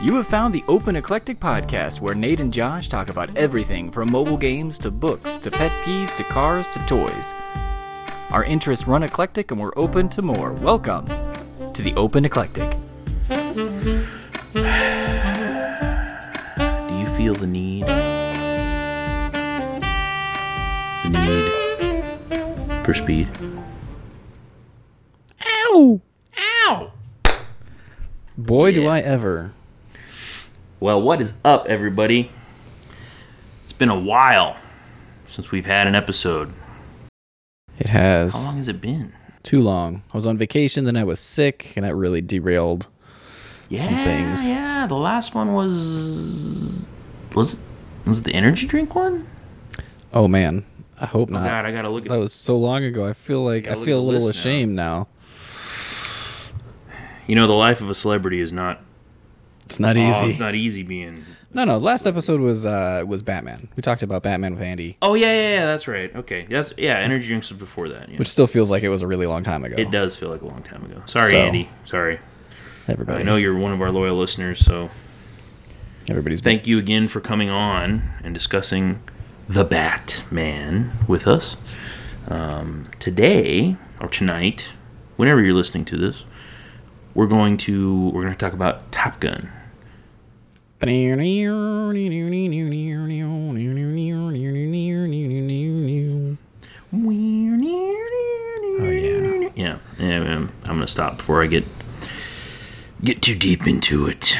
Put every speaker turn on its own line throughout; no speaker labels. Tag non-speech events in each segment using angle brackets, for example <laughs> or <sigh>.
You have found the Open Eclectic Podcast, where Nate and Josh talk about everything from mobile games to books to pet peeves to cars to toys. Our interests run eclectic and we're open to more. Welcome to the Open Eclectic.
Do you feel the need? The need for speed?
Boy, do I ever.
Well, what is up, everybody? It's been a while since we've had an episode.
It
How
has.
long has it been?
Too long. I was on vacation, then I was sick, and that really derailed.
Yeah,
Some things.
Yeah, the last one was was it was it the energy drink one? Oh.
Oh, man. I hope not.
God, I gotta look at
That was so long ago. I feel like
gotta
I
look
feel
at
a
the
little
list now.
ashamed now.
You know, the life of a celebrity is not
It's not
oh,
easy.
it's not easy being.
Um, no, no. Last episode was uh was Batman. We talked about Batman with Andy,
Oh yeah, yeah, yeah. That's right. Okay, that's yeah. Energy drinks was before that. yeah.
which still feels like it was a really long time ago.
It does feel like a long time ago. Sorry,
So-
Andy. Sorry.
Everybody,
I know you're one of our loyal listeners, so
everybody's been
thank you again for coming on and discussing the Batman with us. Um, today or tonight, whenever you're listening to this, we're going to we're going to talk about Top Gun. Oh yeah. Yeah. yeah man. I'm gonna stop before I get get too deep into it.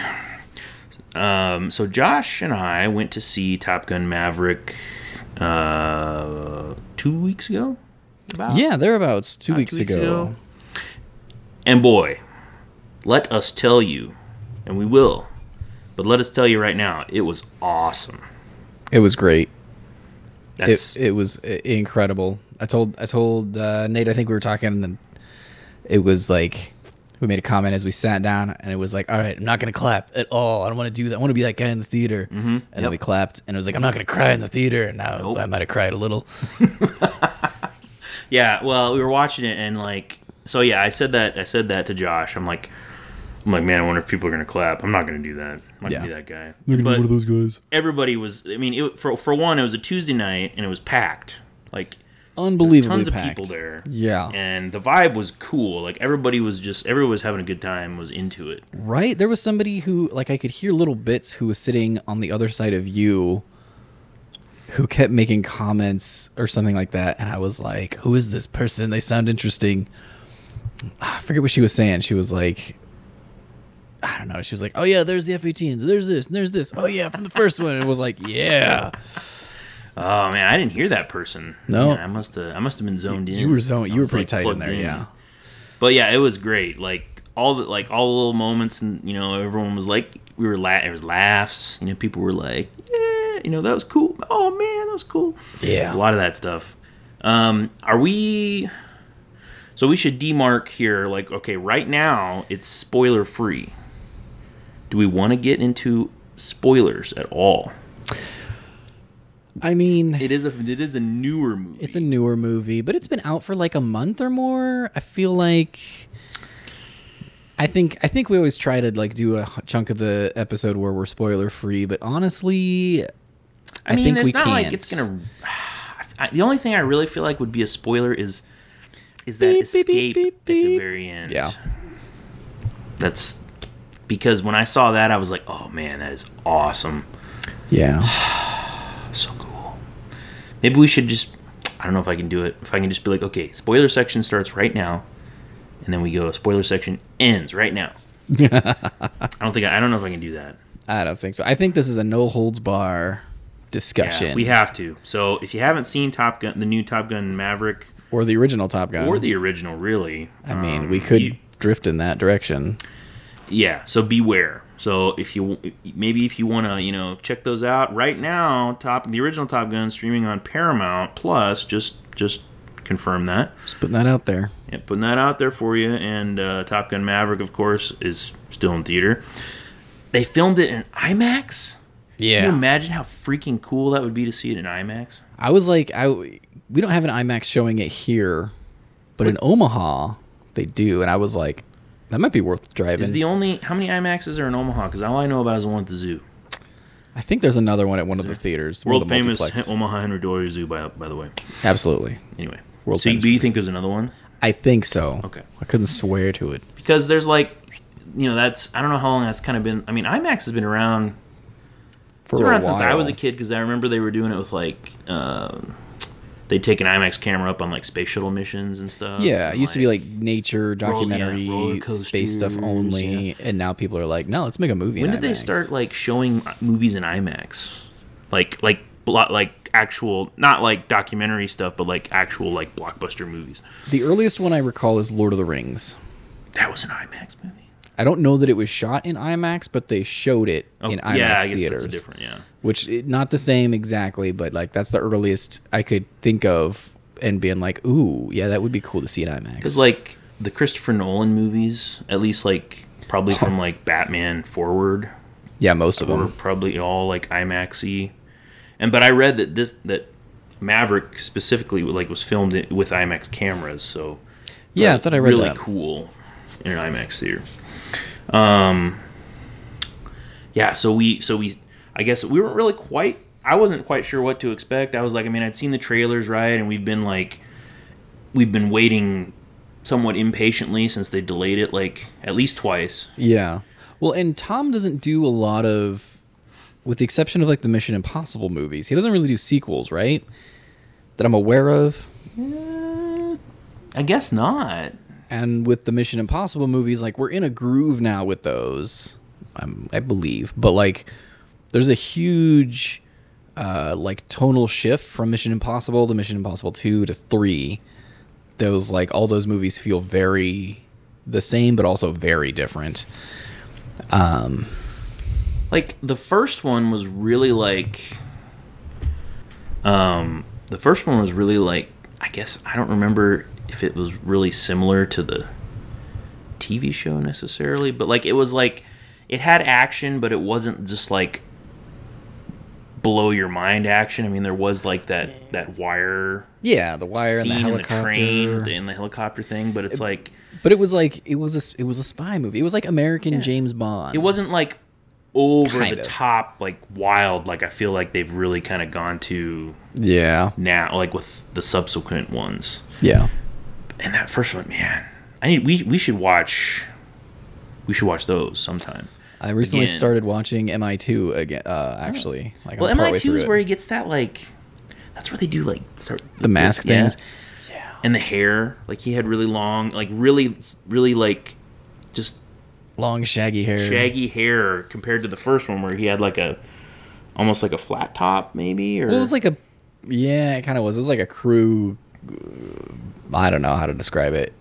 Um, so Josh and I went to see Top Gun Maverick uh, two weeks ago. About
Yeah, thereabouts. Two
about
weeks, ago.
And boy, let us tell you, and we will, but let us tell you right now, it was awesome.
it was great.
That's
It, it was i- incredible. I told I told uh, Nate. I think we were talking, and then it was like we made a comment as we sat down, and it was like, "All right, I'm not gonna clap at all. I don't want to do that. I want to be that guy in the theater." Mm-hmm. And then
Yep.
we clapped, and it was like, "I'm not gonna cry in the theater." And now
Nope.
I might have cried a little.
Yeah, well, we were watching it and like so yeah, I said that I said that to Josh. I'm like I'm like, man, I wonder if people are gonna clap. I'm not gonna do that. I'm not
Yeah.
gonna be that guy.
They're gonna
But
be one of those guys.
everybody was I mean, it, for for one, it was a Tuesday night and it was packed. Like
Unbelievably
tons
packed.
of people there.
Yeah.
And the vibe was cool. Like everybody was just everyone was having a good time, was into it.
Right? There was somebody who, like, I could hear little bits who was sitting on the other side of you who kept making comments or something like that. And I was like, who is this person? They sound interesting. Ah, I forget what she was saying. She was like, I don't know. She was like, oh, yeah, there's the F 18s. There's this. And there's this. Oh, yeah, from the first one. It was like,
<laughs>
yeah.
Oh man, I didn't hear that person.
No.
Man, I must have I must have been zoned in.
You were zoned.
I
You were
was,
pretty
like,
tight in
plugged
there. Yeah.
But yeah, it was great. Like all the like all the little moments, and you know, everyone was like, we were la- it was laughs. You know, people were like, yeah, you know, that was cool. Oh man, that was cool.
Yeah.
A lot of that stuff. Um, are we? So we should demark here. Like, okay, right now it's spoiler free. Do we want to get into spoilers at all?
I mean,
It is a it is a newer movie.
It's a newer movie, but it's been out for like a month or more. I feel like I think I think we always try to like do a h- chunk of the episode where we're spoiler free, but honestly, I,
I mean,
think
it's
we
not
can't.
like it's gonna. <sighs> I, the only thing I really feel like would be a spoiler is is that
Beep, beep,
escape
beep, beep,
at the
beep.
very end.
Yeah.
that's because when I saw that, I was like, "Oh man, that is awesome!
Yeah.
That's so cool." Maybe we should just. I don't know if I can do it. If I can just be like, "Okay, spoiler section starts right now," and then we go spoiler section ends
<laughs>
right now. I don't think I, I don't know if I can do that.
I don't think so. I think this is a no holds bar discussion.
Yeah, we have to. So if you haven't seen Top Gun, the new Top Gun Maverick,
or the original Top Gun.
or the original, really,
Um,
Um,
I mean, we could
you-
drift in that direction.
yeah so beware so if you maybe if you want to you know check those out right now top the original top gun streaming on paramount plus just just confirm that
Just putting that out there.
yeah, putting that out there for you and uh, top gun maverick of course is still in theater they filmed it in imax
Yeah.
can you imagine how freaking cool that would be to see it in imax
I was like, I we don't have an IMAX showing it here, but in Omaha they do, and I was like, That might be worth driving.
Is the only how many IMAXs are in Omaha? Because all I know about is the one at the zoo.
I think there's another one at one of the theaters. one of
World
the
famous
multiplex.
Omaha Henry Dory Zoo. By by the way,
Absolutely.
anyway.
World
so you,
famous
do you think there's another one?
I think so.
Okay.
I couldn't swear to it.
Because there's like, you know, that's I don't know how long that's kind of been. I mean, IMAX has been around
For
It's
a
been around since I was a
while.
kid because I remember they were doing it with like um, they'd take an IMAX camera up on like space shuttle missions and stuff.
Yeah, it
and,
used to be like nature documentary,
roller
space stuff
coasters,
only, and now people are like, no, let's make a movie.
When
in
did they
IMAX."
start like showing uh, movies in IMAX? Like like blo- like actual not like documentary stuff, but like actual like blockbuster movies.
The earliest one I recall is Lord of the Rings.
That was an IMAX movie.
I don't know that it was shot in IMAX, but they showed it
Oh,
in IMAX
yeah, I guess
theaters,
that's a different. Yeah,
which it- not the same exactly, but like that's the earliest I could think of and being like, ooh, yeah, that would be cool to see in IMAX.
because like the Christopher Nolan movies, at least like probably from like Batman forward,
yeah, most of
were
them.
probably all like IMAXy, and but I read that this that Maverick specifically like was filmed i- with IMAX cameras, so
Yeah, I
really-
thought I read
really
that.
cool in an IMAX theater. Um, yeah, so we so we I guess we weren't really quite. I wasn't quite sure what to expect. I was like, I mean, I'd seen the trailers, right, and we've been like, we've been waiting somewhat impatiently since they delayed it like at least twice.
Yeah. Well, and Tom doesn't do a lot of, with the exception of like the Mission Impossible movies, he doesn't really do sequels, right? That I'm aware of.
I guess not.
And with the Mission Impossible movies, like we're in a groove now with those, um, I believe. But like, there's a huge, uh, like tonal shift from Mission Impossible to Mission Impossible two to three. Those like all those movies feel very the same, but also very different.
like the first one was really like um the first one was really like i guess i don't remember if it was really similar to the tv show necessarily but like it was like it had action but it wasn't just like blow your mind action i mean there was like that that wire
Yeah, the wire and
scene
the
in the
helicopter.
train and the helicopter thing but it's like
But it was like it was a s- it was a spy movie. It was like American James Bond.
it wasn't like over
Kind
the
of.
top like wild like i feel like they've really kind of gone to
Yeah,
now, like with the subsequent ones.
yeah.
And that first one, man, I need we we should watch, we should watch those sometime.
I recently
Again.
started watching MI2 again. Uh, actually, like
Well,
I'm partway
MI two
through
is
it.
where he gets that like, that's where they do like start,
the mask
yeah.
things.
and the hair. Like he had really long, like really really like just
Long shaggy hair.
shaggy hair compared to the first one where he had like a almost like a flat top maybe or
Well, it was like a yeah, it kind of was. It was like a crew. uh, I don't know how to describe it.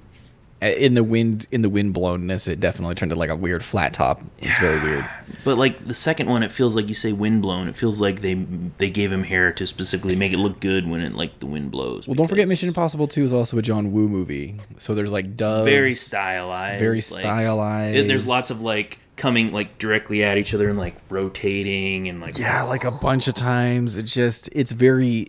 A- In the wind, in the wind blownness, it definitely turned to like a weird flat top. It's very weird.
But like the second one, it feels like you say wind blown. It feels like they they gave him hair to specifically make it look good when it like the wind blows.
Well, don't forget, Mission Impossible Two is also a John Woo movie. So there's like doves.
very stylized,
very
like-
stylized.
and there's lots of like coming like directly at each other and like rotating and like
Yeah, like a bunch of times. It just it's very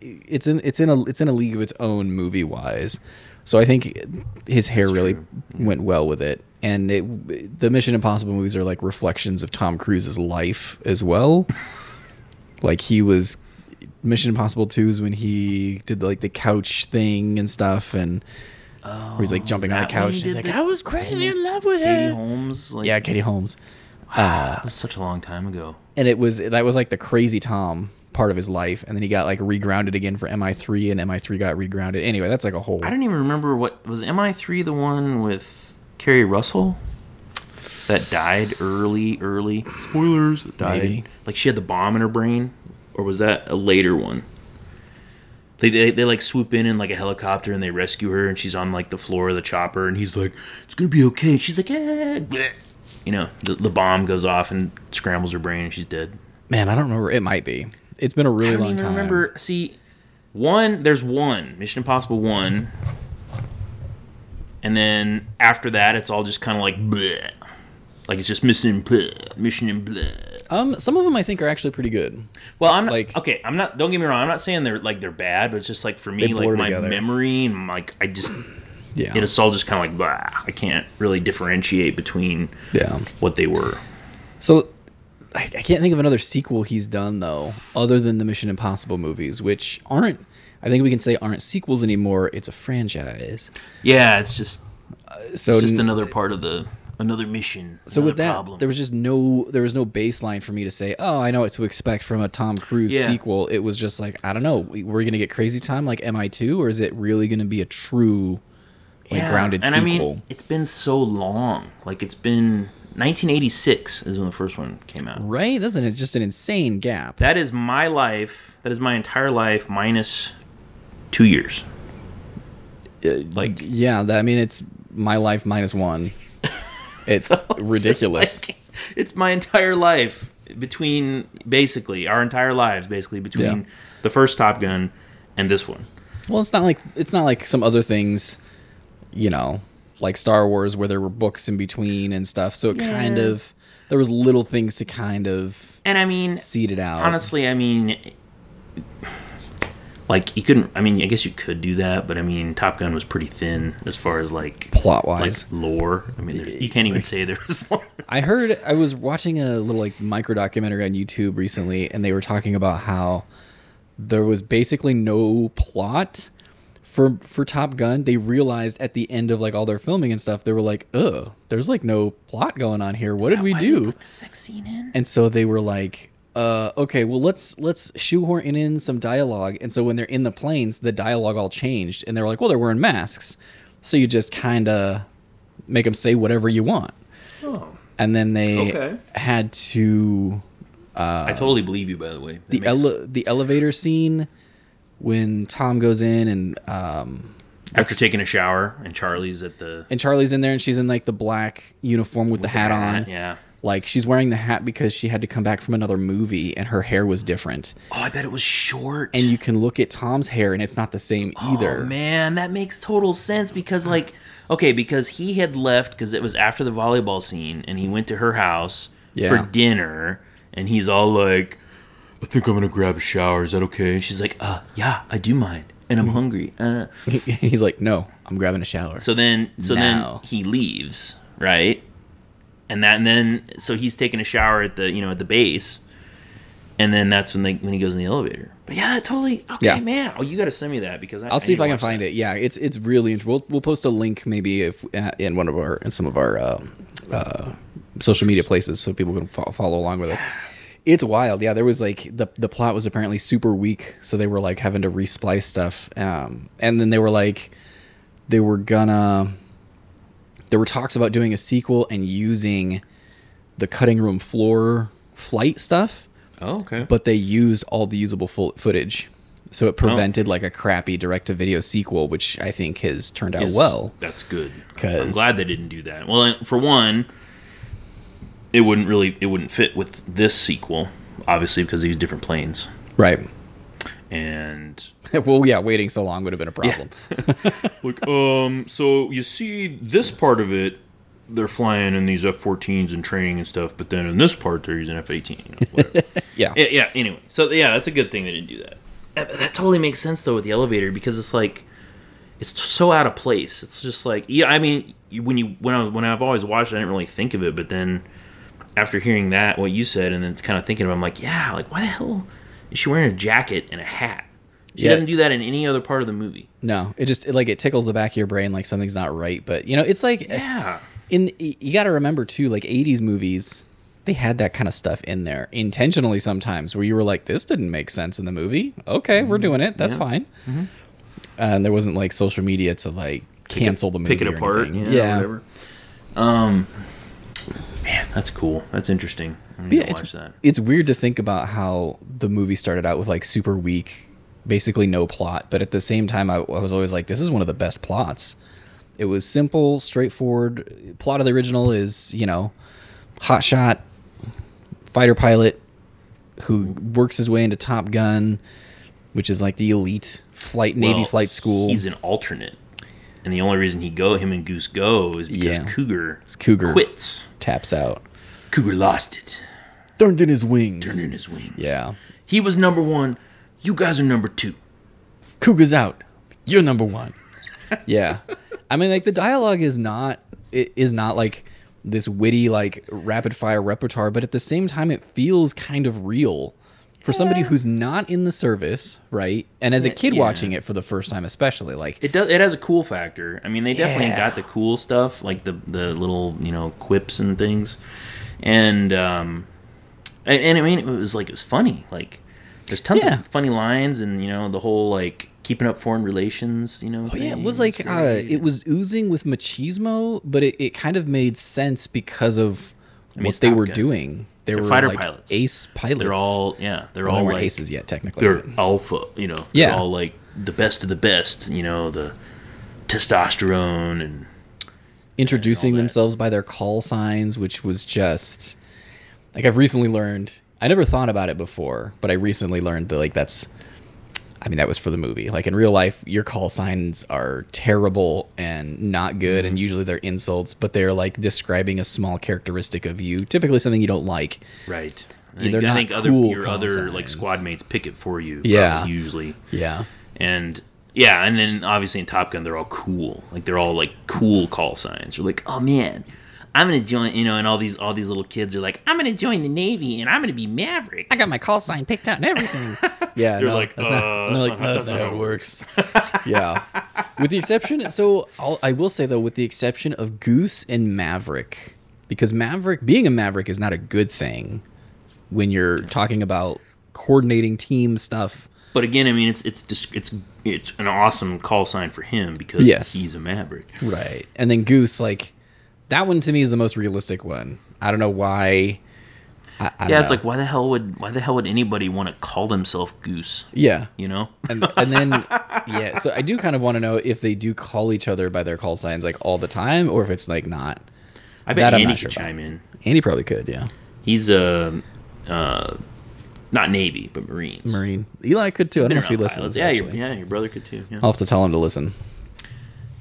it's in it's in a it's in a league of its own movie wise. So I think his hair really
Mm-hmm.
went well with it, and it the Mission Impossible movies are like reflections of Tom Cruise's life as well. like he was Mission Impossible 2 is when he did like the couch thing and stuff, and where he's like jumping on a
Oh, that when
couch.
he
And he's
did
like,
the-
I was crazy in love with
Katie
her.
Holmes. Like,
Yeah, Katie Holmes.
<sighs> that was such a long time ago.
and it was that was like the crazy Tom part of his life, and then he got like regrounded again for MI3, and MI3 got regrounded. Anyway, that's like a whole.
I don't even remember what was MI3 the one with Carrie Russell that died early, early spoilers that died.
Maybe.
Like she had the bomb in her brain, or was that a later one? They, they, they like swoop in in like a helicopter and they rescue her and she's on like the floor of the chopper and he's like it's gonna be okay and she's like eh. bleh." you know the, the bomb goes off and scrambles her brain and she's dead
Man, I don't remember. It might be. It's been a really
I don't
long
even
time.
remember. See, one there's one Mission Impossible one, and then after that, it's all just kind of like bleh. like it's just missing bleh, mission and bleh.
Um, some of them I think are actually pretty good.
Well, I'm not,
Like-
okay. I'm not. Don't get me wrong. I'm not saying they're like they're bad, but it's just like for me,
They
like
blur
my
together.
memory and like I just
Yeah.
And it's all just kind of like, blah, I can't really differentiate between
Yeah.
what they were.
So I, I can't think of another sequel he's done though, other than the Mission Impossible movies, which aren't. I think we can say aren't sequels anymore. It's a franchise.
Yeah, it's just
So
it's just
n-
another part of the another mission.
So with
another
that,
problem.
there was just no there was no baseline for me to say, oh, I know what to expect from a Tom Cruise
Yeah.
sequel. It was just like, I don't know, we- we're gonna get crazy time like MI2, or is it really gonna be a true like grounded
and
sequel?
I mean, it's been so long. Like it's been 1986 is when the first one came out.
right? Doesn't it just an insane gap?
That is my life. That is my entire life minus two years.
Uh,
like-
yeah, that, I mean, it's my life minus
<laughs>
one. It's ridiculous.
It's, just <laughs> like- it's my entire life between basically our entire lives basically between
Yeah.
the first Top Gun and this one.
Well, it's not like it's not like some other things, you know, like Star Wars where there were books in between and stuff. So it kind
Yeah.
of there was little things to kind of
And I mean,
seed it out.
honestly, I mean, like you couldn't. I mean, I guess you could do that, but I mean, Top Gun was pretty thin as far as like
plot
like
wise.
lore. I mean, there, you can't even say there was <laughs> lore.
I heard I was watching a little like micro documentary on YouTube recently, and they were talking about how there was basically no plot for for Top Gun. They realized at the end of like all their filming and stuff, they were like, "Ugh, there's like no plot going on here. What did we
Why
do?"
Put the sex scene in.
and so they were like uh, okay well let's let's shoehorn in, in some dialogue and so when they're in the planes the dialogue all changed and they were like well they're wearing masks so you just kind of make them say whatever you want
Oh.
and then they
Okay.
had to
I totally believe you, by Uh, the way. That
the
makes-
ele- the elevator scene when tom goes in and um
after taking a shower and Charlie's at the
and charlie's in there and she's in like the black uniform with, the hat on
Yeah.
like she's wearing the hat because she had to come back from another movie and her hair was different
Oh, I bet it was short.
and you can look at Tom's hair and it's not the same either.
Oh, man, that makes total sense because, like, okay, because he had left because it was after the volleyball scene, and he went to her house
Yeah.
for dinner, and he's all like, "I think I'm gonna grab a shower. Is that okay?" And she's like, "Uh, yeah, I do mind, and I'm hungry." Uh.
<laughs> He's like, "No, I'm grabbing a shower."
So then, so
No.
then he leaves, right? And that, and then, so he's taking a shower at the, you know, at the base, and then that's when they when he goes in the elevator. But yeah, totally. Okay,
Yeah.
man. Oh, you got to send me that because I,
I'll see if I can find it. Yeah, it's it's really interesting. We'll, we'll post a link maybe if uh, in one of our in some of our uh, uh, social media places so people can fo- follow along with us. It's wild. Yeah, there was like the the plot was apparently super weak, so they were like having to resplice stuff. Um, and then they were like they were gonna there were talks about doing a sequel and using the cutting room floor flight stuff.
Oh, okay.
but they used all the usable full footage so
Oh.
it prevented like a crappy direct-to-video sequel which i think has turned out
is-
Oh, well
That's good.
'Cause-
I'm glad they didn't do that. Well, and for one, it wouldn't really it wouldn't fit with this sequel, obviously because they use different planes.
right
And
<laughs> well yeah waiting so long would have been a problem
like, <laughs> um, so you see this part of it, they're flying in these F-14s and training and stuff, but then in this part they're using F-18. Whatever.
<laughs> yeah
yeah, yeah. Anyway, so yeah, that's a good thing they didn't do that. that. That totally makes sense though with the elevator because it's like it's so out of place. It's just like yeah. I mean, you- when you when I when I've always watched, it, I didn't really think of it, but then after hearing that, what you said, and then kind of thinking of, it, I'm like, yeah, like why the hell is she wearing a jacket and a hat? She
Yeah.
doesn't do that in any other part of the movie.
no it just it, like it tickles the back of your brain like something's not right but you know it's like
<laughs> Yeah.
in you got to remember too like 80s movies they had that kind of stuff in there intentionally sometimes where you were like this didn't make sense in the movie okay
Mm-hmm.
we're doing it that's fine Uh, and there wasn't like social media to like cancel the movie
pick it
or
apart.
anything.
Yeah, whatever. Um, man, that's cool. That's interesting. I'm
yeah,
gonna
it's,
watch that.
it's weird to think about how the movie started out with like super weak, basically no plot, but at the same time, I, I was always like, this is one of the best plots. It was simple, straightforward. Plot of the original is you know, hot shot fighter pilot who works his way into Top Gun, which is like the elite flight Navy
Well,
flight school.
He's an alternate, and the only reason he go him and Goose go is because
Yeah.
Cougar
Cougar.
quits.
taps out,
Cougar lost it.
turned in his wings.
Turned in his wings.
Yeah,
he was number one. You guys are number two.
Cougar's out. You're number one. <laughs> Yeah. I mean, like the dialogue is not it is not like this witty like rapid fire repertoire, but at the same time, it feels kind of real for somebody who's not in the service, right? And as a kid
yeah.
watching it for the first time, especially like
It does. It has a cool factor. I mean, they definitely
Yeah.
got the cool stuff, like the the little you know quips and things, and um, and, and I mean, it was like it was funny. Like there's tons
Yeah.
of funny lines, and you know the whole like keeping up foreign relations. You know.
Oh yeah, it was
thing.
like uh,
great.
it was oozing with machismo, but it, it kind of made sense because of
mean,
what
it's
they
Top
were
Gun.
doing. They
They're
were
fighter
like
pilots.
ace pilots.
They're all yeah. They're
Well, they
all
weren't
like
aces yet, technically.
they're
but-
alpha. You know. They're
Yeah.
All like the best of the best. You know the testosterone and
introducing
that.
themselves by their call signs, which was just like I've recently learned. I never thought about it before, but I recently learned that like that's. I mean, that was for the movie. Like in real life, your call signs are terrible and not good, and usually they're insults, but they're like describing a small characteristic of you, typically something you don't like.
right.
Yeah,
I think,
they're
I
not
think other
cool
your
call
other like
signs.
squad mates pick it for you.
Yeah.
probably, usually.
Yeah.
and yeah, and then obviously in Top Gun they're all cool, like they're all like cool call signs. You're like, oh man, I'm gonna join, you know, and all these all these little kids are like, I'm gonna join the Navy and I'm gonna be Maverick.
I got my call sign picked out and everything. yeah,
They're
no,
like,
that's
uh,
not,
that's
they're
not
like,
how-
no,
that's
that's not
not
how
how
it
it <laughs>
works. yeah, with the exception, so I'll, I will say though, with the exception of Goose and Maverick, because Maverick being a Maverick is not a good thing when you're talking about coordinating team stuff.
But again, I mean, it's it's dis- it's it's an awesome call sign for him because
Yes.
he's a Maverick.
Right. And then Goose, like that one to me is the most realistic one. I don't know why. I, I
Yeah,
don't
it's
know.
like why the hell would why the hell would anybody want to call themselves Goose?
yeah.
You know, <laughs>
and, and then yeah so i do kind of want to know if they do call each other by their call signs like all the time or if it's like not
I
That
bet
I'm
Andy
not sure
could
about.
chime in.
andy probably could yeah
He's a uh, not Navy but Marines.
marine eli could too i don't know
Been
if he
around
listens
pilots. Yeah, your,
actually.
yeah, your brother could too. Yeah.
i'll have to tell him to listen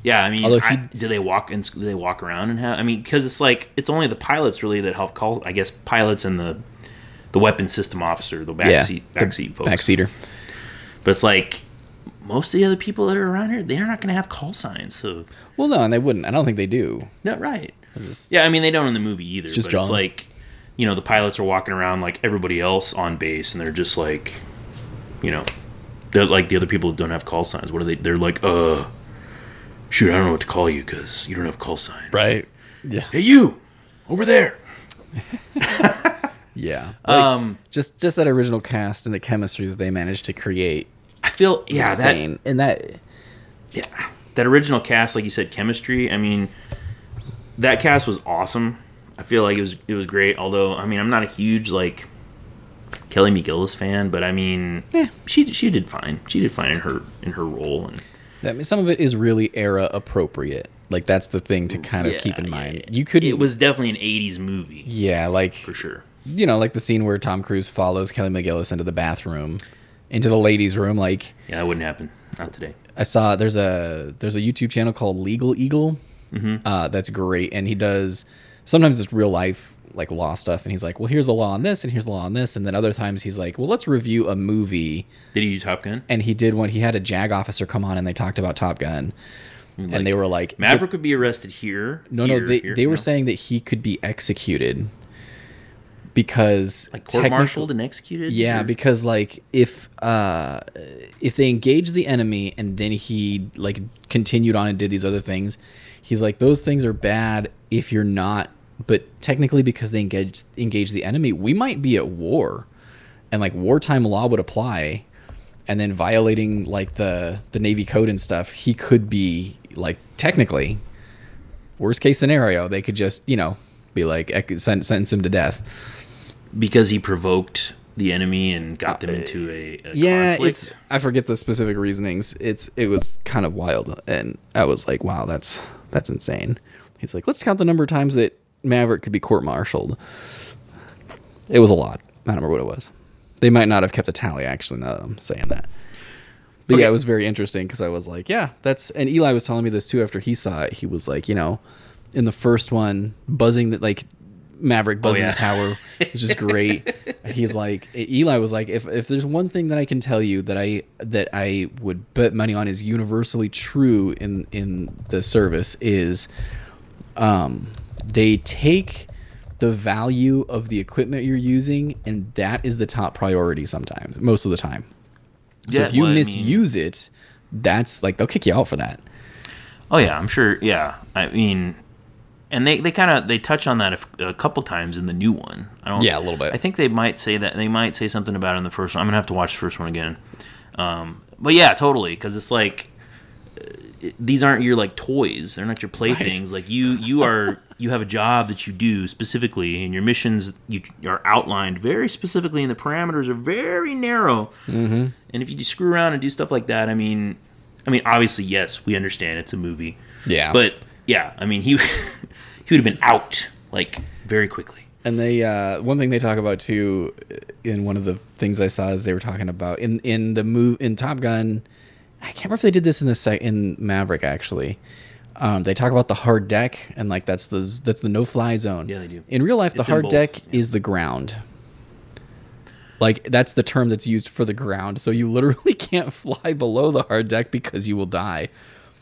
Yeah, I mean,
Although
I-
he-
do they walk and do they walk around and have? I mean, because it's like it's only the pilots really that help call. I guess pilots and the the weapon system officer, the
yeah
backseat
the
backseat folks.
backseater
But it's like most of the other people that are around here, they're not going to have call signs. So
well no and they wouldn't i don't think they do
not right. yeah, I mean, they don't in the movie either.
just
but it's
John.
like you know the pilots are walking around like everybody else on base, and they're just like, you know, they're like the other people that don't have call signs. What are they? They're like, uh, shoot, I don't know what to call you because you don't have a call sign.
right yeah
Hey, you over there.
yeah
Um,
just just that original cast and the chemistry that they managed to create
I feel yeah that
insane and that
yeah that original cast, like you said, chemistry. I mean, that cast was awesome. I feel like it was it was great. Although I mean, I'm not a huge like Kelly McGillis fan, but I mean,
Yeah.
she she did fine. She did fine in her in her role. And
I mean, some of it is really era appropriate. Like that's the thing to kind of
Yeah,
keep in
yeah,
mind.
yeah.
You couldn't.
it was definitely an '80s movie
yeah, like
for sure.
you know, like the scene where Tom Cruise follows Kelly McGillis into the bathroom, into the ladies' room. Like
Yeah, that wouldn't happen. Not today.
I saw there's a there's a YouTube channel called Legal Eagle.
Mm-hmm.
Uh, that's great, and he does sometimes it's real life like law stuff, and he's like, well, here's the law on this, and here's the law on this, and then other times he's like, well, let's review a movie
Did he do Top Gun?
and he did one. He had a JAG officer come on, and they talked about Top Gun, and they were like,
Maverick would be arrested here.
No,
here,
no, they,
here,
they were
no.
saying that he could be executed because
like
technical-
court-martialed and executed.
Yeah,
Or-
because like if uh if they engage the enemy and then he like continued on and did these other things, he's like those things are bad if you're not. But technically, because they engage engage the enemy, we might be at war, and like wartime law would apply. And then violating like the the Navy code and stuff, he could be like technically worst case scenario, they could just you know be like ec- sen- sentence him to death.
because he provoked the enemy and got them into a, a
Uh, yeah
conflict.
it's i forget the specific reasonings it's it was kind of wild and i was like wow that's that's insane he's like let's count the number of times that maverick could be court-martialed it was a lot i don't remember what it was they might not have kept a tally actually now that i'm saying that but yeah
Okay.
it was very interesting because i was like yeah that's and eli was telling me this too after he saw it he was like you know in the first one buzzing that like Maverick buzzing
Oh, yeah.
the tower is just
<laughs>
great. He's like E, Eli was like, if if there's one thing that I can tell you that I that I would bet money on is universally true in in the service is, um, they take the value of the equipment you're using and that is the top priority sometimes most of the time. So if you
well, I mean-
misuse it, that's like they'll kick you out for that.
Oh yeah, I'm sure. Yeah, I mean, and they they kind of they touch on that a, f- a couple times in the new one. I don't.
Yeah, a little bit.
I think they might say that they might say something about it in the first one. I'm gonna have to watch the first one again. Um, but yeah, totally, because it's like uh, it- these aren't your like toys. They're not your playthings. Like you
<laughs>
you are you have a job that you do specifically, and your missions you are outlined very specifically, and the parameters are very narrow.
Mm-hmm.
And if you just screw around and do stuff like that, I mean, I mean, obviously, yes, we understand it's a movie.
Yeah.
But yeah, I mean, he <laughs> he would have been out like very quickly.
And they uh, one thing they talk about too uh, in one of the things I saw is they were talking about in in the move in Top Gun. I can't remember if they did this in the sec- in Maverick actually. Um, they talk about the hard deck and like that's the z- that's the no fly zone.
Yeah, they do.
In real life, the
It's in
hard
both,
deck
yeah.
is the ground. Like that's the term that's used for the ground. So you literally <laughs> can't fly below the hard deck because you will die.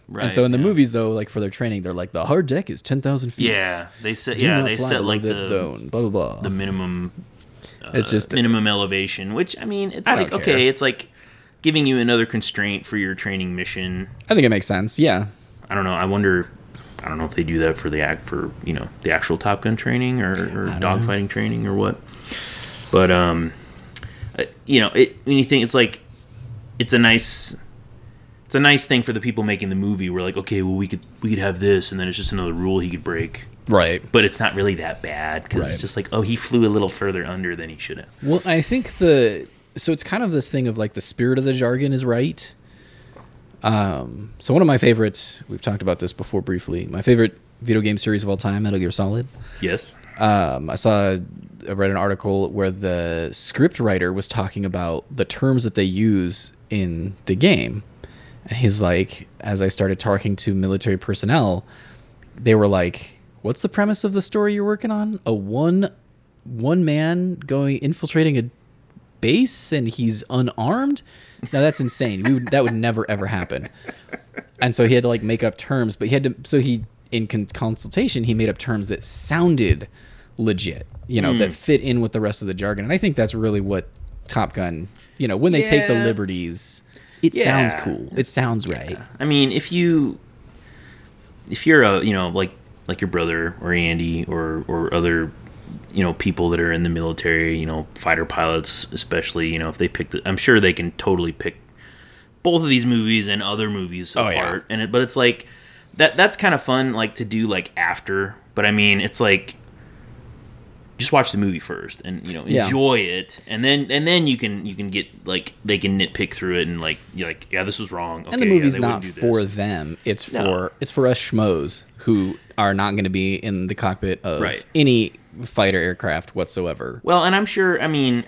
Right.
and so in the
yeah.
movies though, like for their training, they're like the hard deck is ten thousand feet.
yeah, they set
Do
yeah
not
they
fly
set
below
like
that
the
zone. Blah blah blah.
the minimum. Uh,
It's just-
minimum elevation, which I mean, it's
I don't
like
care.
okay, it's like giving you another constraint for your training mission.
I think it makes sense. Yeah.
I don't know. I wonder. I don't know if they do that for the act for you know the actual Top Gun training or, or dogfighting training or what. But um, I- you know, it when you think it's like it's a nice it's a nice thing for the people making the movie. We're like, okay, well we could we could have this, and then it's just another rule he could break.
Right.
But it's not really that bad because
Right.
it's just like, oh, he flew a little further under than he should have.
Well, I think the so it's kind of this thing of like the spirit of the jargon is right. Um, so one of my favorites, we've talked about this before briefly. My favorite video game series of all time, Metal Gear Solid.
Yes.
Um, I saw I read an article where the script writer was talking about the terms that they use in the game. And he's like, as I started talking to military personnel, they were like, "What's the premise of the story you're working on? A one one man going infiltrating a base and he's unarmed? Now that's insane. We would, that would never ever happen." And so he had to like make up terms, but he had to so he in con- consultation he made up terms that sounded legit, you know, that fit in with the rest of the jargon. And I think that's really what Top Gun, you know, when they take the
Yeah.
liberties, it sounds
Yeah.
cool. It sounds right.
I mean, if you if you're a you know like like your brother or Andy or or other you know people that are in the military, you know fighter pilots especially, you know if they pick the, I'm sure they can totally pick both of these movies and other movies
Oh, yeah.
apart. And it, but it's like that that's kind of fun like to do like after. But I mean, it's like just watch the movie first and you know
Yeah.
enjoy it and then and then you can you can get like they can nitpick through it and like you're like yeah this was wrong okay,
and the
yeah,
movie's
they wouldn't
not
do this.
for them. It's
No.
for it's for us schmoes who are not going to be in the cockpit of
Right.
any fighter aircraft whatsoever.
Well, and I'm sure. I mean,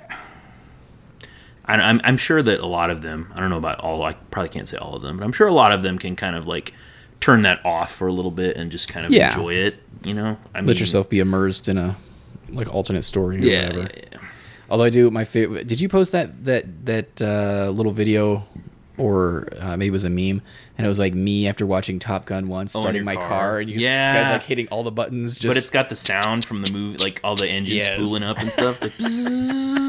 I, I'm I'm sure that a lot of them. I don't know about all. I probably can't say all of them, but I'm sure a lot of them can kind of like turn that off for a little bit and just kind of
Yeah.
enjoy it. You know, I mean,
Let yourself be immersed in a like alternate story. Or
Yeah,
Whatever.
yeah, yeah.
Although I do my favorite. Did you post that that that uh, little video? Or uh, maybe it was a meme, and it was like me after watching Top Gun once,
in
starting
your
my car,
car.
and you
Yeah.
this guys like hitting all the buttons. Just
But it's got the sound from the movie, like all the engines
Yes.
spooling up and stuff. <laughs>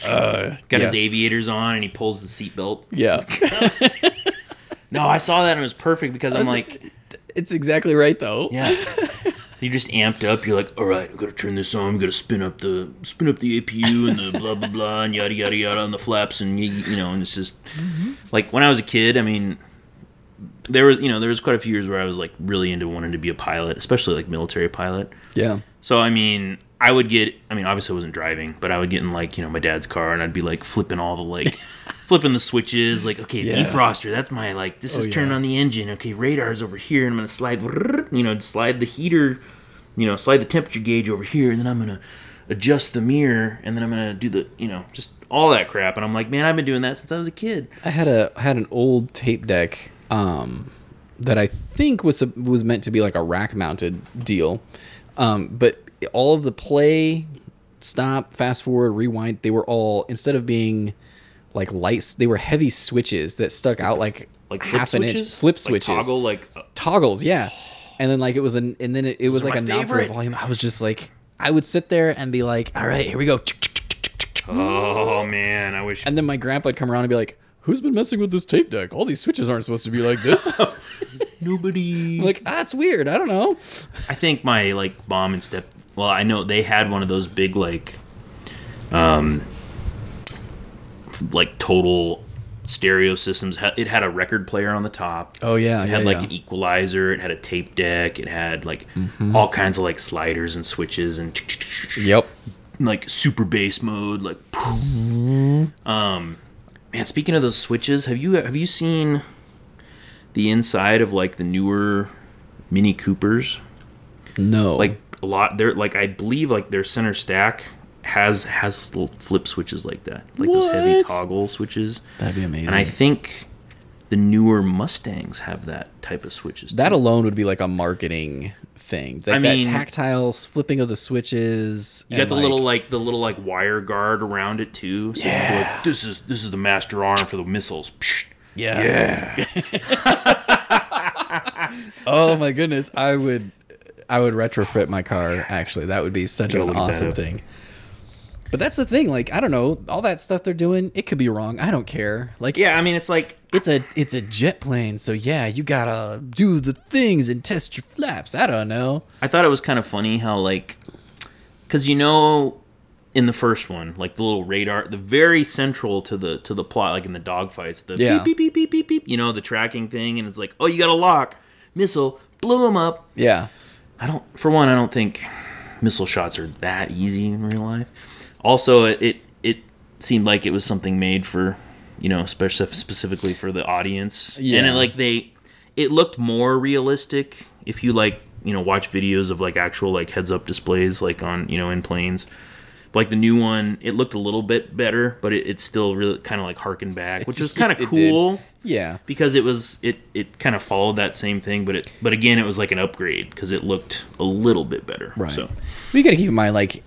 It's like, got
yes.
his aviators on and he pulls the seatbelt.
<laughs>
<laughs>
yeah,
No, I saw that and it was perfect because I'm
was-
like,
it's exactly right <laughs> though.
Yeah. You're just amped up. You're like, all right, I'm gonna turn this on. I'm gonna spin up the spin up the APU and the blah blah blah and yada yada yada on the flaps and you, you know and it's just like when I was a kid. I mean, there was you know there was quite a few years where I was like really into wanting to be a pilot, especially like military pilot.
yeah.
So I mean, I would get. I mean, obviously I wasn't driving, but I would get in like you know my dad's car, and I'd be like flipping all
<laughs>
the like, flipping the switches. Like, okay,
Yeah. Oh,
defroster. That's my like. This is
yeah.
turning on the engine. Okay, radar's over here, and I'm gonna slide. You know, slide the heater. You know, slide the temperature gauge over here, and then I'm gonna adjust the mirror, and then I'm gonna do the. You know, just all that crap. And I'm like, man, I've been doing that since I was a kid.
I had a I had an old tape deck um, that I think was was meant to be like a rack mounted deal, Um, but all of the play, stop, fast forward, rewind, they were all instead of being like lights, they were heavy switches that stuck out like
Like flip
half an inch,
switches?
flip
Like
switches,
toggle, like uh,
toggles, yeah. And then like it was an, and then it, it was
are
like
my
a knob for
favorite.
volume. I was just like, I would sit there and be like, all right, here we go.
oh man, I wish.
And then my grandpa'd come around and be like, who's been messing with this tape deck? All these switches aren't supposed to be like
<laughs>
this. I'm
Nobody.
like, ah, it's weird. I don't know.
I think my like mom and step. Well, I know they had one of those big like, um, like total stereo systems. Ha- It had a record player on the top.
Oh yeah,
It
yeah,
had like
yeah.
an e- equalizer. It had a tape deck. It had like
Mm-hmm.
all kinds of like sliders and switches and
Yep.
like super bass mode. Like, um,
Mm-hmm.
man. Speaking of those switches, have you have you seen the inside of like the newer Mini Coopers?
No.
like a lot they're like i believe like their center stack has has little flip switches like that like those heavy
What?
toggle switches
that'd be amazing.
and i think the newer mustangs have that type of switches too.
that alone would be like a marketing thing. Like
I
that
mean-
tactile flipping of the switches.
you got the little like the little like wire guard around it too so you can be like, this is this is the master arm for the missiles Psh.
yeah. oh my goodness, I would, I would retrofit my car. Actually, that would be such
Gotta
an
look that
awesome
up.
thing. But that's the thing. Like I don't know, all that stuff they're doing, it could be wrong. I don't care. Like
yeah i mean it's like
it's a it's a jet plane, so yeah, you gotta do the things and test your flaps. I don't know.
I thought it was kind of funny how like cuz you know in the first one like the little radar the very central to the to the plot like in the dogfights the
Yeah.
beep beep beep beep beep beep you know the tracking thing and it's like oh you got a lock missile blow them up
Yeah.
I don't for one I don't think missile shots are that easy in real life also it it, it seemed like it was something made for you know spec- specifically for the audience and
Yeah.
it, like they it looked more realistic if you like you know watch videos of like actual like heads up displays like on you know in planes but, like the new one it looked a little bit better but it, it still really kind of like harkened back which was kind
It
of
did.
cool
Yeah.
because it was it it kind of followed that same thing but it but again it was like an upgrade because it looked a little bit better
Right.
so
We got to keep in mind, like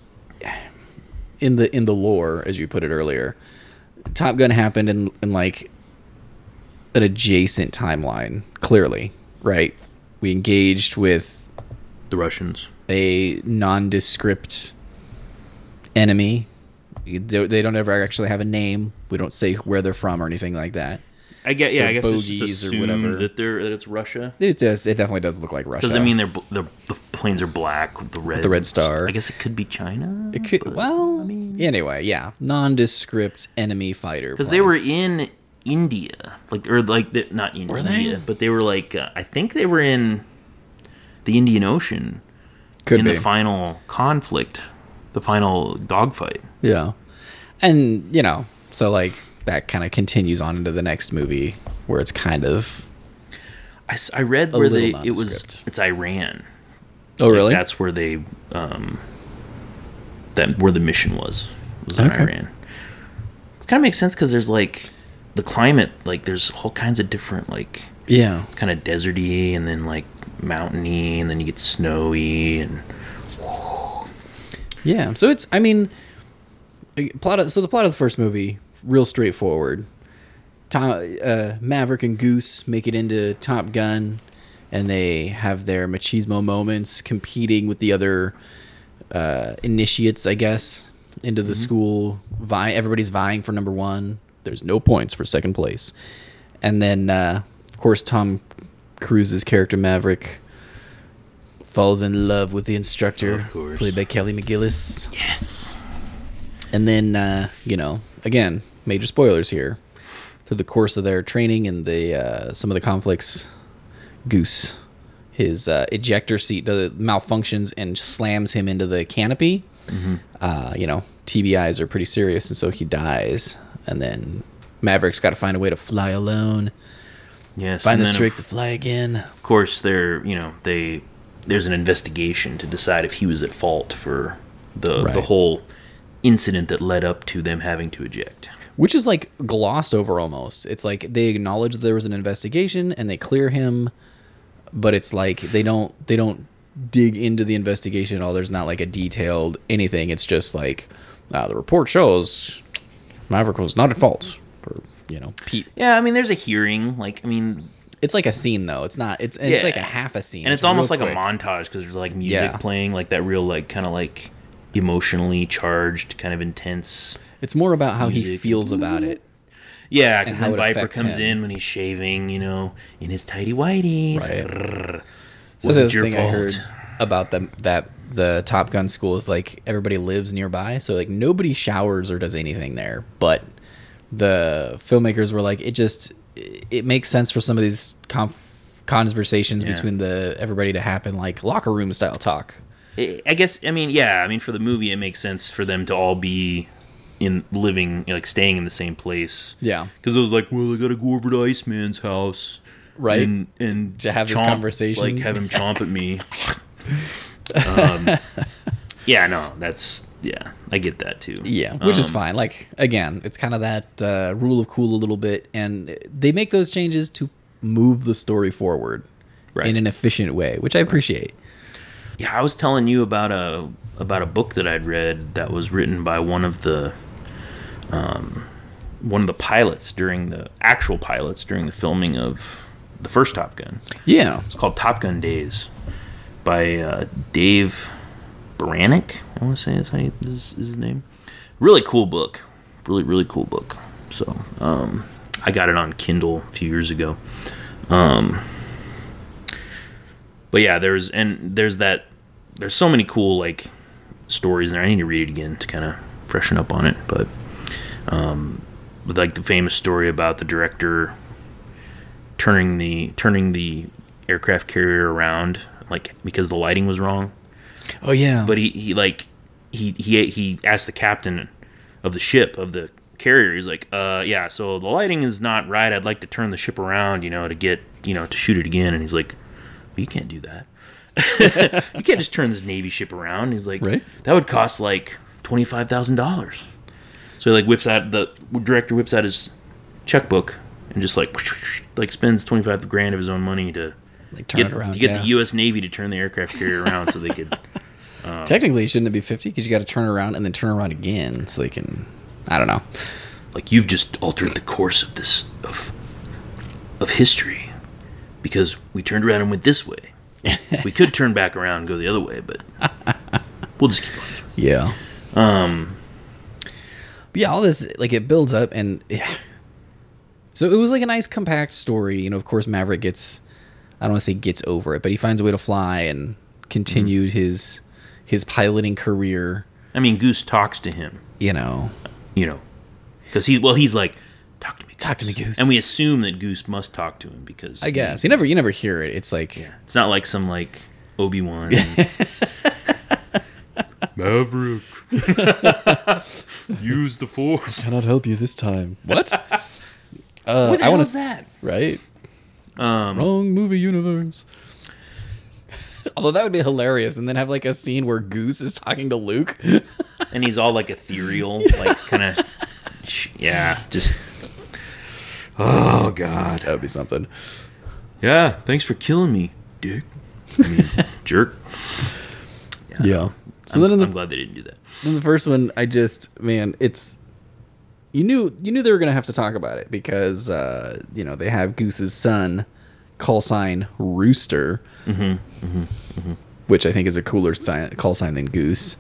in the in the lore, as you put it earlier, Top Gun happened in in like an adjacent timeline. Clearly, right? We engaged with
the russians
a nondescript enemy. They they don't ever actually have a name. We don't say where they're from or anything like that.
i get yeah i
They're
guess it's just
bogies or
assume
whatever.
that they're that it's russia
It does. It definitely does look like Russia.
because i mean they're bl- the the planes are black with the red
the red star.
i guess it could be china
It could- well, anyway, yeah, nondescript enemy fighter.
because they were in india like or like the, not in
Were they?
india but they were like uh, i think they were in the indian ocean
could
in
be.
the final conflict the final dogfight
Yeah. And, you know, so like that kind of continues on into the next movie where it's kind of
I, s- I read where they
little
it was
nondescript.
it's Iran.
Oh, really?
That's where they um that where the mission was was in
Okay.
Iran. Kind of makes sense because there's like the climate like there's all kinds of different like
yeah.
kind of deserty and then like mountainy and then you get snowy and
Yeah. So it's I mean uh, plot of, so the plot of the first movie real straightforward. Tom, uh, Maverick and Goose make it into Top Gun and they have their machismo moments competing with the other uh, initiates, I guess, into
Mm-hmm.
the school. Vie- everybody's vying for number one. There's no points for second place. And then, uh, of course, Tom Cruise's character Maverick falls in love with the instructor,
Of course.
played by Kelly McGillis.
yes.
And then, uh, you know, again, major spoilers here. Through the course of their training and the uh, some of the conflicts, Goose, his uh, ejector seat does, malfunctions and slams him into the canopy. Uh, you know, TBIs are pretty serious, and so he dies. And then Maverick's got to find a way to fly alone,
Yes.
find
and
the
then
strength to
Of,
fly again.
of course they're you know they there's an investigation to decide if he was at fault for the
Right.
the whole incident that led up to them having to eject.
which is like glossed over almost. It's like they acknowledge there was an investigation and they clear him, but it's like they don't they don't dig into the investigation at all. There's not like a detailed anything. It's just like uh, the report shows Maverick was not at fault for you know Pete.
Yeah, I mean, there's a hearing. Like, I mean,
It's like a scene though. It's not. It's it's
Yeah.
like a half a scene.
and it's, almost
real
like a
quick.
montage because there's like music
Yeah.
playing, like that real, like kind of like emotionally charged, kind of intense.
It's more about how he
music.
feels about it.
Yeah, because
how
then
it
Viper
affects
comes
him.
in when he's shaving, you know, in his tidy whities.
Right.
Brrr.
That's
Was
the
it your
thing I
fault?
heard about them that the Top Gun school is like everybody lives nearby, so like nobody showers or does anything there. But the filmmakers were like, it just it makes sense for some of these conf- conversations
Yeah.
between the everybody to happen like locker room style talk.
I I guess I mean yeah I mean for the movie it makes sense for them to all be in living like staying in the same place.
Yeah.
Because it was like, well, I gotta go over to Iceman's house,
Right.
And and
To have this conversation.
like have him chomp at me.
<laughs>
um, yeah, no, that's yeah, I get that too.
Yeah, which is
Um,
fine. Like again, it's kind of that uh, rule of cool a little bit, and they make those changes to move the story forward
Right.
in an efficient way, which I appreciate.
Yeah, I was telling you about a about a book that I'd read that was written by one of the um, one of the pilots during the actual pilots during the filming of the first Top Gun.
Yeah,
It's called Top Gun Days by uh, Dave Baranick. I want to say is, how you, is, is his name. Really cool book. Really really cool book. So um, I got it on Kindle a few years ago. Um, But yeah, there's and there's that there's so many cool like stories in there. I need to read it again to kind of freshen up on it. But um, with, like the famous story about the director turning the turning the aircraft carrier around like because the lighting was wrong.
Oh yeah,
But he, he like he he he asked the captain of the ship of the carrier. He's like, uh, yeah. So the lighting is not right. I'd like to turn the ship around, you know, to get you know to shoot it again. And he's like, well, you can't do that. <laughs> you can't just turn this navy ship around. He's like,
Right.
that would cost like twenty five thousand dollars. So he like whips out the director whips out his checkbook and just like <laughs> like spends twenty five grand of his own money to
like turn
get,
it around.
to get
yeah.
the U.S. Navy to turn the aircraft carrier around so they
<laughs>
could.
Technically, shouldn't it be fifty? Because you got to turn around and then turn around again, so they can. I don't know.
like you've just altered the course of this of of history because we turned around and went
<laughs>
this way we could turn back around and go the other way but we'll just keep on
Yeah. Um. But yeah, all this like it builds up, and yeah. so it was like a nice compact story. You know, of course, Maverick gets. I don't want to say gets over it, but he finds a way to fly and continued his his piloting career.
i mean goose talks to him
You know,
you know because he's well he's like talk to me
talk to me, Goose.
and we assume that goose must talk to him because
I guess you never you never hear it. It's like
it's not like some like
<laughs>
obi-wan
<laughs>
maverick use the force
cannot help you this time. <laughs> What? uh,
what
I
the hell
want
is
to
that
right? Um, Wrong movie universe. <laughs> Although that would be hilarious, and then have like a scene where Goose is talking to <laughs> Luke.
and he's all
<laughs>
like ethereal, like kind of, yeah, just. Oh God!
that would be something.
Yeah, thanks for killing me, dick. I mean, jerk.
Yeah. So
I'm,
then in the,
I'm glad they didn't do that.
in the first one, I just man, it's you knew you knew they were gonna have to talk about it because uh, you know they have Goose's son, call sign Rooster, Mm-hmm, which I think is a cooler sign, call sign than Goose.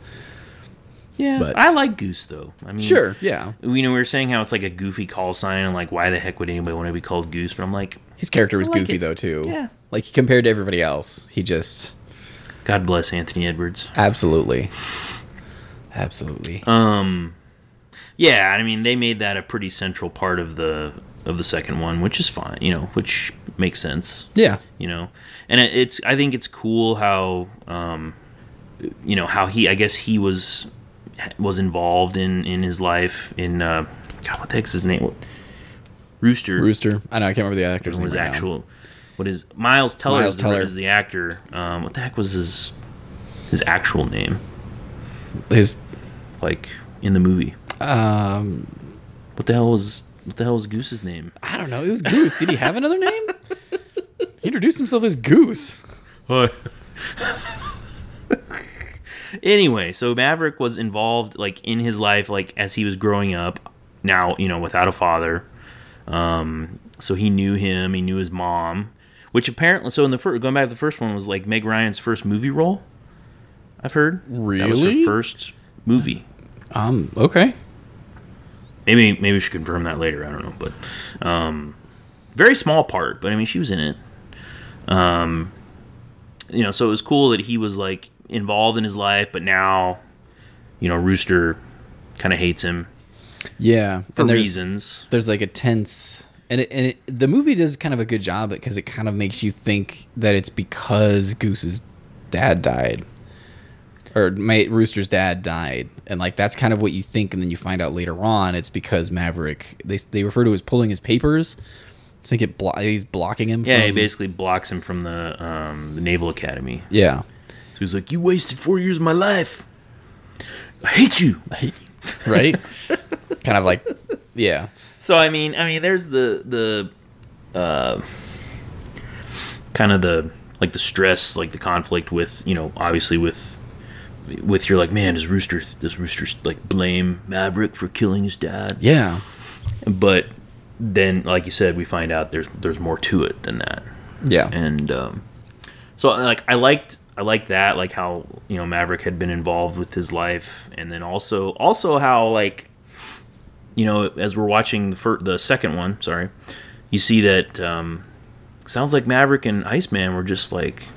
Yeah,
But-
I like Goose though. I mean,
Sure, yeah,
You know, we were saying how it's like a goofy call sign, and like, why the heck would anybody want to be called Goose? But I'm like,
his character was
I like
goofy
it.
though too.
Yeah.
like compared to everybody else, he just.
God bless Anthony Edwards.
Absolutely. Absolutely.
Um, Yeah, I mean, they made that a pretty central part of the of the second one, which is fine. You know, which makes sense.
yeah.
you know and it, it's i think it's cool how um you know how he i guess he was was involved in in his life in uh god what the heck's his name rooster,
Rooster. I know. I can't remember the actor's name.
was
right now.
actual what is miles teller,
Miles
is, the,
Teller.
is the actor um what the heck was his his actual name
His.
like in the movie
Um.
what the hell was what the hell was goose's name
I don't know. It was Goose. Did he <laughs> have another name? He introduced himself as Goose.
Hi. <laughs> Anyway, so Maverick was involved like in his life, like as he was growing up. Now you know without a father, um, so he knew him. He knew his mom, which apparently so in the first going back to the first one was like Meg Ryan's first movie role. I've heard that was her
Really?
first movie.
Um. Okay.
Maybe maybe we should confirm that later. I don't know, but um, very small part. But I mean, she was in it. Um, you know, so it was cool that he was like involved in his life, but now, you know, Rooster kind of hates him
Yeah.
for
and there's,
reasons.
There's like a tense, and it, and it, the movie does kind of a good job because it kind of makes you think that it's because Goose's dad died, or my Rooster's dad died, and like that's kind of what you think, and then you find out later on it's because Maverick. They they refer to as pulling his papers. It's like it blo- he's blocking him.
Yeah, he
from-
basically blocks him from the um, the Naval Academy.
yeah.
So he's like, "You wasted four years of my life. I hate you." <laughs>
Right. kind of like, yeah.
So I mean, I mean, there's the the uh, kind of the like the stress, like the conflict with you know, obviously with with your like, man, does Rooster does Rooster like blame Maverick for killing his dad?
Yeah.
But then, like you said, we find out there's there's more to it than that,
Yeah.
and um, so like I liked. I liked that, like how you know Maverick had been involved with his life, and then also also how like you know, as we're watching the fir- the second one, sorry, you see that um, sounds like Maverick and Iceman were just like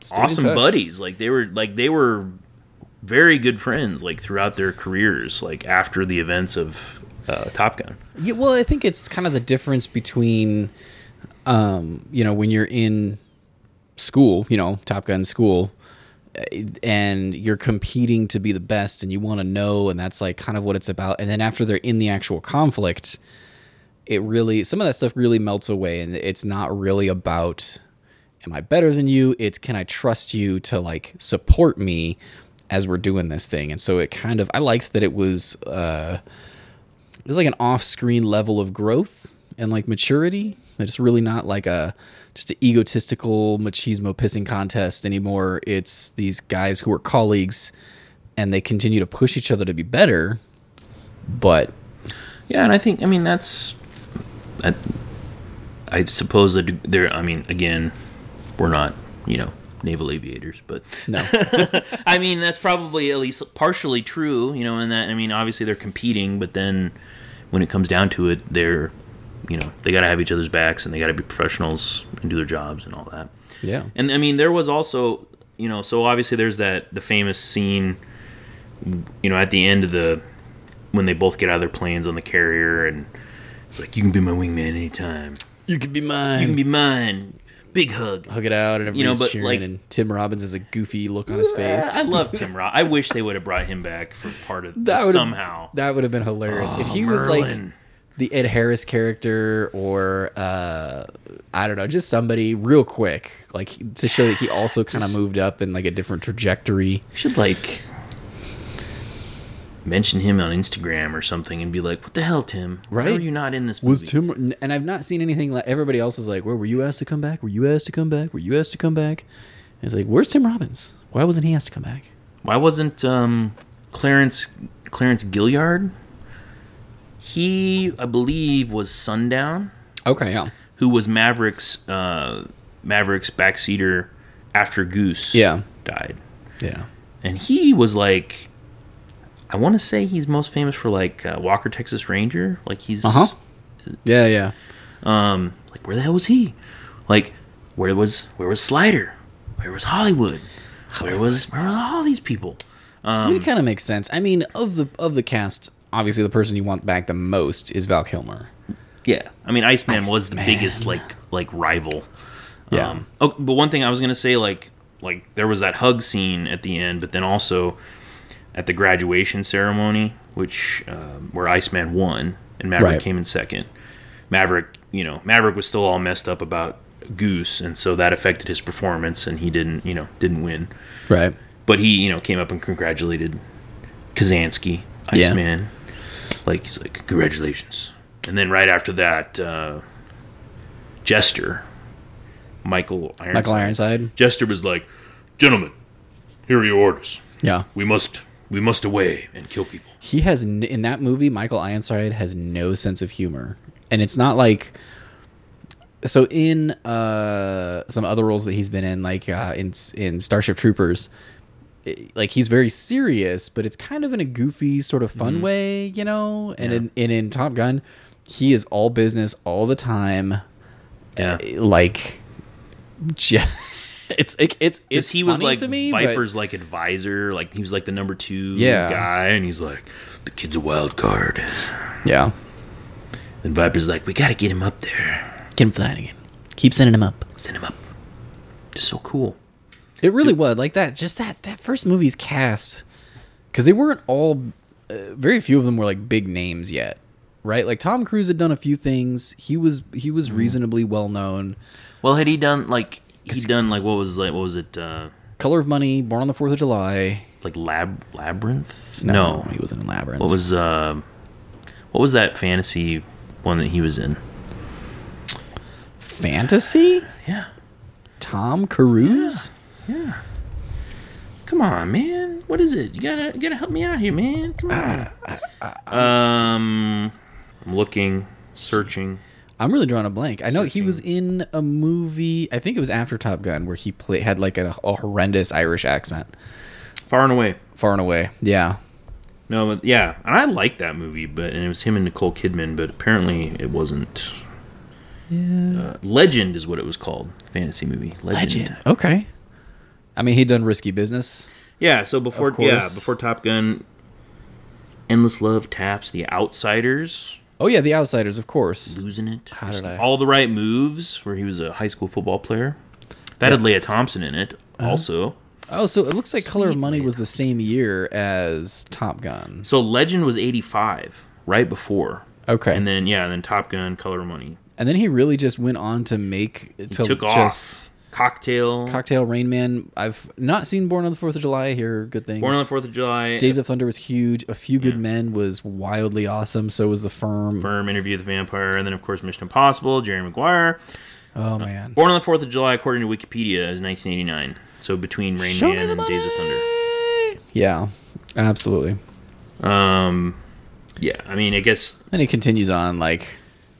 Stay in
awesome
touch.
buddies. Like they were like they were very good friends like throughout their careers, like after the events of uh, Top Gun.
Yeah, well, I think it's kind of the difference between, um, you know, when you're in school, you know, Top Gun school, eh, and you're competing to be the best and you want to know, and that's like kind of what it's about. And then after they're in the actual conflict, it really, some of that stuff really melts away, and it's not really about, am I better than you? It's can I trust you to like support me as we're doing this thing? And so it kind of, I liked that it was, uh, it was like an off-screen level of growth and like maturity. It's really not like a just an egotistical machismo pissing contest anymore. It's these guys who are colleagues, and they continue to push each other to be better. But
Yeah, and I think I mean that's, I, I suppose that there. I mean, again, we're not you know naval aviators, but
no,
<laughs> I mean, that's probably at least partially true, you know, in that, I mean, obviously they're competing, but then when it comes down to it, they're, you know, they got to have each other's backs and they got to be professionals and do their jobs and all that.
yeah,
And I mean, there was also, you know, so obviously there's that the famous scene, you know, at the end of the when they both get out of their planes on the carrier and it's like you can be my wingman anytime.
you could be
You can
mine.
be mine. Big hug.
Hug it out, and everybody's
You know, but,
cheering.
like-
and Tim Robbins has a goofy look on his face.
I love Tim Roth. I wish they would have brought him back for part of
That would've-
somehow.
That would have been hilarious if
Oh,
he was like
Merlin.
the Ed Harris character, or uh, I don't know, just somebody real quick, like to show that he also kind of moved up in like a different trajectory.
We should like mention him on Instagram or something and be like, "What the hell, Tim? Why are
Right?
you not in this
Was
movie?"
Tim, and I've not seen anything like everybody else is like, "Where were you asked to come back? Were you asked to come back? Were you asked to come back?" And it's like, "Where's Tim Robbins? Why wasn't he asked to come back?"
Why wasn't um, Clarence Clarence Gilliard? He, I believe, was Sundown,
Okay, yeah,
who was Maverick's uh, Maverick's backseater after Goose
Yeah.
died,
yeah,
and he was like. I want to say he's most famous for like uh, Walker Texas Ranger, like he's
uh huh, yeah, yeah,
um like where the hell was he like where was where was slider where was hollywood where was where were all these people
I
Um,
mean, it kind of makes sense. I mean, of the of the cast, obviously the person you want back the most is Val Kilmer.
yeah i mean iceman was the
Iceman.
biggest like like rival
Yeah.
um oh, but one thing i was gonna say like like there was that hug scene at the end but then also at the graduation ceremony which um, where iceman won and maverick
Right.
came in second maverick you know maverick was still all messed up about goose and so that affected his performance and he didn't you know didn't win
right.
But he, you know, came up and congratulated Kazansky,
Yeah.
Iceman. Like he's like, congratulations. And then right after that, uh, Jester, Michael Ironside.
Michael Ironside.
Jester was like, gentlemen, Here are your orders.
Yeah.
We must we must away and kill people.
he has n- in that movie michael ironside has no sense of humor and it's not like so in uh some other roles that he's been in like uh in in starship troopers it- like he's very serious but it's kind of in a goofy sort of fun way you know and in and in top gun he is all business all the time eh,
Yeah.
like ju- <laughs> it's it, it's it's
Because he was
funny
like
to me, but-
Viper's like advisor, like he was like the number two
Yeah.
guy, and he's like, the kid's a wild card.
yeah
And Viper's like, we gotta get him up there,
get him flying again keep sending him up
send him up. Just so cool.
It really was like that. Just that that first movie's cast, because they weren't all, uh, very few of them were like big names yet, right? Like Tom Cruise had done a few things. He was he
Mm-hmm.
was reasonably well known.
Well, had he done like he done like what was like what was it uh,
Color of Money, Born on the Fourth of July.
like lab labyrinth?
he was in Labyrinth.
What was uh, what was that fantasy one that he was in?
fantasy?
Yeah.
Tom Cruise?
Yeah. Come on, man. What is it? You gotta you gotta help me out here, man. Come on. ah, um, I'm looking, searching.
I'm really drawing a blank. I know he
Searching.
was in a movie. I think it was after Top Gun, where he play, had like a, a horrendous Irish accent.
Far and away.
Far and away, yeah.
No, but yeah, and I liked that movie, but and it was him and Nicole Kidman, but apparently it wasn't. Yeah. Uh, Legend is what it was called. Fantasy movie. Legend.
Okay. I mean, he'd done Risky Business.
Yeah. So before
Of
yeah
course.
before Top Gun, Endless Love taps The Outsiders.
Oh yeah, The Outsiders, of course.
losing it.
How did I-
All the right moves, where he was a high school football player. That had Leah Thompson in it, also.
Oh, so it looks like Color of
Sweet
Money
man.
was the same year as Top Gun.
So Legend was eighty five, right before.
Okay,
And then yeah, and then Top Gun, Color of Money,
he really just went on to make to
took
just
off. Cocktail,
Cocktail, Rain Man. I've not seen Born on the Fourth of July. I hear good things.
Born on the Fourth of July,
Days of Thunder was huge. A Few Good Men was wildly awesome. So was The Firm.
Firm, Interview with the Vampire, and then of course Mission Impossible, Jerry Maguire.
Oh man,
Born on the Fourth of July, according to Wikipedia, is nineteen eighty nine. So between Rain
Show
Man
me the
and Days of Thunder.
yeah, absolutely.
Um, yeah, I mean, I guess,
And it continues on like,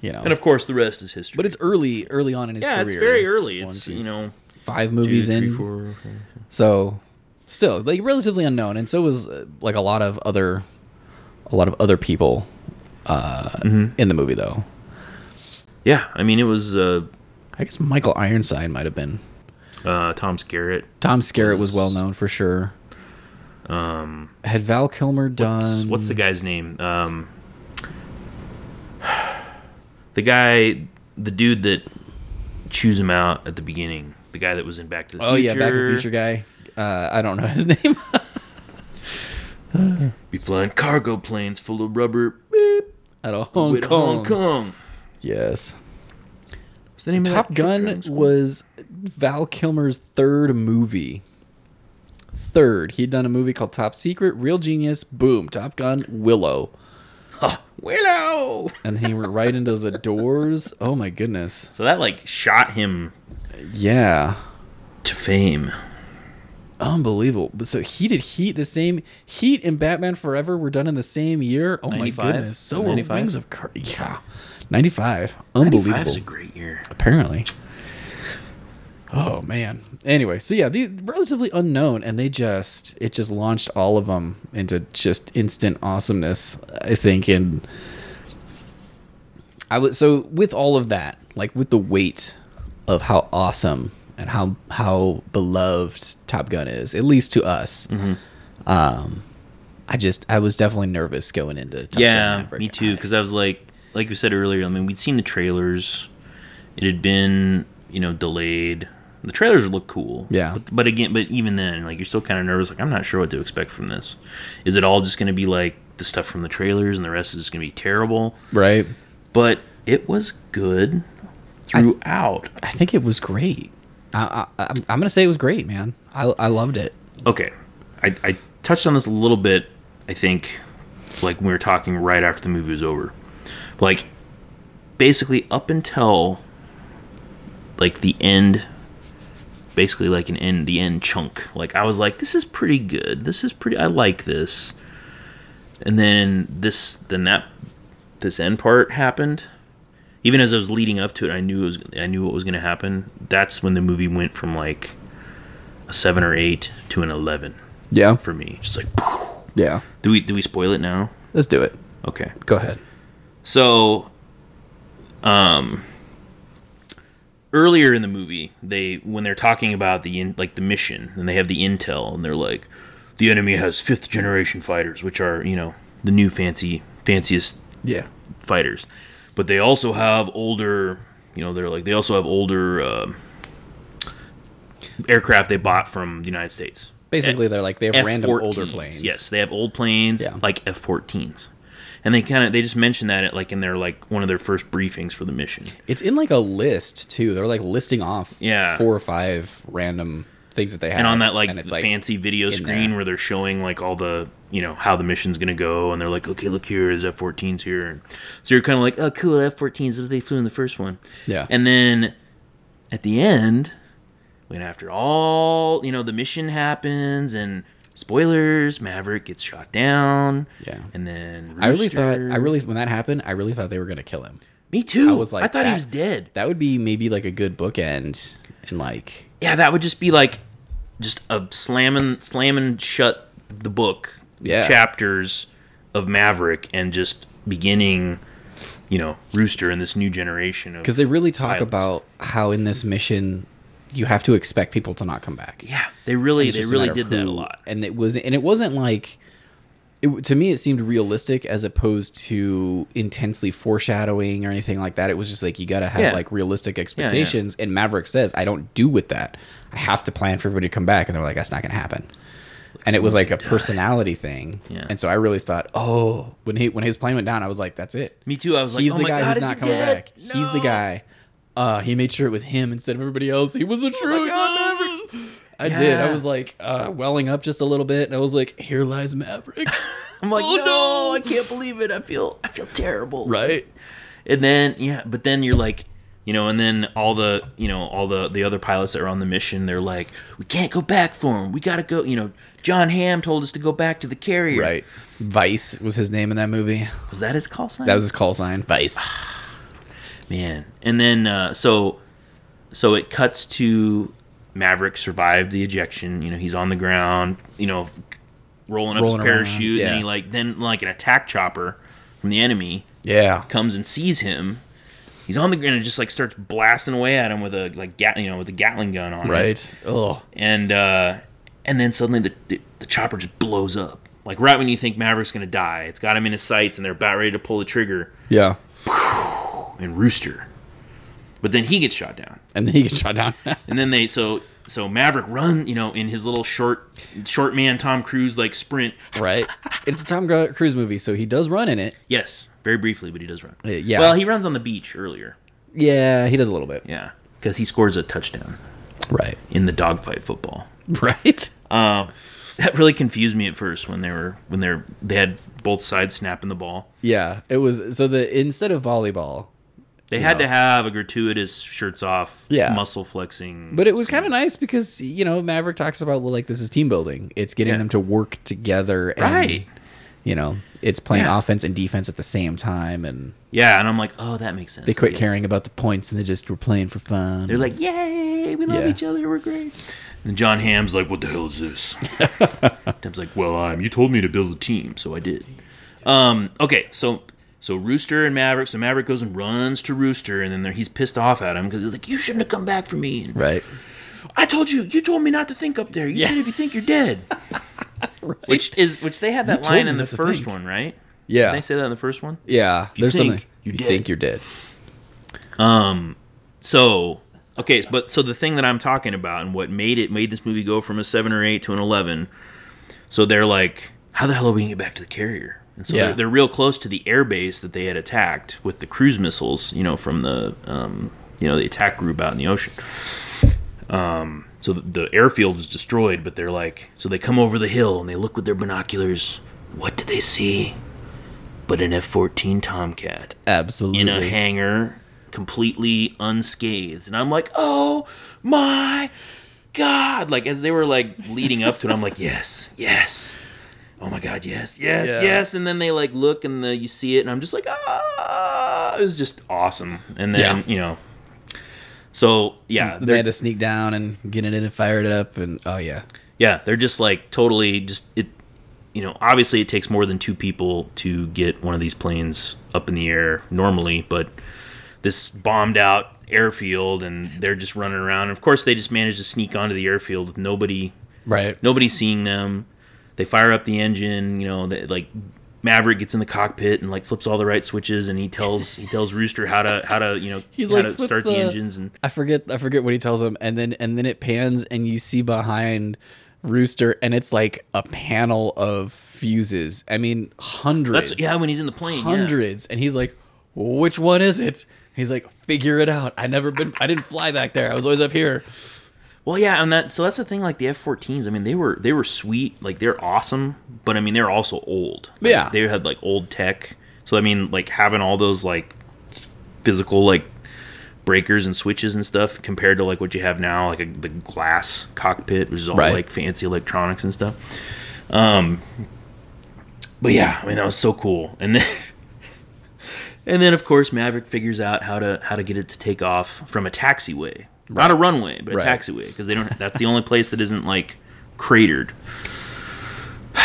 you know,
and of course the rest is history.
but it's early, early on in his
yeah,
career.
it's very
It's
early.
one,
It's
two,
you know.
five movies
Two, three,
in.
four, five.
So, still like relatively unknown, and so was uh, like a lot of other, a lot of other people, uh,
Mm-hmm.
in the movie though.
Yeah, I mean it was uh,
I guess Michael Ironside might have been.
uh, Tom Skerritt.
Tom Skerritt was well known for sure. Um, had Val Kilmer
S-
done?
What's the guy's name? Um, the guy, the dude that chews him out at the beginning. The guy that was in Back to the
Oh
Future.
yeah, Back to the Future guy. Uh, I don't know his <laughs> name.
Be flying cargo planes full of rubber. Beep,
At all, Hong
with Hong
Kong.
Kong.
Yes.
What's the name of
Top
that chick
Gun
in school?
was Val Kilmer's third movie. Third, he'd done a movie called Top Secret, Real Genius, Boom, Top Gun, Willow,
Willow.
and then he went right into the Doors. Oh my goodness!
So that like shot him
Yeah,
to fame.
unbelievable. But so he did Heat the same. Heat and Batman Forever were done in the same year. Oh my
95?
goodness! So were
95?
Wings of Courage. Yeah, ninety-five. Unbelievable.
Five's a great year.
apparently. Oh man. Anyway, so yeah, the relatively unknown, and they just it just launched all of them into just instant awesomeness. I think, and I was so with all of that, like with the weight of how awesome and how how beloved Top Gun is, at least to us.
Mm-hmm.
Um, I just I was definitely nervous going into Top Gun
yeah,
Maverick.
me too. Because I was like, like we said earlier, I mean, we'd seen the trailers. It had been, you know, delayed. The trailers would look cool.
Yeah.
But, but again, but even then, like, you're still kind of nervous. Like, I'm not sure what to expect from this. Is it all just going to be like the stuff from the trailers and the rest is going to be terrible?
right?
But it was good throughout.
I think it was great. I, I, I'm I'm gonna say it was great, man. I, I loved it.
okay. I, I touched on this a little bit, I think, like when we were talking right after the movie was over. Like, basically, up until like the end basically like an end the end chunk. Like I was like, this is pretty good. This is pretty. I like this. And then this then that this end part happened. Even as I was leading up to it, I knew it was I knew what was going to happen. That's when the movie went from like a seven or eight to an eleven
Yeah.
for me. Just like, poof.
Yeah.
do we do we spoil it now?
Let's do it.
Okay.
Go ahead.
So, um, earlier in the movie, they when they're talking about the in, like the mission, and they have the intel, and they're like, the enemy has fifth generation fighters, which are you know the new fancy fanciest
Yeah.
fighters, but they also have older, you know, they're like they also have older um aircraft they bought from the United States.
Basically, they're like they have random older
F-14s.
planes.
Yes, they have old planes
Yeah.
like F-14s, and they kind of they just mentioned that at, like in their like one of their first briefings for the mission.
It's in like a list too. They're like listing off
Yeah.
four or five random things that they have.
And on that like
and it's
the
like
fancy video screen
there.
where they're showing like all the you know how the mission's gonna go, and they're like, okay, look here, there's F-14s here, and so you're kind of like, oh, cool, F-14s, they flew in the first one.
Yeah.
And then at the end, when after all, you know, the mission happens and spoilers, Maverick gets shot down.
Yeah.
And then
I really thought
Rooster-
I really when that happened, I really thought they were gonna kill him.
Me too. I
was like,
thought he
that-
was dead.
That would be maybe like a good bookend and like
Yeah, that would just be like just a slamming slamming shut the book
Yeah.
chapters of Maverick and just beginning, you know, Rooster and this new generation of
because they really talk
Pilots.
about how in this mission you have to expect people to not come back.
Yeah, they really
It's
they
just a
really
matter of
did that a
who-
lot.
and it was and it wasn't like it, to me it seemed realistic as opposed to intensely foreshadowing or anything like that it was just like you gotta have
Yeah.
like realistic expectations and maverick says i don't do with that i have to plan for everybody to come back and they're like that's not gonna happen and it was like
someone's
a
gonna die.
personality thing
Yeah.
and so i really thought oh when he when his plane went down i was like that's it
Me too. I was like,
he's
oh
the
my
guy
god,
who's
is
not
he
coming
dead?
back he's the
No.
guy uh, he made sure it was him instead of everybody else. He was a true.
Oh God,
I did. I
Yeah.
was like uh, welling up just a little bit, and I was like, "Here lies <laughs> Maverick."
I'm like,
Oh,
no,
no.
I can't believe it. I feel I feel terrible.
right?
And then yeah, but then you're like, you know, and then all the you know all the the other pilots that are on the mission, they're like, we can't go back for him. We gotta go. You know, John Hamm told us to go back to the carrier.
Right. Vice was his name in that movie.
Was that his call sign?
That was his call sign, Vice.
man. And then uh, so so it cuts to Maverick survived the ejection. You know, he's on the ground. You know, rolling up
Rolling around,
his parachute, and
yeah.
he like then like an attack chopper from the enemy
<sighs> Yeah.
comes and sees him. He's on the ground and just like starts blasting away at him with a like gat, you know, with a Gatling gun on. it.
Right. Oh.
And uh, and then suddenly the, the the chopper just blows up. Like right when you think Maverick's gonna die, it's got him in his sights and they're about ready to pull the trigger.
Yeah.
And Rooster, but then he gets shot down.
And then he gets shot down. <laughs>
And then they so so Maverick run, you know, in his little short short man Tom Cruise like sprint.
right. It's a Tom Gr- Cruise movie, so he does run in it.
Yes, very briefly, but he does run.
Uh, yeah.
Well, he runs on the beach earlier.
Yeah, he does a little bit.
Yeah, because he scores a touchdown
Right.
in the dogfight football.
<laughs> Right.
Um, that really confused me at first when they were when they're they had both sides snapping the ball.
Yeah. It was so the instead of volleyball,
They had
Yeah.
to have a gratuitous shirts off,
Yeah.
muscle flexing.
But it was kind of nice because you know Maverick talks about well, like this is team building. It's getting
Yeah.
them to work together, and,
Right.
You know, it's playing
Yeah.
offense and defense at the same time, and
yeah, and I'm like, oh, that makes sense.
they quit
Yeah.
caring about the points and they just were playing for fun.
They're like, yay, we love
Yeah.
each other, we're great. And John Hamm's like, what the hell
<laughs>
is this? Tim's like, well, um, you told me to build a team, so I did. Um, okay, so so Rooster and Maverick, so Maverick goes and runs to Rooster, and then there- he's pissed off at him because he's like, you shouldn't have come back for me. And
right,
I told you, you told me not to think up there. You said if you think you're dead. Which is which they had that
told
line
me
in the
not to
first
think.
one, right?
yeah,
Did they say that in the first one?
yeah.
you
There's
think,
something
you're
you
dead.
think you're dead.
So okay, but so the thing that I'm talking about and what made it made this movie go from a seven or eight to an eleven. So they're like, how the hell are we gonna get back to the carrier? And so
Yeah.
they're, they're real close to the air base that they had attacked with the cruise missiles, you know, from the um, you know the attack group out in the ocean. Um, so the, the airfield is destroyed, but they're like, so they come over the hill and they look with their binoculars. What do they see? But an F-14 Tomcat
Absolutely.
in a hangar completely unscathed and i'm like oh my god!" Like as they were like leading up to it, I'm like, "Yes, yes." Oh my god, yes, yes,
Yeah.
yes. And then they like look and the, you see it, and I'm just like, ah, it was just awesome. And then
Yeah.
you know, so yeah,
Yeah, they
they're-
had to sneak down and get it in and fire it up, and oh yeah,
yeah they're just like totally just it you know obviously it takes more than two people to get one of these planes up in the air normally but this bombed out airfield and they're just running around of course they just manage to sneak onto the airfield with nobody
right.
nobody seeing them they fire up the engine you know they, like maverick gets in the cockpit and like flips all the right switches and he tells he tells rooster how to how to you know
He's
how
like,
to
"Flip
start the
the-
engines and
I forget I forget what he tells him and then and then it pans and you see behind Rooster and it's like a panel of fuses. I mean hundreds.
that's yeah when he's in the plane yeah.
hundreds and he's like which one is it? He's like figure it out. I never been I didn't fly back there. I was always up here.
Well, yeah, and that so that's the thing. Like the F-14s, I mean, they were they were sweet, like they're awesome, but I mean, they're also old. Like,
Yeah.
they had like old tech. So I mean, like having all those like physical like breakers and switches and stuff compared to like what you have now, like a, the glass cockpit, which is all
Right.
like fancy electronics and stuff. Um, but yeah, I mean, that was so cool, and then. And then, of course, Maverick figures out how to how to get it to take off from a taxiway, not a runway, but a
Right.
taxiway, because they don't. That's the only place that isn't like cratered. <sighs>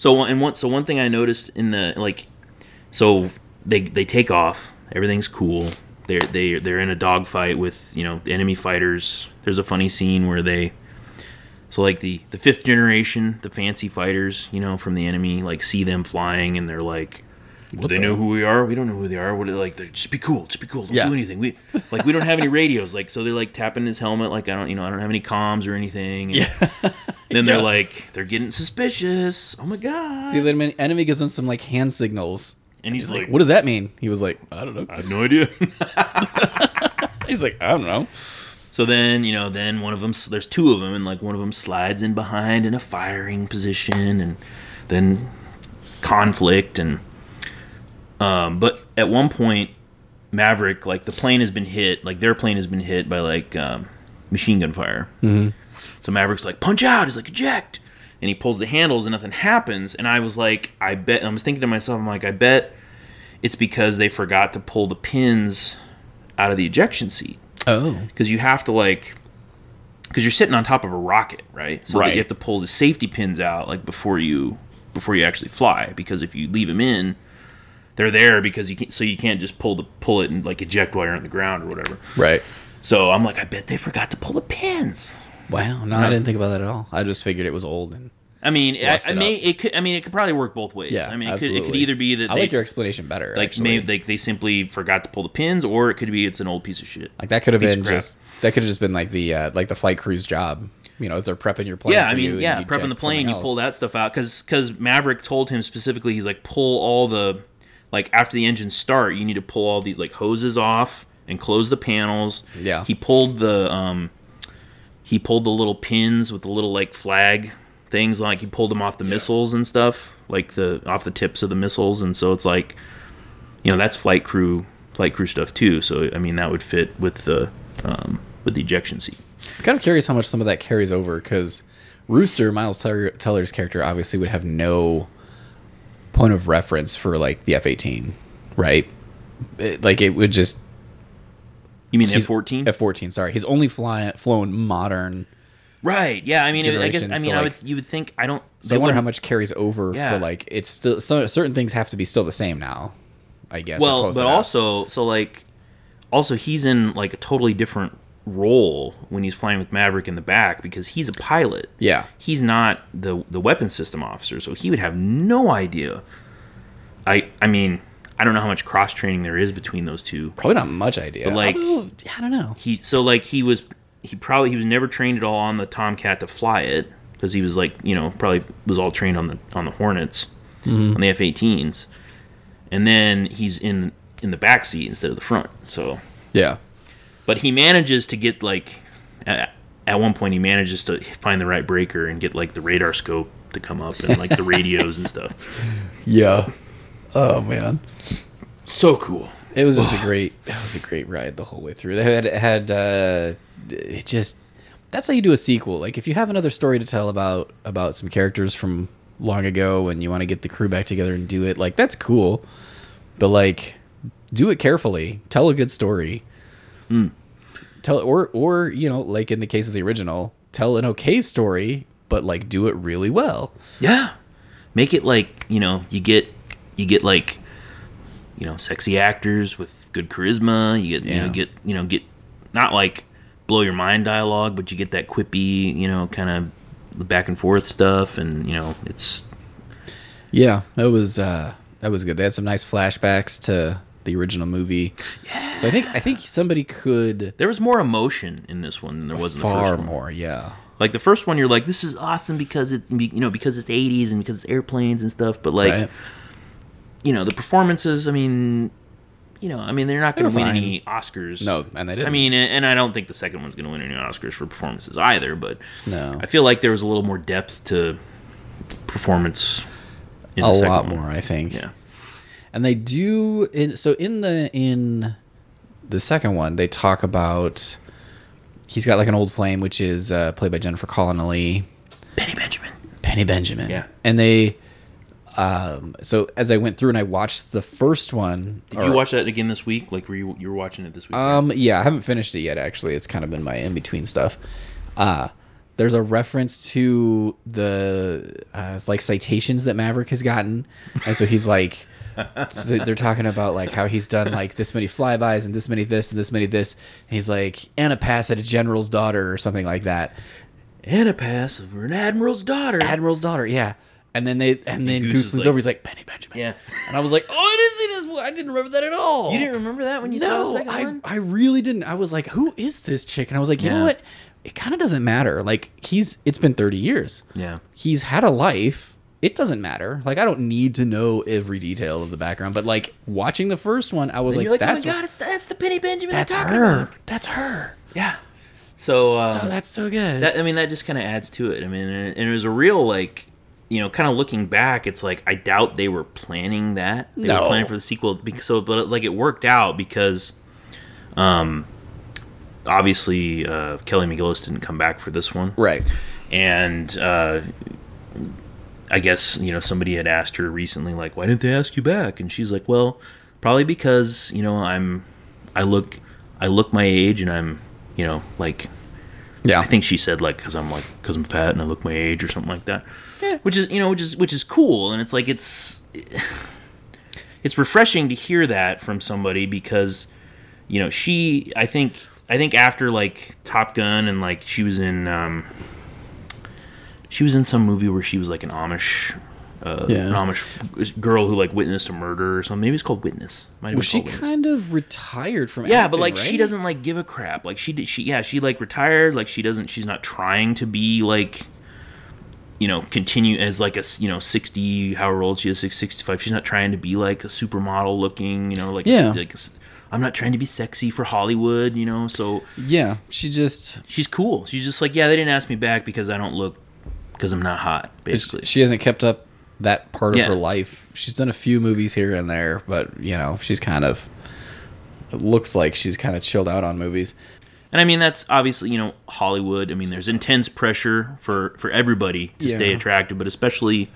So one- and one so one thing I noticed in the like, so they they take off, everything's cool. They're they they're in a dogfight with you know the enemy fighters. There's a funny scene where they. So like the, the fifth generation, the fancy fighters, you know, from the enemy, like see them flying and they're like, do they know who we are? We don't know who they are. What are they like? They're, just be cool. Just be cool. Don't
Yeah.
do anything. We like we don't have any radios. Like so they're like tapping his helmet. Like I don't you know I don't have any comms or anything. And Then
<laughs>
they're
Yeah.
like they're getting suspicious. Oh my god.
See the enemy gives him some like hand signals.
and he's, like,
What does that mean? He was like, I don't know.
I have no idea.
He's like, I don't know.
so then you know then one of them there's two of them and like one of them slides in behind in a firing position and then conflict and um but at one point Maverick, like the plane has been hit, like their plane has been hit by like um, machine gun fire. Mm-hmm. So Maverick's like, punch out. He's like, eject. And he pulls the handles and nothing happens. And I was like, I bet, I was thinking to myself, I'm like, I bet it's because they forgot to pull the pins out of the ejection seat.
Oh.
Because you have to like, because you're sitting on top of a rocket, right? So
Right.
you have to pull the safety pins out like before you before you actually fly. Because if you leave them in, they're there because you can't. So you can't just pull the pull it and like eject while you're on the ground or whatever.
Right.
So I'm like, I bet they forgot to pull the pins.
Wow. No, I didn't think about that at all. I just figured it was old and
I mean, I,
Lost it
I may it could. I mean, it could probably work both ways.
yeah.
I mean, it could,
absolutely.
it could either be that
I
they
like your explanation better.
like
actually.
maybe like they simply forgot to pull the pins, or it could be it's an old piece of shit.
Like that could have
Piece of
been
crap.
just that could have just been like the uh, like the flight crew's job. You know, as they're prepping your plane.
Yeah,
for
I
you
mean,
and
yeah,
you
prepping the
eject
plane,
something
you pull
else.
that stuff out because because Maverick told him specifically, he's like, pull all the like after the engines start, you need to pull all these like hoses off and close the panels.
Yeah.
he pulled the um, he pulled the little pins with the little like flag things, like he pulled them off the missiles and stuff, like the off the tips of the missiles, and so it's like, you know, that's flight crew flight crew stuff too. So I mean, that would fit with the um, with the ejection seat.
I'm kind of curious how much some of that carries over because Rooster, Miles Teller, Teller's character, obviously would have no point of reference for like the F-18, right? It- like it would just
You mean F fourteen?
F-14. Sorry, he's only fly, flown modern.
Right. Yeah. I mean, it- I guess. I
generation,
mean,
so,
I would.
like-
You would think. I don't.
So I wonder how
wouldn't-
much carries over
Yeah.
for like it's still so, certain things have to be still the same now. I guess. or
Well,
close
but
enough.
also, so like, also he's in like a totally different role when he's flying with Maverick in the back because he's a pilot.
yeah,
He's not the the weapon system officer, so he would have no idea. I I mean, I don't know how much cross training there is between those two.
probably not much idea. But
like-
I don't know.
He so like he was he probably he was never trained at all on the Tomcat to fly it because he was like you know probably was all trained on the on the Hornets on the F-18s, and then he's in in the back seat instead of the front. So,
Yeah.
but he manages to get like at, at one point he manages to find the right breaker and get like the radar scope to come up and like the radios and stuff.
Yeah. Oh man.
<laughs> So cool.
<sighs> It was just a great. It was a great ride the whole way through. They had had uh, it just that's how you do a sequel. Like if you have another story to tell about about some characters from long ago and you want to get the crew back together and do it, like that's cool. But like do it carefully. Tell a good story. Hmm. Tell or or you know, like in the case of the original, tell an okay story, but like do it really well.
Yeah. Make it like, you know, you get you get like you know, sexy actors with good charisma, you get you
Yeah.
know, get you know, get not like blow your mind dialogue, but you get that quippy, you know, kind of back and forth stuff and you know, it's
Yeah, that was uh that was good. They had some nice flashbacks to the original movie. Yeah. So I think I think somebody could
there was more emotion in this one than there was in the
far
first one.
more, yeah.
Like the first one you're like this is awesome because it's you know, because it's 80s and because it's airplanes and stuff, but like
right?
you know the performances. I mean, you know, I mean they're not
They were
going to win
fine.
any Oscars.
No, and they didn't.
I mean, and and I don't think the second one's going to win any Oscars for performances either. But
No.
I feel like there was a little more depth to performance. In
a
the second
lot
one.
more, I think.
Yeah.
And they do in so in the in the second one, they talk about he's got like an old flame, which is uh, played by Jennifer Connelly,
Benny Benjamin.
Penny Benjamin.
Yeah.
And they um so as I went through and I watched the first one.
Did you watch that again this week? Like, were you you were watching it this week?
Um, yeah, I haven't finished it yet. Actually, it's kind of been my in between stuff. Uh, there's a reference to the uh, it's like citations that Maverick has gotten, and so he's like, so they're talking about like how he's done like this many flybys and this many this and this many this, and he's like, and a pass at a general's daughter or something like that.
and a pass over an admiral's daughter.
Admiral's daughter, yeah. And then they and then
Goose
Goose
is
leans
like-
over. He's like Penny Benjamin.
Yeah.
And I was like, oh, it is in his. I didn't remember that at all.
you didn't remember that when you saw the
No,
second
I,
one?
I really didn't. I was like, who is this chick? And I was like, you know
Yeah.
what? It kind of doesn't matter. Like he's it's been 30 years.
Yeah.
He's had a life. It doesn't matter. Like I don't need to know every detail of the background, but like watching the first one, I was like,
You're like, oh my
that's
god, it's, that's the Benny Benjamin.
that's
they're talking
her.
About.
That's her.
Yeah. So, uh,
so that's so good.
That I mean, that just kind of adds to it. I mean, and and it was a real like, you know, kind of looking back, it's like I doubt they were planning that. They
No.
were planning for the sequel because so, but like it worked out because, um, obviously uh, Kelly McGillis didn't come back for this one,
right.
and uh, I guess you know somebody had asked her recently, like, why didn't they ask you back? And she's like, well, probably because you know I'm, I look, I look my age, and I'm, you know, like
Yeah.
I think she said like because I'm like because I'm fat and I look my age or something like that, which is you know which is which is cool and it's like it's <sighs> it's refreshing to hear that from somebody because you know she I think I think after like Top Gun and like she was in um she was in some movie where she was like an Amish uh,
Yeah.
an Amish girl who like witnessed a murder or something maybe it's called Witness might have
was
been
she
called Witness.
kind of retired from
Yeah,
acting,
but like she
right?
doesn't like give a crap. Like she did, she yeah, she like retired. Like she doesn't. She's not trying to be like, you know, continue as like a s- you know sixty however old she is six sixty five. She's not trying to be like a supermodel looking. You know, like a s-
Yeah.
like a s- I'm not trying to be sexy for Hollywood. You know, so
Yeah, she just
she's cool. She's just like yeah, they didn't ask me back because I don't look because I'm not hot. Basically,
she hasn't kept up that part of
Yeah.
her life. She's done a few movies here and there, but you know, she's kind of it looks like she's kind of chilled out on movies.
And I mean, that's obviously, you know, Hollywood. I mean, there's intense pressure for for everybody to stay
Yeah.
attractive, but especially,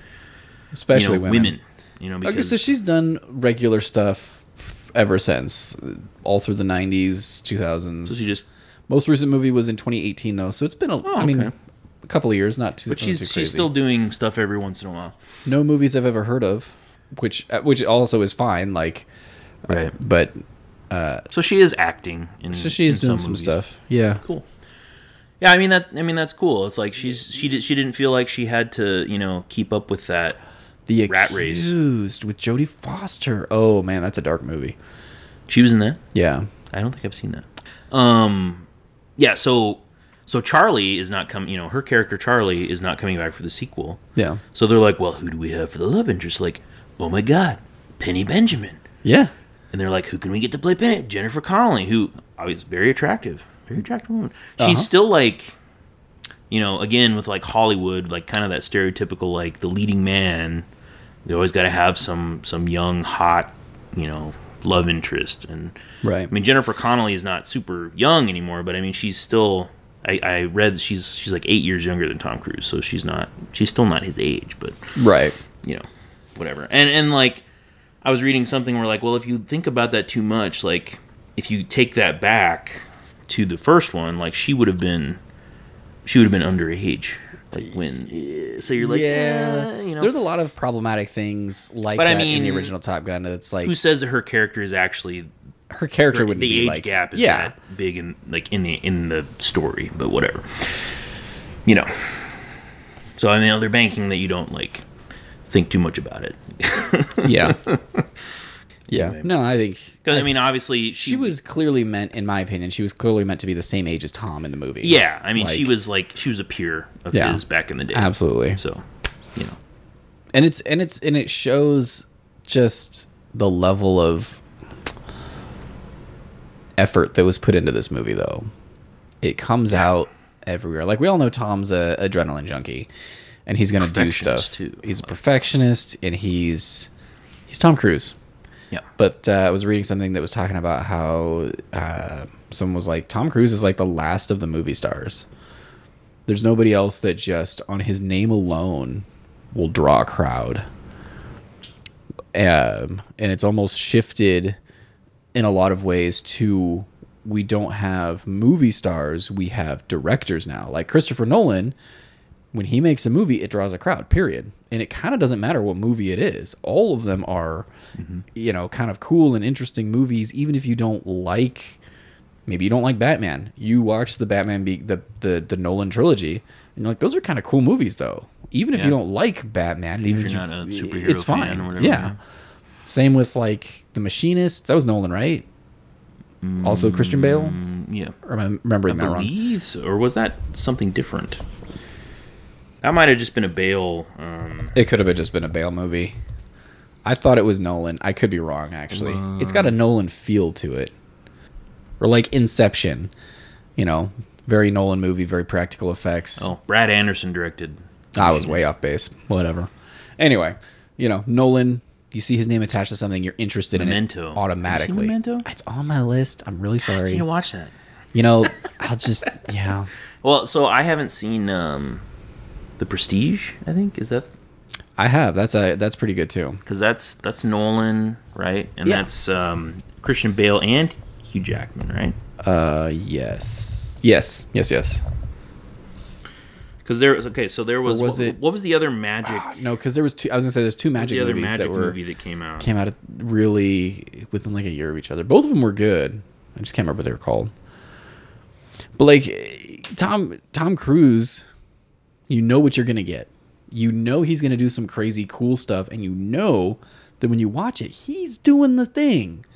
Especially
you know,
women.
women. You know, because
Okay, so she's done regular stuff ever since all through the 90s, 2000s.
she just Oh,
Most recent movie was in 2018 though, so it's been a I mean
okay.
a couple of years, not too
But
not
she's
too
she's
crazy.
still doing stuff every once in a while.
no movies I've ever heard of, which uh, which also is fine like
Right.
but
So she is acting in
so she is
in
doing some
movies.
stuff. Yeah.
Cool. Yeah, I mean that I mean that's cool. It's like she's she did she didn't feel like she had to, you know, keep up with that.
The
Rat Race.
Accused with Jodie Foster. Oh man, that's a dark movie.
She was in that?
Yeah.
I don't think I've seen that. Um yeah, so so Charlie is not coming, you know, her character Charlie is not coming back for the sequel.
Yeah.
So they're like, "Well, who do we have for the love interest?" Like, "Oh my god, Penny Benjamin."
Yeah.
And they're like, who can we get to play Bennett? Jennifer Connelly, who obviously very attractive, very attractive woman. She's still like, you know, again with like Hollywood, like kind of that stereotypical like the leading man. They always got to have some some young hot, you know, love interest. And
Right.
I mean, Jennifer Connelly is not super young anymore, but I mean, she's still I, I read she's she's like eight years younger than Tom Cruise, so she's not she's still not his age, but
Right.
you know, whatever. And and like I was reading something where like, well, if you think about that too much, like if you take that back to the first one, like she would have been she would have been underage. Like when eh, so you're like
yeah.
yeah, you know
There's a lot of problematic things like
But I
that in
mean,
the original Top Gun. It's like
who says that her character is actually
her character wouldn't
the
be
age
like
gap is
yeah.
that big in like in the in the story, but whatever. You know. So I mean they're banking that you don't like think too much about it.
<laughs>
<laughs>
yeah. Yeah.
Anyway. Hmm.
No, I think
'Cause, I mean obviously she,
she was clearly meant, in my opinion, she was clearly meant to be the same age as Tom in the movie.
Yeah, I mean she
Like-
was like she was a peer of
Yeah.
his back in the day.
Absolutely.
So, you know.
and it's and it's and it shows just the level of effort that was put into this movie though it comes out everywhere like we all know tom's a adrenaline junkie and he's gonna do
Perfectionist,
stuff
too.
he's a perfectionist and he's he's tom cruise
Yeah.
but uh, I was reading something that was talking about how uh, someone was like, Tom Cruise is like the last of the movie stars. There's nobody else that just on his name alone will draw a crowd. Um, and it's almost shifted in a lot of ways to we don't have movie stars, we have directors now. Like Christopher Nolan, when he makes a movie, it draws a crowd, period. And it kind of doesn't matter what movie it is. All of them are,
Mm-hmm.
you know, kind of cool and interesting movies, even if you don't like, maybe you don't like Batman. You watch the Batman, be- the, the, the Nolan trilogy, and you're like, those are kind of cool movies, though. Even if
Yeah.
you don't like Batman, and even
you're
if
not a
you-
superhero
it's
fan
fine.
or whatever, yeah.
Yeah. Same with like The Machinist. That was Nolan, right? Also Christian Bale.
Mm, yeah.
Or am I remembering
I
that wrong?
believe so- or was that something different? That might have just been a bail um
It could have been just been a Bale movie. I thought it was Nolan. I could be wrong, actually. It's got a Nolan feel to it, or like Inception. You know, very Nolan movie, very practical effects. Ah,
oh, Brad Anderson directed.
I was way off base. Whatever. Anyway, you know, Nolan, you see his name attached to something, you're interested in
Memento.
it
Have you seen
automatically.
Memento?
It's on my list. I'm really sorry.
You know, watch that.
you know, I'll just yeah.
Well, so I haven't seen um The Prestige, I think. Is that
I have. That's a that's pretty good too.
cuz that's that's Nolan, right? And
Yeah.
that's um Christian Bale and Hugh Jackman, right?
Uh yes. Yes. Yes, yes.
Cuz there okay, so there was,
was
what,
it-
what was the other magic
Ah, No, cuz there was two I was going to say there's two magic
the other
movies
magic
that were
movie that came out?
came out at- really within like a year of each other. Both of them were good. I just can't remember what they were called. But like Tom Tom Cruise, you know what you're gonna get. You know he's gonna do some crazy cool stuff, and you know that when you watch it, he's doing the thing.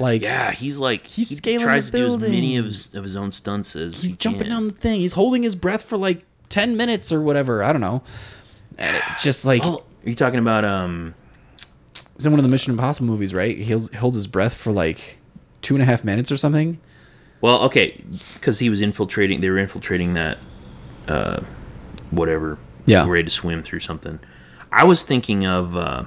Like
Yeah, he's like
He's
he
scaling
tries
the
to do as many of
buildings.
his, of his own stunts as
he's
he
jumping
can.
down the thing. He's holding his breath for like ten minutes or whatever. I don't know. And it just like
Oh, are you talking about um?
it's in one of the Mission Impossible movies, right? He holds, holds his breath for like two and a half minutes or something.
Well, okay, because he was infiltrating. They were infiltrating that, uh, whatever.
Yeah.
they were ready to swim through something. I was thinking of uh,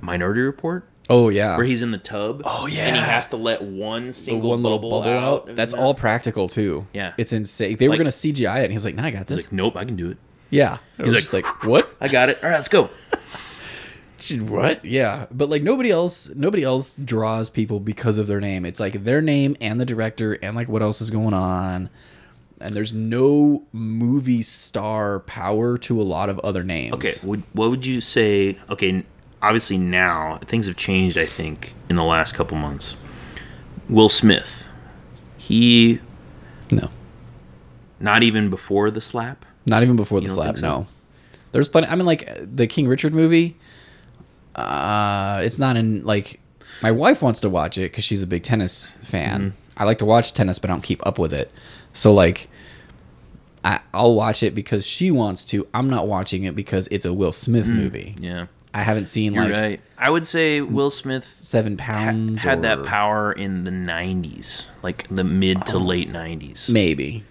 Minority Report,
Oh yeah.
where he's in the tub.
Oh,
and he
yeah.
has to let one
the
single
one little
bubble,
bubble,
out.
out.
of
That's
his
all
mouth.
practical too.
Yeah.
it's insane. They were
Like-
gonna CGI it, and he was like, "Nah, I got this."
He's like, nope, I can do it.
yeah, he's
like-
just like,
<laughs>
"What?
I got it. All right, let's go.
What? Yeah." But like nobody else, nobody else draws people because of their name. It's like their name and the director and like what else is going on. And there's no movie star power to a lot of other names.
Okay, would, what would you say? Okay, n- obviously now things have changed. I think in the last couple months, Will Smith, he
No,
not even before the slap.
not even before the
don't think
slap.
so?
No, there's plenty. I mean, like the King Richard movie. Uh, it's not in like my wife wants to watch it because she's a big tennis fan.
Mm-hmm.
I like to watch tennis, but I don't keep up with it. So like, I, I'll watch it because she wants to. I'm not watching it because it's a Will Smith
Mm.
movie.
Yeah,
I haven't seen like
I would say Will Smith
seven
ha-
pounds.
had that
or-
power in the '90s, like the mid to late '90s.
Maybe.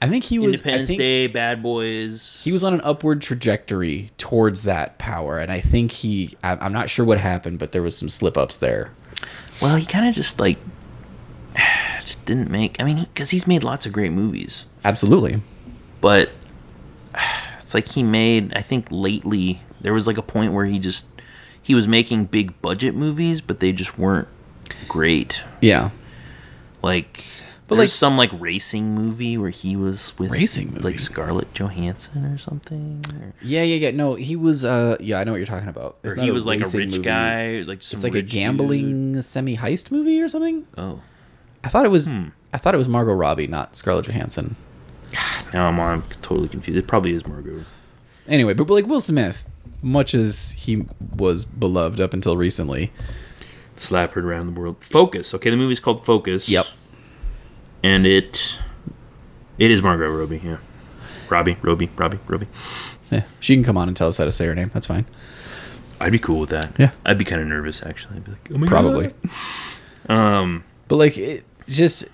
I think he was. I
Independence
think
Day, Bad Boys.
he was on an upward trajectory towards that power and i think he I, i'm not sure what happened but there was some slip ups there
well, he kind of <sighs> just like just didn't make. I mean, because he's made lots of great movies,
Absolutely.
but <sighs> it's like he made. I think lately there was like a point where he just he was making big budget movies, but they just weren't great.
Yeah.
Like,
But,
but like
like-
some like racing movie where he was with
Racing movie?
like Scarlett Johansson or something. Or,
Yeah, yeah, yeah. No, he was. Uh, yeah, I know what you're talking about.
or
It's not
he was like a
racing
rich
movie.
guy, like some
It's like a
rich dude.
gambling semi heist movie or something.
Oh,
I thought it was.
Hmm.
I thought it was Margot Robbie, not Scarlett Johansson.
now I'm I'm totally confused. It probably is Margot.
Anyway, but like Will Smith, much as he was beloved up until recently.
Slap her around the world. Focus. Okay, the movie's called Focus.
Yep.
And it it is Margot Robbie. Yeah, Robbie, Robbie, Robbie, Robbie.
Yeah, eh, she can come on and tell us how to say her name. That's fine.
I'd be cool with that.
Yeah.
I'd be kind of nervous actually. I'd be like, oh my
Probably.
God. Um.
But like, it just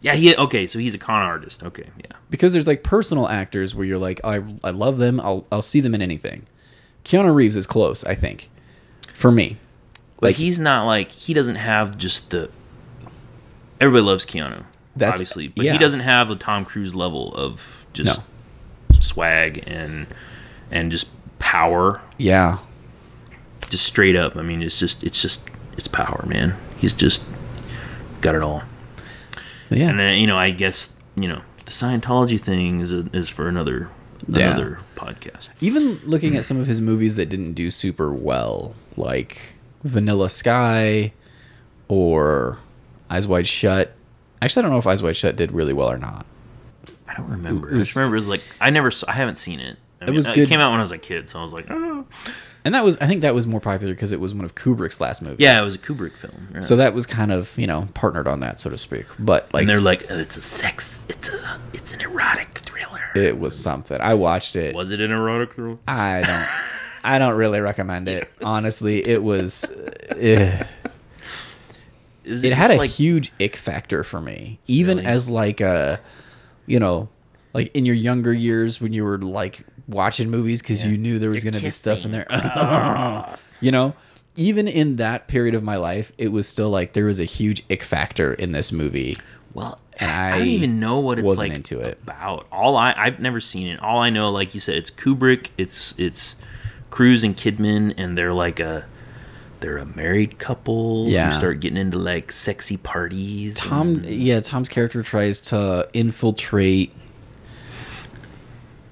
Yeah. He. Okay. So he's a con artist. Okay. Yeah.
because there's like personal actors where you're like, I I love them. I'll I'll see them in anything. Keanu Reeves is close, I think, for me.
Like
Like-
he's not like he doesn't have just the. Everybody loves Keanu.
That's-
obviously, but
yeah.
he doesn't have the Tom Cruise level of just
No.
swag and and just power
Yeah.
just straight up. I mean, it's just it's just it's power, man. He's just got it all.
Yeah.
And then you know, I guess you know the Scientology thing is a, is for another
Yeah.
another podcast.
Even looking at some of his movies that didn't do super well, like Vanilla Sky or Eyes Wide Shut. Actually, I don't know if Eyes Wide Shut did really well or not.
I don't remember.
It
I just
was-
remember it was like I never s- I haven't seen it. I mean,
was
it
good.
came out when I was a kid, so I was like, oh.
And that was, I think, that was more popular because it was one of Kubrick's last movies.
yeah, it was a Kubrick film. yeah.
So that was kind of you know partnered on that, so to speak. But like
and they're like, oh, it's a sex, it's a, it's an erotic thriller.
it was something. I watched it.
was it an erotic thriller?
I don't. I don't really recommend
<laughs>
it. Honestly, it was. eh.
Is
it had
just
a
like,
huge ick factor for me even
Really?
as like a you know like in your younger years when you were like watching movies because you knew there was going to be stuff in there
Oh.
<laughs> you know even in that period of my life it was still like there was a huge ick factor in this movie
Well,
And
I, don't
I
even know what it's
wasn't
like
into it.
about. All I I've never seen it. All I know, like you said, it's Kubrick. It's it's Cruise and Kidman, and they're like a they're a married couple.
Yeah.
who start getting into like sexy parties. and-
tom yeah tom's character tries to infiltrate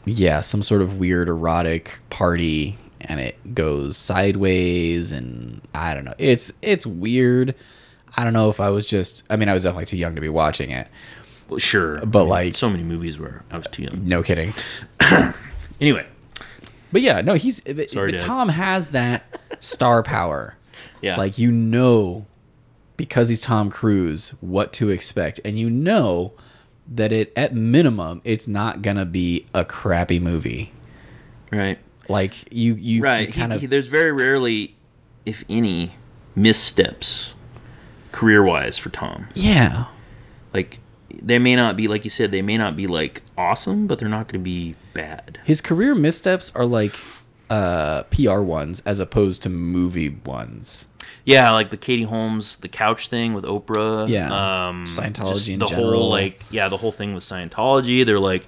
yeah some sort of weird erotic party and it goes sideways and i don't know it's it's weird i don't know if i was just i mean i was definitely too young to be watching it
well, sure,
but, like-
so many movies where I was too young.
no kidding
Anyway,
but yeah no he's but,
Sorry,
but
Dad.
tom has that star power
yeah,
Like you know, because he's Tom Cruise, what to expect, and you know that it at minimum it's not gonna be a crappy movie.
right,
Like you, you,
right.
you kind
He-
of
he- there's very rarely, if any, missteps career wise for Tom.
yeah,
like they may not be like you said they may not be like awesome but they're not going to be bad
his career missteps are like uh PR ones as opposed to movie ones.
yeah like the katie holmes the couch thing with oprah
Yeah.
um
Scientology
just
in
the
general.
whole like yeah the whole thing with scientology they're like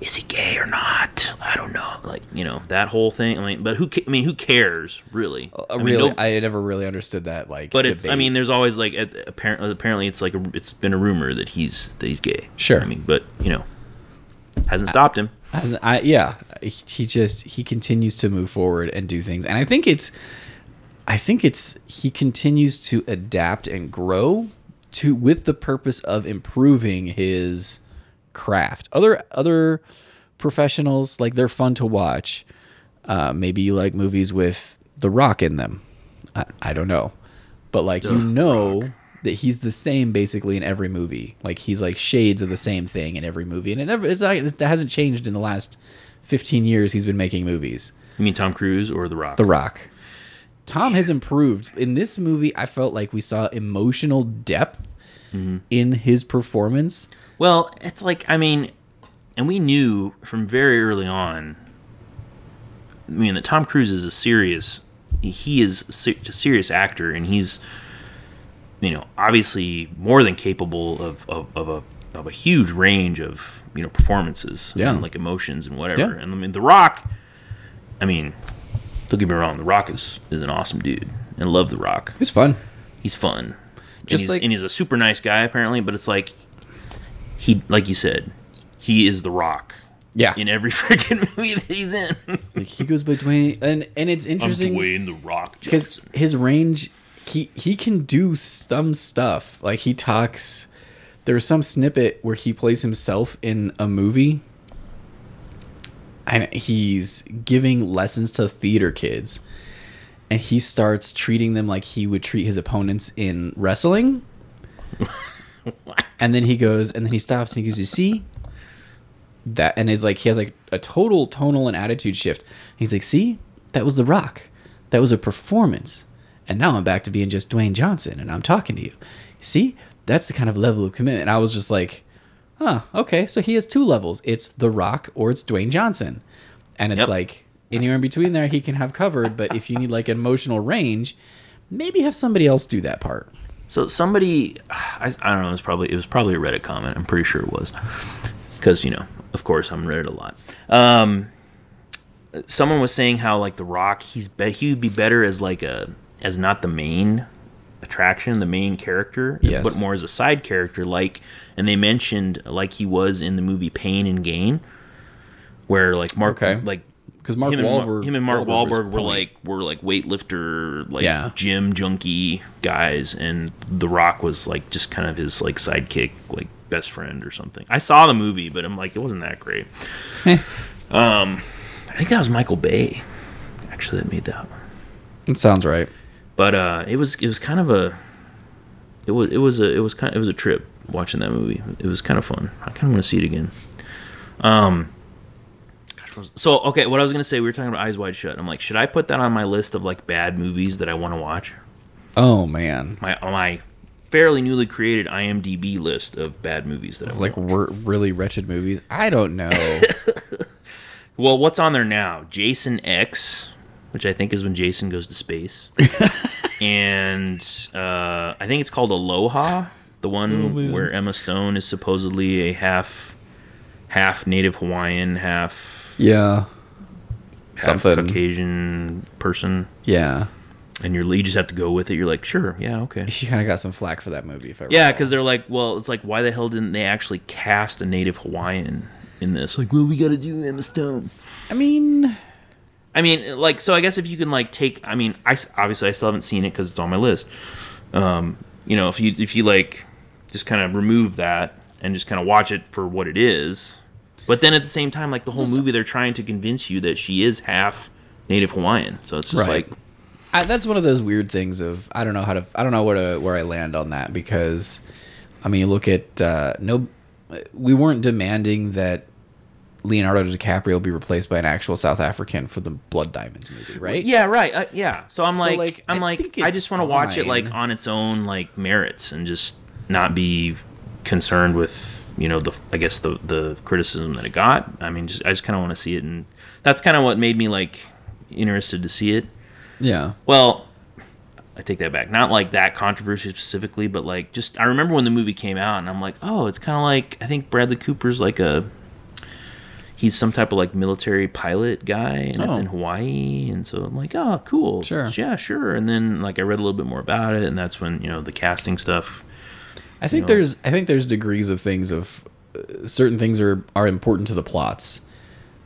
is he gay or not i don't know like you know that whole thing i mean but who ca- i mean who cares really
Uh,
I mean,
really,
no-
I never really understood that. Like,
but it's i
debate.
mean there's always like apparently apparently it's like a, it's been a rumor that he's that he's gay
Sure.
i mean but you know hasn't stopped him
As I, yeah, he, he just he continues to move forward and do things, and I think it's, I think it's he continues to adapt and grow to with the purpose of improving his craft. Other other professionals like they're fun to watch. Uh, maybe you like movies with The Rock in them. I, I don't know, but like you know. That he's the same basically in every movie. Like he's like shades of the same thing in every movie, and it never it's not, that hasn't changed in the last fifteen years. He's been making movies.
you mean tom cruise or the rock
The Rock. Tom has improved. In this movie, I felt like we saw emotional depth in his performance.
Well, it's like I mean, and we knew from very early on. I mean, that Tom Cruise is a serious. He is a se- a serious actor, and he's you know, obviously more than capable of, of, of a of a huge range of you know performances,
Yeah.
and, like emotions and whatever.
Yeah.
And I mean, The Rock. I mean, don't get me wrong. The Rock is is an awesome dude, and love The Rock.
It's fun.
He's fun.
Just
Just and he's,
like-
and he's a super nice guy apparently, but it's like he, like you said, he is The Rock
Yeah.
in every <laughs> freaking movie that he's in.
Like he goes by Dwayne, and and it's interesting
The Rock
because his range, he he can do some stuff. Like he talks. There was some snippet where he plays himself in a movie, and he's giving lessons to theater kids, and he starts treating them like he would treat his opponents in wrestling.
What?
And then he goes, and then he stops and he goes, You see? That and is like he has like a total tonal and attitude shift. He's like, see, that was the rock. That was a performance. And now I'm back to being just Dwayne Johnson and I'm talking to you. See? That's the kind of level of commitment. And I was just like, huh, okay. So he has two levels. It's the rock or it's Dwayne Johnson. And it's
Yep.
like anywhere in between there he can have covered, but if you need like emotional range, maybe have somebody else do that part.
So somebody, I, I don't know. It was probably it was probably a Reddit comment. I'm pretty sure it was, because you know, of course, I'm Reddit a lot. Um, someone was saying how like The Rock, he's be, he would be better as like a as not the main attraction, the main character,
Yes.
but more as a side character. Like, and they mentioned like he was in the movie Pain and Gain, where like Mark,
Okay.
like
Because Mark
him and, Mar-
Wahlberg,
him and
Wahlberg
Mark
was
Wahlberg were
pulling-
like were like weightlifter, like
Yeah.
gym junkie guys, and The Rock was like just kind of his like sidekick, like best friend or something. I saw the movie, but I'm like it wasn't that great.
Eh.
um, I think that was Michael Bay, actually, that made that. one.
It sounds right.
But uh, it was it was kind of a it was it was a it was kind it was a trip watching that movie. It was kind of fun. I kind of want to see it again. Um. gosh, what was- So okay, what I was gonna say, we were talking about Eyes Wide Shut. I'm like, should I put that on my list of like bad movies that I want to watch?
Oh man,
My on my fairly newly created IMDb list of bad movies that I
like we're really wretched movies. I don't know.
Well, what's on there now? Jason X, which I think is when Jason goes to <laughs> space, and uh, I think it's called Aloha, the one where Emma Stone is supposedly a half, half Native Hawaiian, half,
<laughs> yeah,
half
something.
Caucasian person,
yeah.
and you're you just have to go with it. You're like, sure, yeah, okay.
She kind of got some flack for that movie. If I
Yeah,
recall.
because they're like, well, it's like, why the hell didn't they actually cast a Native Hawaiian in this? Like, well, we got to do Emma Stone.
I mean,
I mean, like, so I guess if you can like take, I mean, I s- obviously I still haven't seen it because it's on my list. Um, you know, if you if you like, just kind of remove that and just kind of watch it for what it is. But then at the same time, like the whole movie, they're trying to convince you that she is half Native Hawaiian. So it's just
Right.
like,
I, that's one of those weird things of I don't know how to I don't know where to where I land on that because I mean you look at uh, no we weren't demanding that Leonardo DiCaprio be replaced by an actual South African for the Blood Diamonds movie, right?
yeah, right, uh, yeah. So I'm
So,
like,
like,
I'm
I
like,
think
I
it's
just want to watch it like
fine.
on its own like merits and just not be concerned with you know the I guess the the criticism that it got. I mean, just I just kind of want to see it, and that's kind of what made me like interested to see it.
yeah.
Well, I take that back. Not like that controversy specifically, but like just I remember when the movie came out, and I'm like, oh, it's kind of like I think Bradley Cooper's like a he's some type of like military pilot guy, and it's
Oh.
in Hawaii, and so I'm like, oh, cool,
Sure.
yeah, sure. And then like I read a little bit more about it, and that's when you know the casting stuff.
I think
know?
there's I think there's degrees of things of uh, certain things are are important to the plots.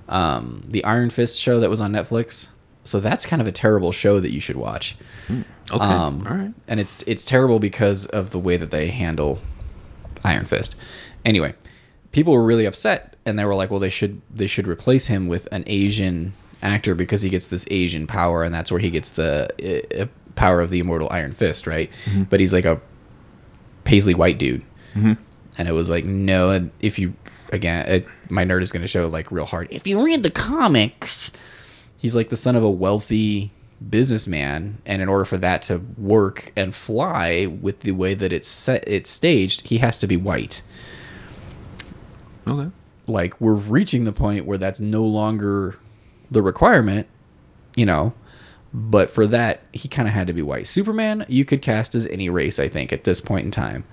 Um, the Iron Fist show that was on Netflix, so that's kind of a terrible show that you should watch.
Okay,
Um,
all right.
And it's it's terrible because of the way that they handle Iron Fist. Anyway, people were really upset, and they were like, "Well, they should they should replace him with an Asian actor because he gets this Asian power, and that's where he gets the uh, uh, power of the immortal Iron Fist, right?"
Mm-hmm.
But he's like a paisley white dude, and it was like, "No, and if you." Again, it, my nerd is going to show like real hard. If you read the comics, he's like the son of a wealthy businessman and in order for that to work and fly with the way that it's set it's staged he has to be white
Okay.
like we're reaching the point where that's no longer the requirement you know But for that, he kind of had to be white. Superman, you could cast as any race, I think, at this point in time.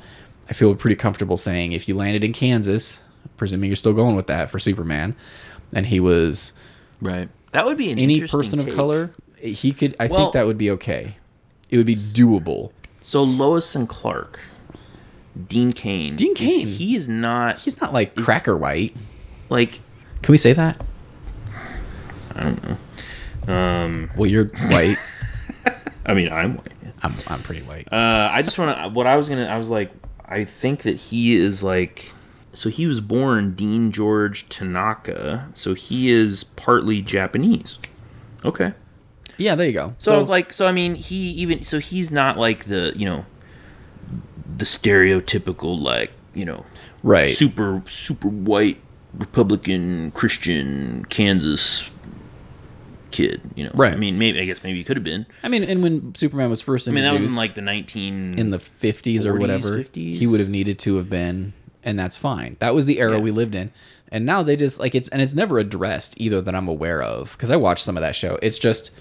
I feel pretty comfortable saying if you landed in Kansas, presuming you're still going with that for Superman, and he was
Right. That would be an
any
interesting
person of
take.
color, he could. I
Well-
think that would be okay. It would be doable.
So Lois and Clark, Dean Kane.
Dean
is-
Cain.
he is not
He's not like cracker white.
like
Can we say that?
I don't know. Um,
Well, you're white.
I mean, I'm white.
I'm I'm pretty white.
Uh, I just want to. What I was gonna. I was like, I think that he is like. So he was born Dean George Tanaka. So he is partly Japanese. Okay.
yeah, there you go.
So, I was like, so I mean, he even so he's not like the you know, the stereotypical like you know,
right.
super super white Republican Christian Kansas kid. You know,
Right.
I mean, maybe I guess maybe he could have been.
I mean, and when Superman was first
I mean,
introduced,
that was in like the nineteen
in the 50s or
40s,
whatever
50s.
he would have needed to have been and that's fine that was the era
Yeah.
we lived in and now they just like it's and it's never addressed either that i'm aware of because i watched some of that show it's just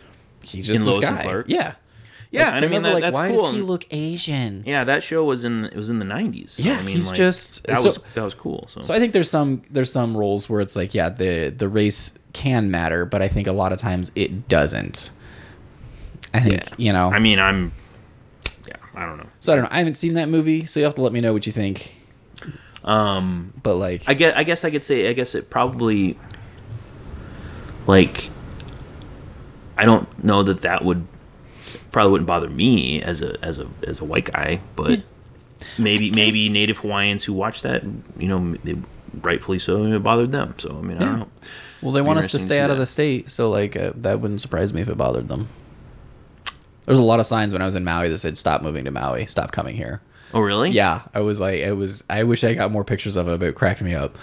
he's just
In
this
Lois and
guy
Clark?
yeah
yeah.
Like,
and I
they're
mean,
never
that,
like,
that's
why
cool.
does he
and-
look asian
Yeah, that show was in it was in the nineties. So,
Yeah,
I mean,
he's
like,
just-
that
so-
was that was cool. So,
so i think there's some there's some roles where it's like yeah the the race can matter but i think a lot of times it doesn't i think you know
I mean, I'm yeah, I don't know.
so i don't know i haven't seen that movie so you have to let me know what you think um but like
I guess I guess I could say I guess it probably like I don't know that that would probably wouldn't bother me as a as a as a white guy, but maybe maybe
guess-
Native Hawaiians who watch that, you know, they, rightfully so, it would them. So I mean, I
Yeah.
don't know.
Well, they want us to
interesting to
stay
see
out of
that.
the state, so like uh, that wouldn't surprise me if it bothered them. There was a lot of signs when I was in Maui that said "Stop moving to Maui, stop coming here."
Oh really?
Yeah, I was like, it was. I wish I got more pictures of it, but it cracked me up.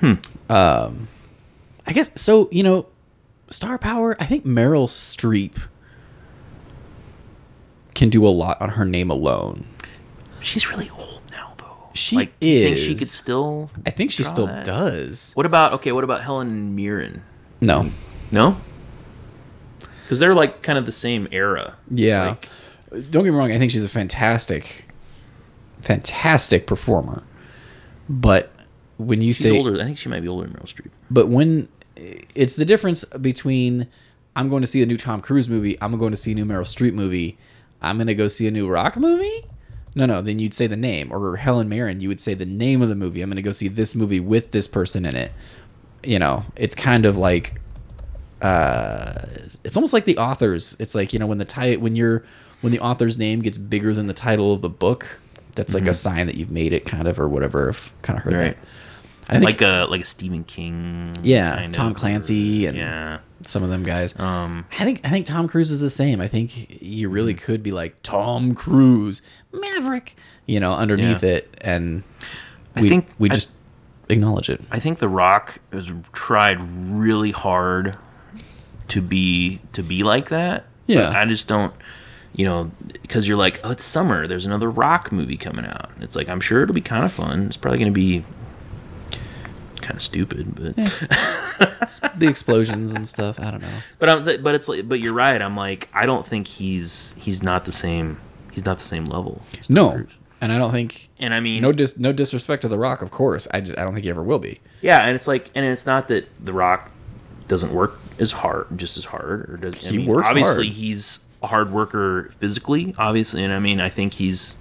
Hmm. Um, I guess so. You know, star power. I think Meryl Streep can do a lot on her name alone.
She's really old now though.
She
like, do you think she
is.
could still
I think she
Draw
still
that.
does.
What about okay? What about Helen Mirren?
No.
No, because they're like kind of the same era.
Yeah.
Like-
Don't get me wrong, I think she's a fantastic fantastic performer. But when you
She's
say
older. I think she might be older than Meryl Streep.
but when it's the difference between I'm going to see a new Tom Cruise movie, I'm going to see a new Meryl Streep movie, I'm going to go see a new rock movie? No, no, then you'd say the name or Helen Mirren, you would say the name of the movie. I'm going to go see this movie with this person in it. You know, it's kind of like uh it's almost like the authors. It's like, you know, when the ti- when you're when the author's name gets bigger than the title of the book, that's like a sign that you've made it kind of or whatever. I've kind of heard
Right.
that. I think
like a like a Stephen King.
Yeah,
kind
Tom
of,
Clancy
or-
and-
yeah.
some of them guys.
Um,
I think I think Tom Cruise is the same. I think you really could be like Tom Cruise, Maverick, you know, underneath
Yeah.
it, and
I
we
think-
we
I-
just acknowledge it.
I think The Rock has tried really hard to be to be like that. but
Yeah.
I just don't. You know, because you're like, oh, it's summer. There's another Rock movie coming out. It's like I'm sure it'll be kind of fun. It's probably going to be kind of stupid, but
It's the explosions and stuff. I don't know.
But I'm, but it's like, but you're right. I'm like, I don't think he's he's not the same. He's not the same level. as Tom
No,
Cruise.
and I don't think
and I mean,
no dis, no disrespect to The Rock, of course. I just, I don't think he ever will be.
yeah, and it's like, and it's not that The Rock doesn't work as hard, just as hard, or does I
He
mean,
works
Obviously,
hard.
he's a hard worker physically, obviously, and I mean, I think he's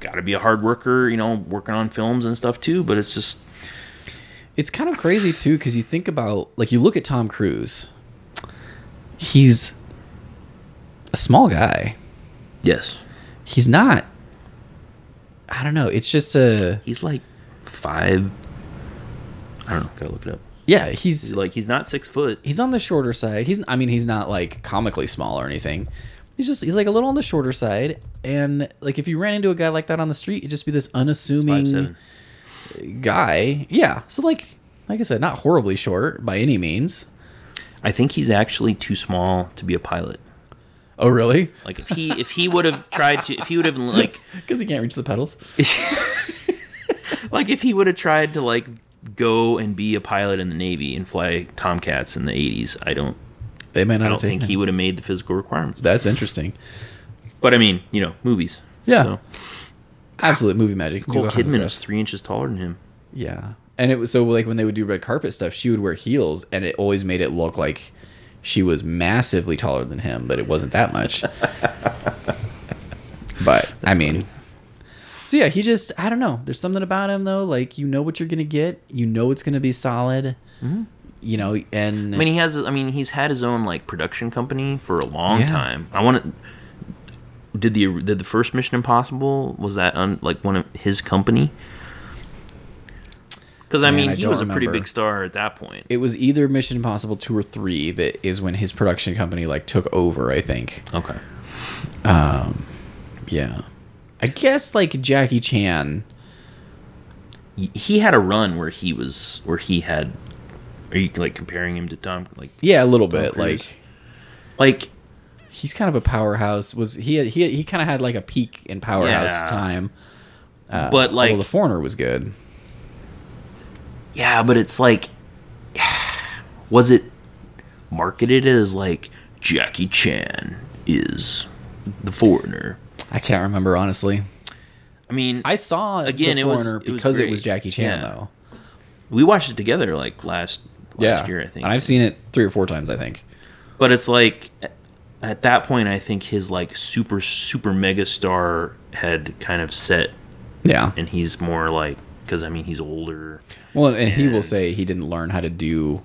got to be a hard worker, you know, working on films and stuff too. But it's just,
It's kind of crazy too, because you think about like you look at Tom Cruise. He's a small guy.
yes,
He's not. I don't know. It's just a
he's like five. I don't know. Gotta look it up.
yeah. He's
He's like, he's not six foot.
he's on the shorter side. He's I mean he's not like comically small or anything. He's just he's like a little on the shorter side, and like if you ran into a guy like that on the street, it'd just be this
Five
unassuming
seven.
guy. Yeah, so like like I said, not horribly short by any means.
I think he's actually too small to be a pilot.
Oh really? <laughs>
Like if he if he would have tried to if he would have like
Because he can't reach the pedals.
like if he would have tried to like go and be a pilot in the navy and fly Tomcats in the 80s, I don't
They may not
I
have
don't think
taken
he
it.
would have made the physical requirements.
That's interesting.
But I mean, you know, movies.
Yeah.
So,
Absolute movie magic. You
Cole
go ahead and
Kidman
say-
is three inches taller than him.
Yeah. And it was so like when they would do red carpet stuff, she would wear heels and it always made it look like she was massively taller than him, but it wasn't that much. but I mean So yeah, he just I don't know. There's something about him though, like you know what you're gonna get, you know it's gonna be solid. You know, and
I mean, he has. I mean, he's had his own like production company for a long
Yeah.
time. I want to. Did the did the first Mission Impossible was that un, like one of his company? Because I
Man,
mean,
I
he
don't
was a pretty
remember.
big star at that point.
it was either Mission Impossible two or three that is when his production company like took over, I think.
okay.
Yeah. I guess like Jackie Chan
He- He had a run where he was where he had. Are you like comparing him to Tom? Like
Yeah, a little bit.
Cruise.
Like
like
he's kind of a powerhouse. Was he? He he kind of had like a peak in powerhouse
Yeah.
time. Uh,
But, like-
although the foreigner was good.
yeah, but it's like, <sighs> was it marketed as like Jackie Chan is the foreigner?
I can't remember honestly.
I mean,
I saw
Again,
the
it was-
foreigner
it was
because it
great.
was Jackie Chan
Yeah.
though.
we watched it together like last last
yeah,
year, I think.
and I've seen it three or four times. I think.
but it's like at that point, I think his like super super mega star had kind of set,
Yeah.
and he's more like because I mean he's older.
Well, and he will
And-
say he didn't learn how to do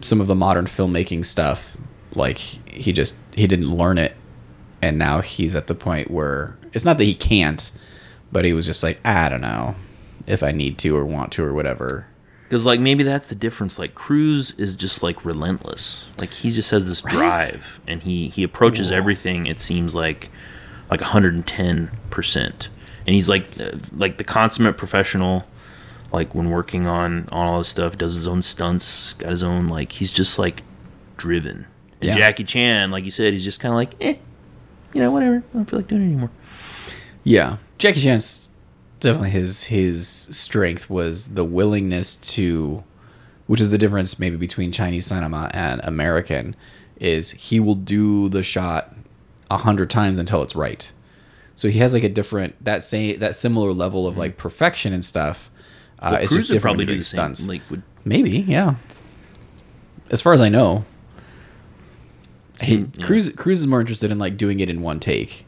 some of the modern filmmaking stuff. Like he just he didn't learn it, and now he's at the point where it's not that he can't, but he was just like I don't know if I need to or want to or whatever.
Because like maybe that's the difference. Like Cruz is just like relentless. Like he just has this drive, and he he approaches everything. It seems like like 110 percent, and he's like uh, like the consummate professional. Like when working on on all this stuff, does his own stunts, got his own like he's just like driven. And
Yeah.
Jackie Chan, like you said, he's just kind of like eh, you know whatever. I don't feel like doing it anymore.
Yeah, Jackie Chan's definitely his his strength was the willingness to, which is the difference maybe between Chinese cinema and American, is he will do the shot a hundred times until it's right. So he has like a different that same that similar level of like perfection and stuff. Uh, it's
Cruz
just
would
different when
Mm-hmm. probably do
you're
the
doing
same.
stunts.
Like would
Maybe, yeah. As far as I know, he, Cruz Cruz is more interested in like doing it in one take,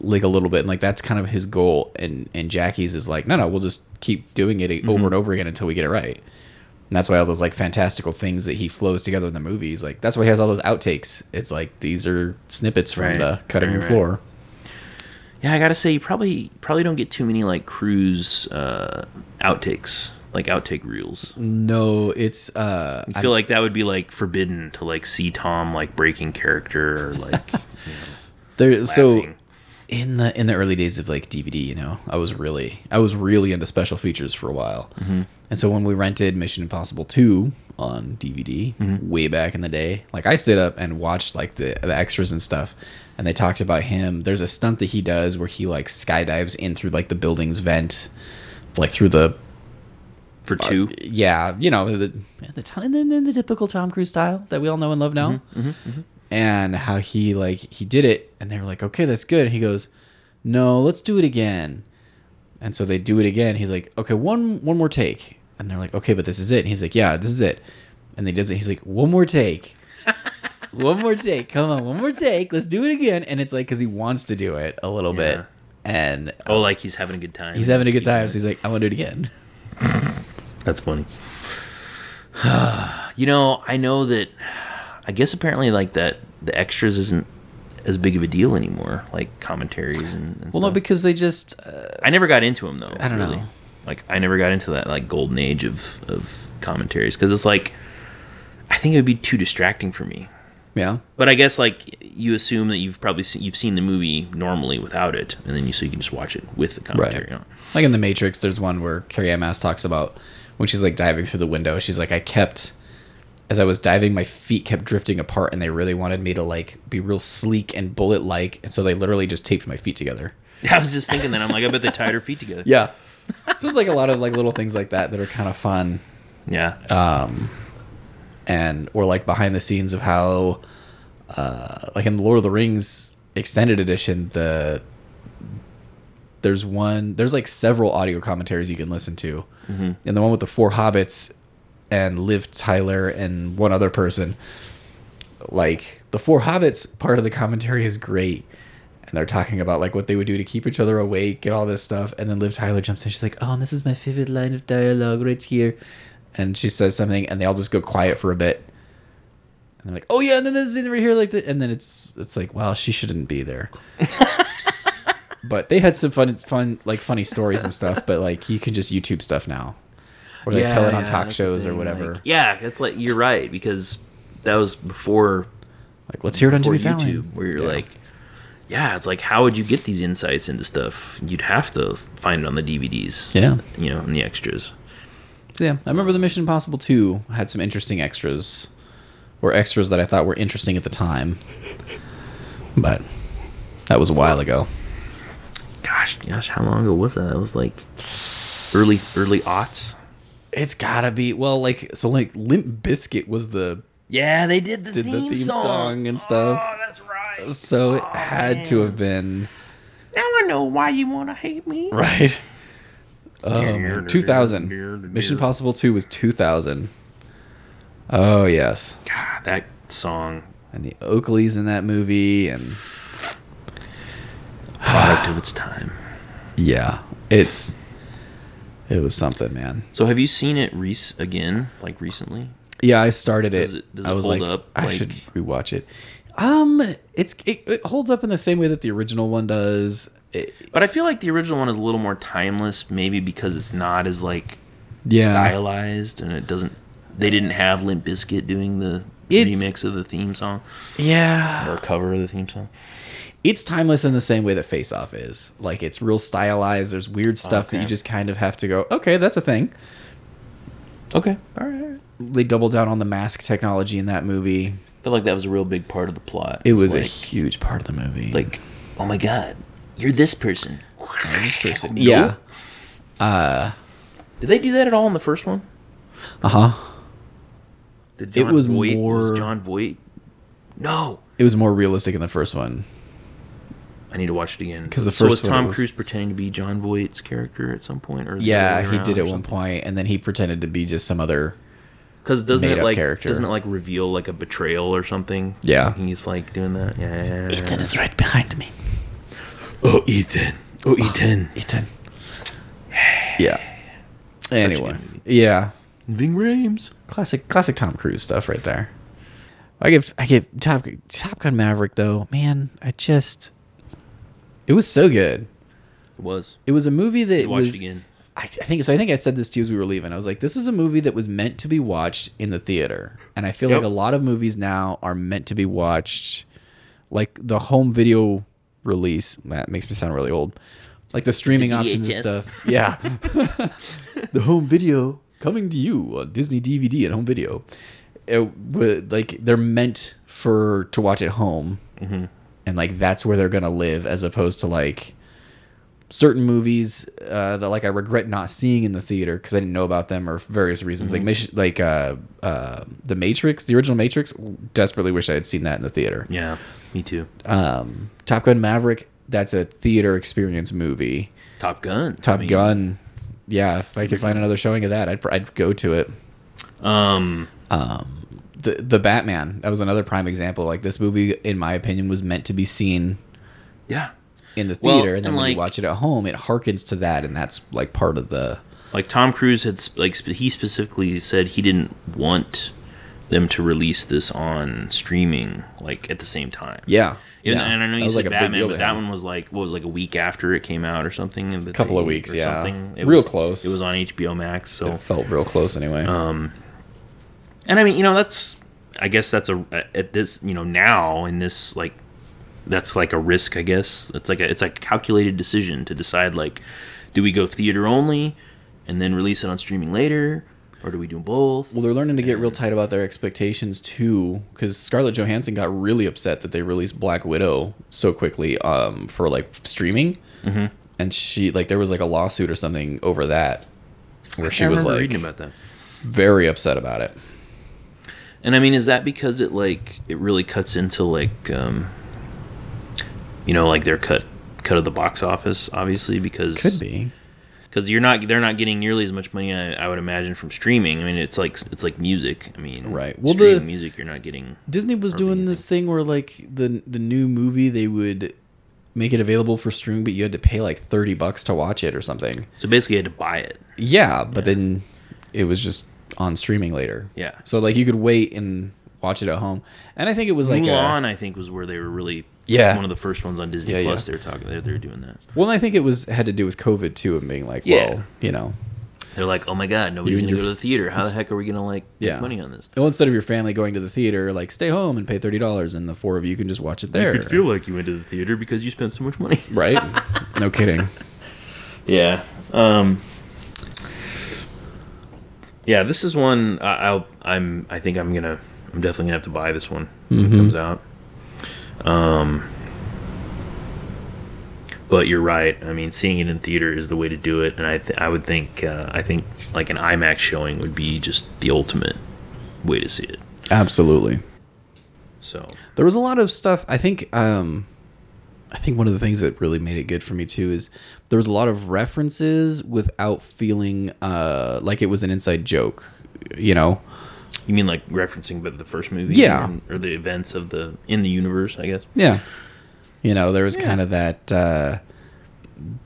like a little bit, and like that's kind of his goal. And and Jackie's is like, no, no, we'll just keep doing it
Mm-hmm.
over and over again until we get it right. And that's why all those like fantastical things that he flows together in the movies, like that's why he has all those outtakes. It's like these are snippets from
Right,
the cutting
right,
room
right.
floor.
Yeah, I gotta say, you probably probably don't get too many like cruise uh, outtakes, like outtake reels.
Mm,
You
No, it's uh,
feel like that would be like forbidden to like see Tom like breaking character
<laughs>
or like
there. So
laughing.
in the in the early days of like DVD, you know, I was really I was really into special features for a while, and so when we rented Mission Impossible Two on DVD way back in the day, like I stood up and watched like the the extras and stuff, and they talked about him. There's a stunt that he does where he like skydives in through like the building's vent, like through the
for
uh,
two.
yeah, you know, the the, Tom- the, the, the typical Tom Cruise style that we all know and love now. Mm-hmm, And how he like he did it, and they were like, "Okay, that's good." And he goes, "No, let's do it again." And so they do it again. He's like, "Okay, one one more take." And they're like, "Okay, but this is it." And he's like, "Yeah, this is it." And they does it. He's like, "One more <laughs> take." one more take. Come on, one more take. Let's do it again. And it's like cuz he wants to do it a little
Yeah.
bit. And
Oh, like he's having a good time.
he's having a good time. So
Just
he's like, "I want to do it again."
keep- That's funny. <sighs> you know, I know that. I guess apparently, like that, the extras isn't as big of a deal anymore. Like commentaries and, and
Well, no,
stuff.
because they just uh,
I never got into them though.
I don't know.
Like I never got into that like golden age of of commentaries because it's like I think it would be too distracting for me.
yeah.
But I guess like you assume that you've probably seen, you've seen the movie normally without it, and then you so you can just watch it with the commentary on. <laughs>
Like in The Matrix, there's one where Carrie Ann Mass talks about when she's like diving through the window. She's like, I kept, as I was diving, my feet kept drifting apart, and they really wanted me to like be real sleek and bullet like, and so they literally just taped my feet together.
I was just thinking that I'm like I bet they tied her feet together.
Yeah. Uh, so there's like a lot of like little things like that that are kind of fun.
Yeah.
and or like behind the scenes of how uh like in the Lord of the Rings extended edition the there's one there's like several audio commentaries you can listen to and the one with the four hobbits and liv tyler and one other person like the four hobbits part of the commentary is great and they're talking about like what they would do to keep each other awake and all this stuff and then liv tyler jumps in she's like oh and this is my favorite line of dialogue right here and she says something and they all just go quiet for a bit and they're like oh yeah and then this is right here like that and then it's it's like wow she shouldn't be
<laughs>
there but they had some fun it's fun like funny stories and stuff but like you can just youtube stuff now or they tell it on
yeah,
talk
that's the
shows or
thing,
whatever
like- yeah, it's like you're right because that was before
Like, let's hear it on
before
Jimmy
YouTube,
Fallon.
where you're
Yeah.
like, yeah, it's like how would you get these insights into stuff? You'd have to find it on the DVDs,
yeah,
you know, and the extras.
so, yeah. I remember the Mission Impossible Two had some interesting extras, or extras that I thought were interesting at the time, but that was a while ago.
Gosh, gosh, how long ago was that? That was like early early aughts.
It's gotta be well, like so, like Limp Biscuit was the
Yeah, they did the,
did
theme,
the theme song,
song.
and stuff,
Oh, that's right.
so it
Oh,
had
man.
to have been
Now I know why you want to hate me.
right. Um, 2000 Mission Impossible 2 was 2000 oh yes
God, that song,
and the Oakleys in that movie and
product of its time.
Yeah, it's it was something, man.
So have you seen it rec- again, like recently?
Yeah, I started it.
Does it- does it
I was
hold
like,
up,
I
like-
should rewatch it. Um, it's it, it holds up in the same way that the original one does. It,
But I feel like the original one is a little more timeless, maybe because it's not as like
yeah,
stylized and it doesn't. They didn't have Limp Bizkit doing the
It's-
remix of the theme song
yeah.
or cover of the theme song.
It's timeless in the same way that Face Off is. Like it's real stylized. There's weird stuff that
Okay.
you just kind of have to go, okay, that's a thing.
Okay, all right. all right.
They double down on the mask technology in that movie.
I feel like that was a real big part of the plot.
It was a
like,
huge part of the movie.
like, oh my god, you're this person. I'm this person.
yeah,
Did they do that at all in the first one?
uh huh.
Did
It was
Voight-
more-
Was John Voight. No,
It was more realistic in the first one.
I need to watch it again.
'Cause the
so was
first one
Tom
was-
Cruise pretending to be John Voight's character at some point, or
Yeah, he did at one point, and then he pretended to be just some other.
Because doesn't it
made-up
like
character.
doesn't it like reveal like a betrayal or something?
Yeah.
he's like doing that. Yeah.
is right behind me.
oh, Ethan. Oh, Ethan. <sighs>
Ethan. Yeah.
a good
Anyway,
movie.
yeah,
Ving Rhames.
classic, classic Tom Cruise stuff right there. I give, I give Top Gun- Top Gun Maverick though, man. I just, it was so good.
It was.
It was a movie that
You watched
was.
it again.
I, I think so. I think I said this to you as we were leaving. I was like, "This is a movie that was meant to be watched in the theater," and I feel
Yep.
like a lot of movies now are meant to be watched, like the home video release. That makes me sound really old. Like the streaming options and
VHS.
stuff. Yeah, <laughs> the home video coming to you on Disney DVD and home video. It, would- like they're meant for to watch at home, and like that's where they're gonna live, as opposed to like certain movies uh, that like I regret not seeing in the theater because I didn't know about them or for various reasons.
Mm-hmm.
Like Mich- like uh, uh, the Matrix, the original Matrix. Desperately wish I had seen that in the theater.
Yeah, me too.
Um, Top Gun Maverick. That's a theater experience movie.
Top Gun.
Top
I mean,
Gun. Yeah, if I could find another showing of that, I'd, I'd go to it.
Um,
The the Batman. That was another prime example. Like this movie, in my opinion, was meant to be seen
yeah.
in the
Well,
theater, and then
and,
when
like-
you watch it at home, it harkens to that, and that's like part of the
Like Tom Cruise had sp- like sp- he specifically said he didn't want them to release this on streaming like at the same time.
yeah.
Even,
yeah.
And I know
That
you
was,
said
like, a big
Batman,
deal
but
to
that
him.
one was like what was it, like a week after it came out or something. A
Couple of weeks, yeah. Real close.
It was on HBO Max, so
It felt real close anyway.
Uh, and I mean you know that's I guess that's a at this you know now in this like that's like a risk I guess it's like a it's like a calculated decision to decide like do we go theater only and then release it on streaming later or do we do both?
well, they're learning to get real tight about their expectations too, because Scarlett Johansson got really upset that they released Black Widow so quickly um, for like streaming,
Mm-hmm.
and she like there was like a lawsuit or something over that, where she
I
was
remember
like
reading about that.
very upset about it.
And I mean, is that because it like it really cuts into like um, you know like their cut cut of the box office, obviously because
Could be.
because you're not they're not getting nearly as much money I, I would imagine from streaming. I mean, it's like it's like music. I mean,
Right. Well,
streaming
the-
music you're not getting.
Disney was
Or
doing
anything.
this thing where like the the new movie they would make it available for streaming, but you had to pay like thirty bucks to watch it or something.
So basically, you had to buy it.
Yeah, but then it was just on streaming later.
Yeah.
So like you could wait and watch it at home, and I think it was like a-
Mulan, I think, was where they were really
Yeah.
one of the first ones on Disney
Yeah,
Plus.
yeah.
They were talking they they were doing that.
well, I think it was had to do with COVID too, and being like,
Yeah.
well, you know,
They're like, oh my god, nobody's
and
gonna go
your-
to the theater. How the heck are we gonna like make
Yeah.
money on this?
well, instead of your family going to the theater, like stay home and pay thirty dollars, and the four of you can just watch it there.
like you went to the theater because you spent so much money.
right? no kidding.
Yeah. Um, yeah, this is one I, I'll, I'm. I think I'm gonna. I'm definitely gonna have to buy this one when it comes out. Um, but you're right. I mean, seeing it in theater is the way to do it, and I th- I would think uh, I think like an IMAX showing would be just the ultimate way to see it.
Absolutely.
So
There was a lot of stuff. I think. Um, I think one of the things that really made it good for me too is there was a lot of references without feeling uh, like it was an inside joke. You know,
you mean like referencing but the first movie,
Yeah.
and- or the events of the in the universe, I guess.
Yeah. You know, there was kind of that uh,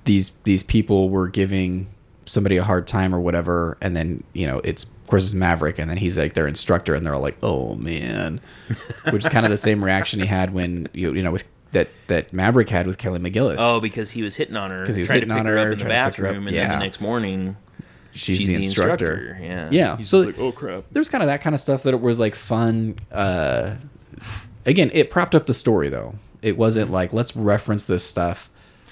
these these people were giving somebody a hard time or whatever, and then you know it's of course it's Maverick, and then he's like their instructor, and they're all like, "Oh
<laughs>
man," which is kind of the same reaction he had when you you know with that that Maverick had with Kelly McGillis.
Oh, because he was hitting on her.
'Cause he was
trying
hitting
to pick
on
her,
her,
up in the
trying to pick her up,
bathroom, and then
yeah.
the next morning
she's,
she's
the instructor.
Yeah.
Yeah,
He's
so-
just like, oh crap.
There's kind of that kind of stuff that it was like fun. Uh, again, it propped up the story though. It wasn't like let's reference this stuff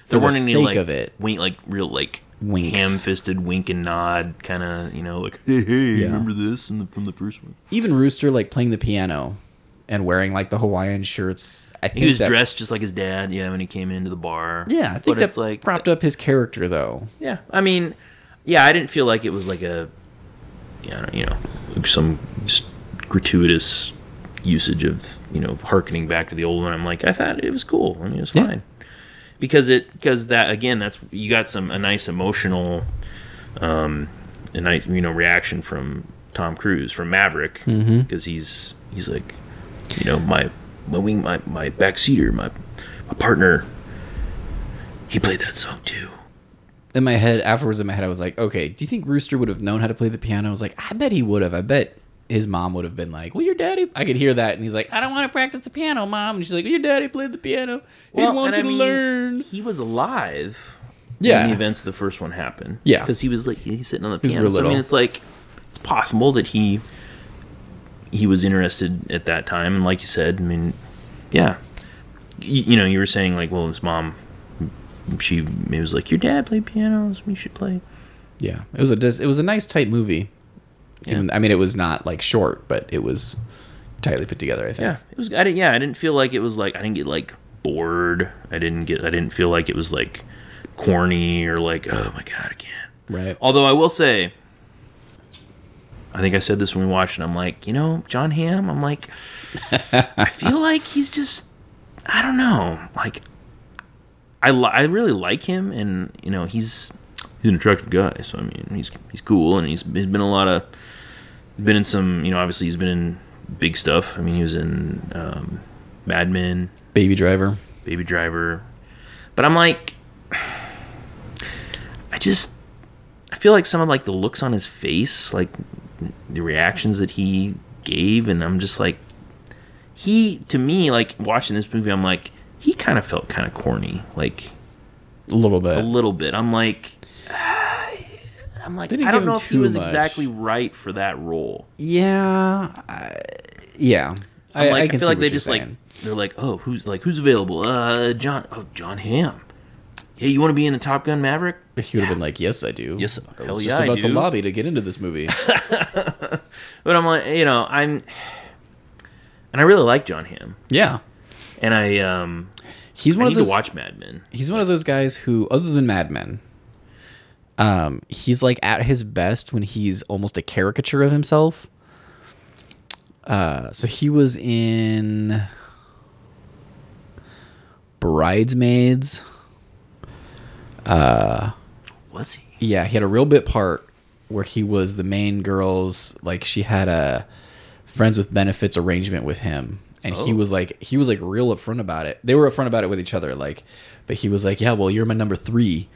for
There weren't
the
any
sake
like
of it.
wink, like real like
Winks.
ham-fisted wink and nod kind of you know like hey hey
Yeah.
remember this and the, from the first one.
even Rooster like playing the piano and wearing like the Hawaiian shirts. I think
He was
that-
dressed just like his dad. Yeah, when he came into the bar.
Yeah, I think
but
that
it's like
propped up his character though.
Yeah, I mean, yeah, I didn't feel like it was like a yeah, I don't- you know, some just gratuitous usage of you know harkening back to the old one. I'm like, I thought it was cool. I mean, it was
Yeah.
fine because it because that again, that's you got some a nice emotional, um, a nice you know reaction from Tom Cruise from Maverick because he's he's like, you know, my my wing my my backseater my my partner. He played that song too.
In my head, afterwards in my head, I was like, okay, do you think Rooster would have known how to play the piano? I was like, I bet he would have. I bet his mom would have been like, well, your daddy. I could hear that, and he's like, I don't want to practice the piano, mom. And she's like, well, your daddy played the piano. He
Well,
wants you
and
to
I mean,
learn.
He was alive
Yeah.
when the events of the first one happened.
Yeah.
Because he was like he's sitting on the
was
piano.
real
So, I mean
little.
it's like it's possible that he he was interested at that time and like you said, I mean yeah. You, you know, you were saying like, well his mom she maybe was like, Your dad played piano, so we should play.
Yeah, it was a dis- it was a nice tight movie.
Yeah.
Even- I mean, it was not like short, but it was tightly put together. I think.
Yeah. It was I didn't yeah, I didn't feel like it was like I didn't get like bored. I didn't get I didn't feel like it was like corny or like, oh my god, I can't.
Right.
Although I will say, I think I said this when we watched, it. I'm like, you know, John Hamm. I'm like, I feel like he's just, I don't know, like, I li- I really like him, and you know, he's he's an attractive guy. So I mean, he's he's cool, and he's he's been a lot of been in some, you know, obviously he's been in big stuff. I mean, he was in um, Mad Men.
Baby Driver.
Baby Driver. But I'm like, I just, I feel like some of like the looks on his face, like the reactions that he gave, and I'm just like, he to me like watching this movie, I'm like, he kind of felt kind of corny, like
A little bit.
a little bit. I'm like. <sighs> I'm like,
didn't
I don't
give him
know if he
too
was
much.
exactly right for that role.
Yeah, I, yeah.
I'm like, I,
can
feel
see
like
what
they
you're
just
saying.
like they're like, oh, who's like who's available? Uh, John. Oh, John Hamm. Hey, you want to be in the Top Gun Maverick?
he would have been like, "Yes, I do."
Yes,
I
hell
was
yeah,
just
I
about to
do.
lobby to get into this
<laughs>
movie.
But I'm like, you know, I'm, and I really like John Hamm,
yeah,
and I um,
he's
I
one
need
of those.
to watch Mad Men.
He's one of those guys who, other than Mad Men, um, he's like at his best when he's almost a caricature of himself. Uh, so he was in Bridesmaids.
Was he?
Yeah, he had a real bit part where he was the main girl's like she had a friends with benefits arrangement with him. And he
Oh.
was like he was like real upfront about it. They were upfront about it with each other, like but he was like, Yeah, well you're my number three.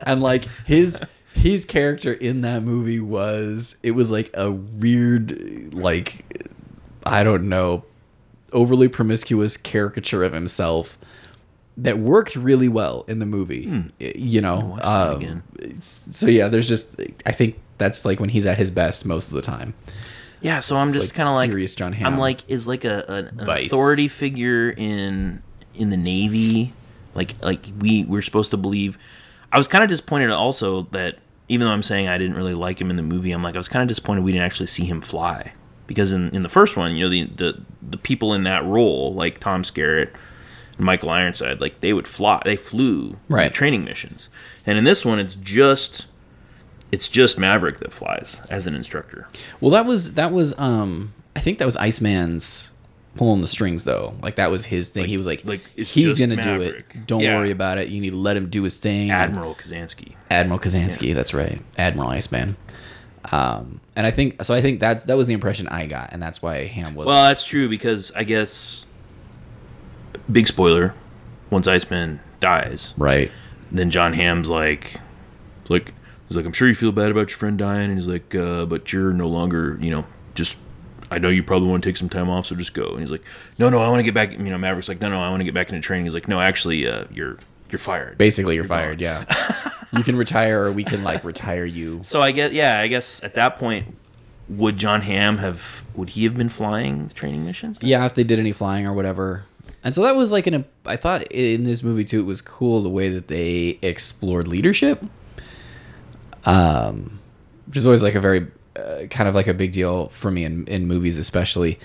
and like his his character in that movie was it was like a weird like I don't know overly promiscuous caricature of himself that worked really well in the movie. I- You know,
Hmm. watch that
um,
again.
it's- so yeah, there's just I think that's like when he's at his best most of the time.
Yeah. So I'm just
like
kind of like
serious John
I'm
Hamm.
like is like a an, an
Vice.
authority figure in in the Navy. Like like we we're supposed to believe. I was kind of disappointed also that even though I'm saying I didn't really like him in the movie, I'm like I was kind of disappointed we didn't actually see him fly because in in the first one, you know the the the people in that role like Tom Skerritt. and Michael Ironside, like they would fly, they flew
Right.
training missions, and in this one, it's just, it's just Maverick that flies as an instructor.
Well, that was that was um I think that was Iceman's pulling the strings though. Like that was his thing. he was like
like, it's
he's
just
gonna do
Maverick.
it. Don't
Yeah.
worry about it. You need to let him do his thing.
Admiral Kazansky.
Admiral Kazansky. That's right, Admiral Iceman. Um, and I think so. I think that's that was the impression I got, and that's why Ham was.
Well, that's true because I guess big spoiler. Once Iceman dies,
right.
then John Hamm's like, he's like he's like, I'm sure you feel bad about your friend dying, and he's like, uh, but you're no longer, you know, just. I know you probably want to take some time off, so just go. And he's like, No, no, I want to get back. You know, Maverick's like, No, no, I want to get back into training. He's like, No, actually, uh, you're you're fired.
Basically, you're fired. Yeah, you can retire, or we can like retire
<laughs>
you.
So I guess, yeah, I guess at that point, would John Hamm have? Would he have been flying training missions?
Yeah, if they did any flying or whatever. And so that was like an. I thought in this movie too, it was cool the way that they explored leadership, um, which is always like a very uh, kind of like a big deal for me in in movies, especially,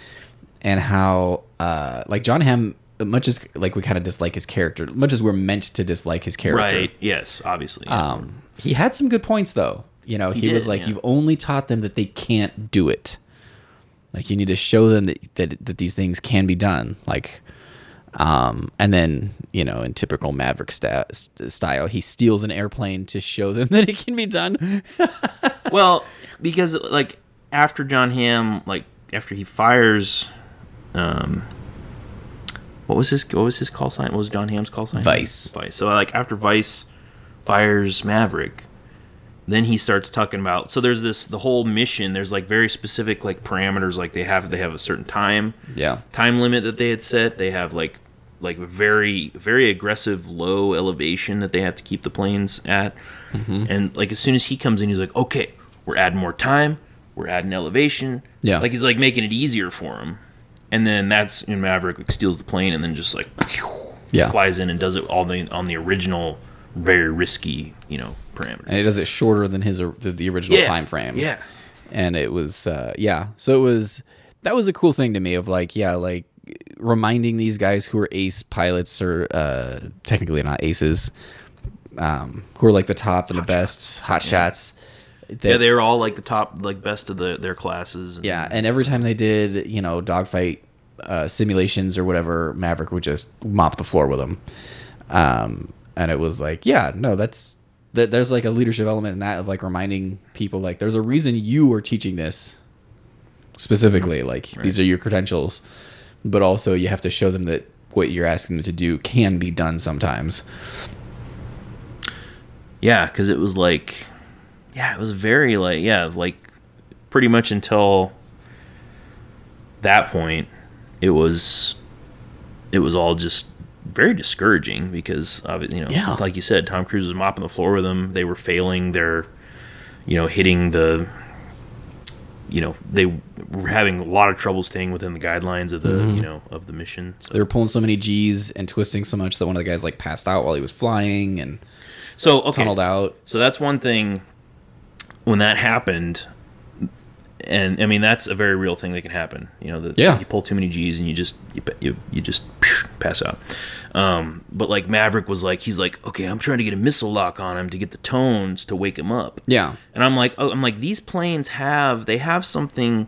and how uh, like John Hamm, much as like we kind of dislike his character, much as we're meant to dislike his character,
Right. Yes. Obviously.
Um, he had some good points though. You know, he,
did,
was like,
yeah.
"You've only taught them that they can't do it. Like, you need to show them that that, that these things can be done." Like, um, and then you know, in typical Maverick sta- st- style, he steals an airplane to show them <laughs> that it can be done.
well, because like after John Hamm, like after he fires, um, what was his what was his call sign? What was John Hamm's call sign?
Vice.
Vice. So like after Vice fires Maverick, then he starts talking about. So there's this the whole mission. There's like very specific like parameters. Like they have they have a certain time
yeah,
time limit that they had set. They have like like very very aggressive low elevation that they have to keep the planes at.
Mm-hmm.
And like as soon as he comes in, he's like, okay, we're adding more time, we're adding elevation.
Yeah.
like he's like making it easier for him. And then that's when Maverick like, steals the plane and then just like
Yeah.
flies in and does it all the on the original very risky you know parameter.
and he does it shorter than his or- the, the original time frame.
Yeah.
and it was uh yeah so it was that was a cool thing to me of like yeah like reminding these guys who are ace pilots or uh technically not aces um who are like the top and the best hot shots that,
Yeah, they were all like the top, like best of the, their classes. And
yeah and every time they did you know dogfight uh simulations or whatever maverick would just mop the floor with them um and it was like yeah no that's that there's like a leadership element in that of like reminding people like there's a reason you are teaching this specifically like these are your credentials but also you have to show them that what you're asking them to do can be done sometimes
Yeah, because it was like, yeah, it was very like, yeah, like pretty much until that point, it was, it was all just very discouraging because of it, you know,
Yeah.
like you said, Tom Cruise was mopping the floor with them. They were failing their, you know, hitting the, you know, they were having a lot of trouble staying within the guidelines of the, you know, of the mission. So.
they were pulling so many g's and twisting so much that one of the guys like passed out while he was flying and
So okay.
tunneled out
So that's one thing when that happened and I mean that's a very real thing that can happen. You know, the,
Yeah.
you pull too many G's and you just you pa- you, you just pass out. Um, but like Maverick was like, he's like, okay, I'm trying to get a missile lock on him to get the tones to wake him up.
Yeah.
And I'm like, oh, I'm like these planes have they have something.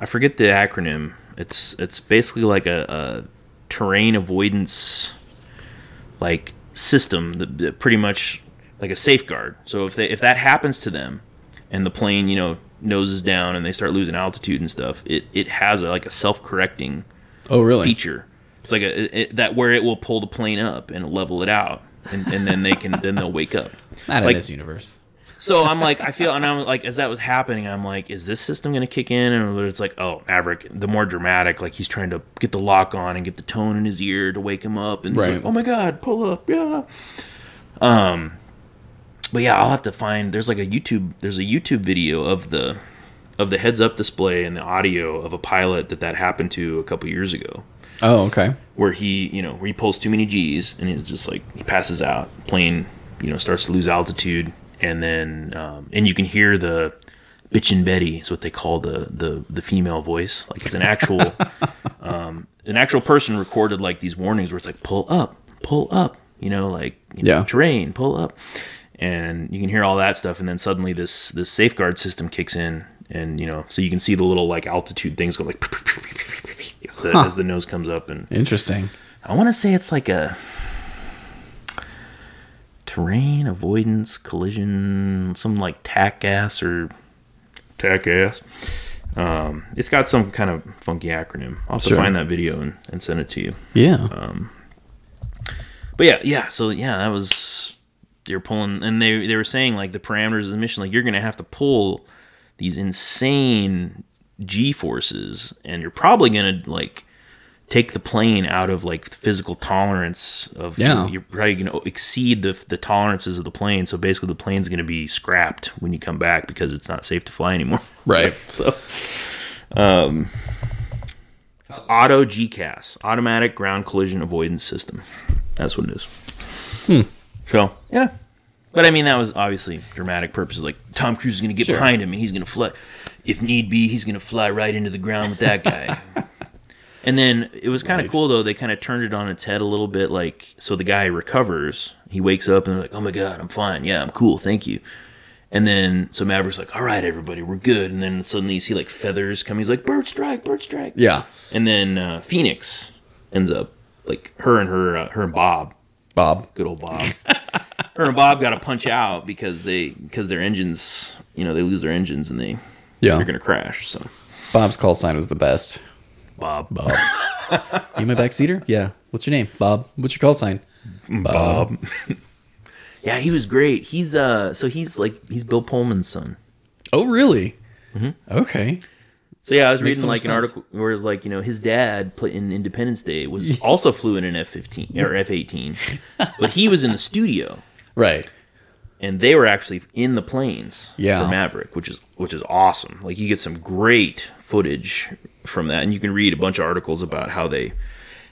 I forget the acronym. It's it's basically like a, a terrain avoidance like system that, that pretty much like a safeguard. So if they if that happens to them and the plane, you know, noses down and they start losing altitude and stuff, it it has a, like a self-correcting
Oh, really?
feature. It's like a it, that where it will pull the plane up and level it out and, and then they can then they'll wake up.
Not
like-
in this universe.
So I'm like, I feel, and I'm like, as that was happening, I'm like, is this system going to kick in? And it's like, oh, Maverick, the more dramatic, like he's trying to get the lock on and get the tone in his ear to wake him up. And he's
Right.
like, oh my God, pull up. Yeah. Um, but yeah, I'll have to find, there's like a YouTube, there's a YouTube video of the, of the heads up display and the audio of a pilot that that happened to a couple years ago
Oh, okay.
where he, you know, where he pulls too many G's and he's just like he passes out. Plane, you know, starts to lose altitude, and then um, and you can hear the bitchin' Betty is what they call the the the female voice. Like it's an actual um, an actual person recorded like these warnings where it's like pull up, pull up, you know, like you know,
Yeah.
terrain, pull up, and you can hear all that stuff, and then suddenly this this safeguard system kicks in. And you know, so you can see the little like altitude things go like <laughs> as the, as the nose comes up, and
Interesting.
I want to say it's like a terrain avoidance collision, some like tac ass or tac ass. Um, it's got some kind of funky acronym. I'll have
Sure.
to find that video and, and send it to you.
Yeah.
Uh, But yeah, yeah. So yeah, that was they're pulling, and they they were saying like the parameters of the mission, like you're gonna have to pull these insane g forces, and you're probably gonna like take the plane out of like physical tolerance of
Yeah.
you're probably gonna exceed the the tolerances of the plane. So basically, the plane's gonna be scrapped when you come back because it's not safe to fly anymore. <laughs>
right.
So, um, it's auto GCAS, automatic ground collision avoidance system. That's what it is.
Hmm.
So, yeah. But I mean, that was obviously dramatic purposes. Like, Tom Cruise is going to get
Sure.
behind him and he's going to fly. If need be, he's going to fly right into the ground with that
<laughs>
guy. and then it was kind of
Right.
cool, though. They kind of turned it on its head a little bit. Like, so the guy recovers. He wakes up and they're like, oh my God, I'm fine. Yeah, I'm cool. Thank you. And then, so Maverick's like, all right, everybody, we're good. And then suddenly you see like feathers coming. He's like, bird strike, bird strike.
Yeah.
And then uh, Phoenix ends up like her and her, uh, her and Bob
Bob.
good old Bob.
<laughs>
Her and Bob got to punch out because they because their engines, you know, they lose their engines and they
Yeah.
they're gonna crash. So
Bob's call sign was the best.
Bob, Bob,
Bob. you my backseater? Yeah. What's your name? Bob. What's your call sign?
Mm, yeah, he was great. He's uh, so he's like he's Bill Pullman's son.
Oh, really?
Mm-hmm.
Okay.
So yeah, I was
Makes so
reading like
much
an
sense.
article where it's like you know his dad pla in Independence
<laughs>
Day was also flew in an F fifteen or F eighteen, but he was in the studio
Right.
and they were actually in the planes
Yeah.
for Maverick, which is which is awesome. Like you get some great footage from that, and you can read a bunch of articles about how they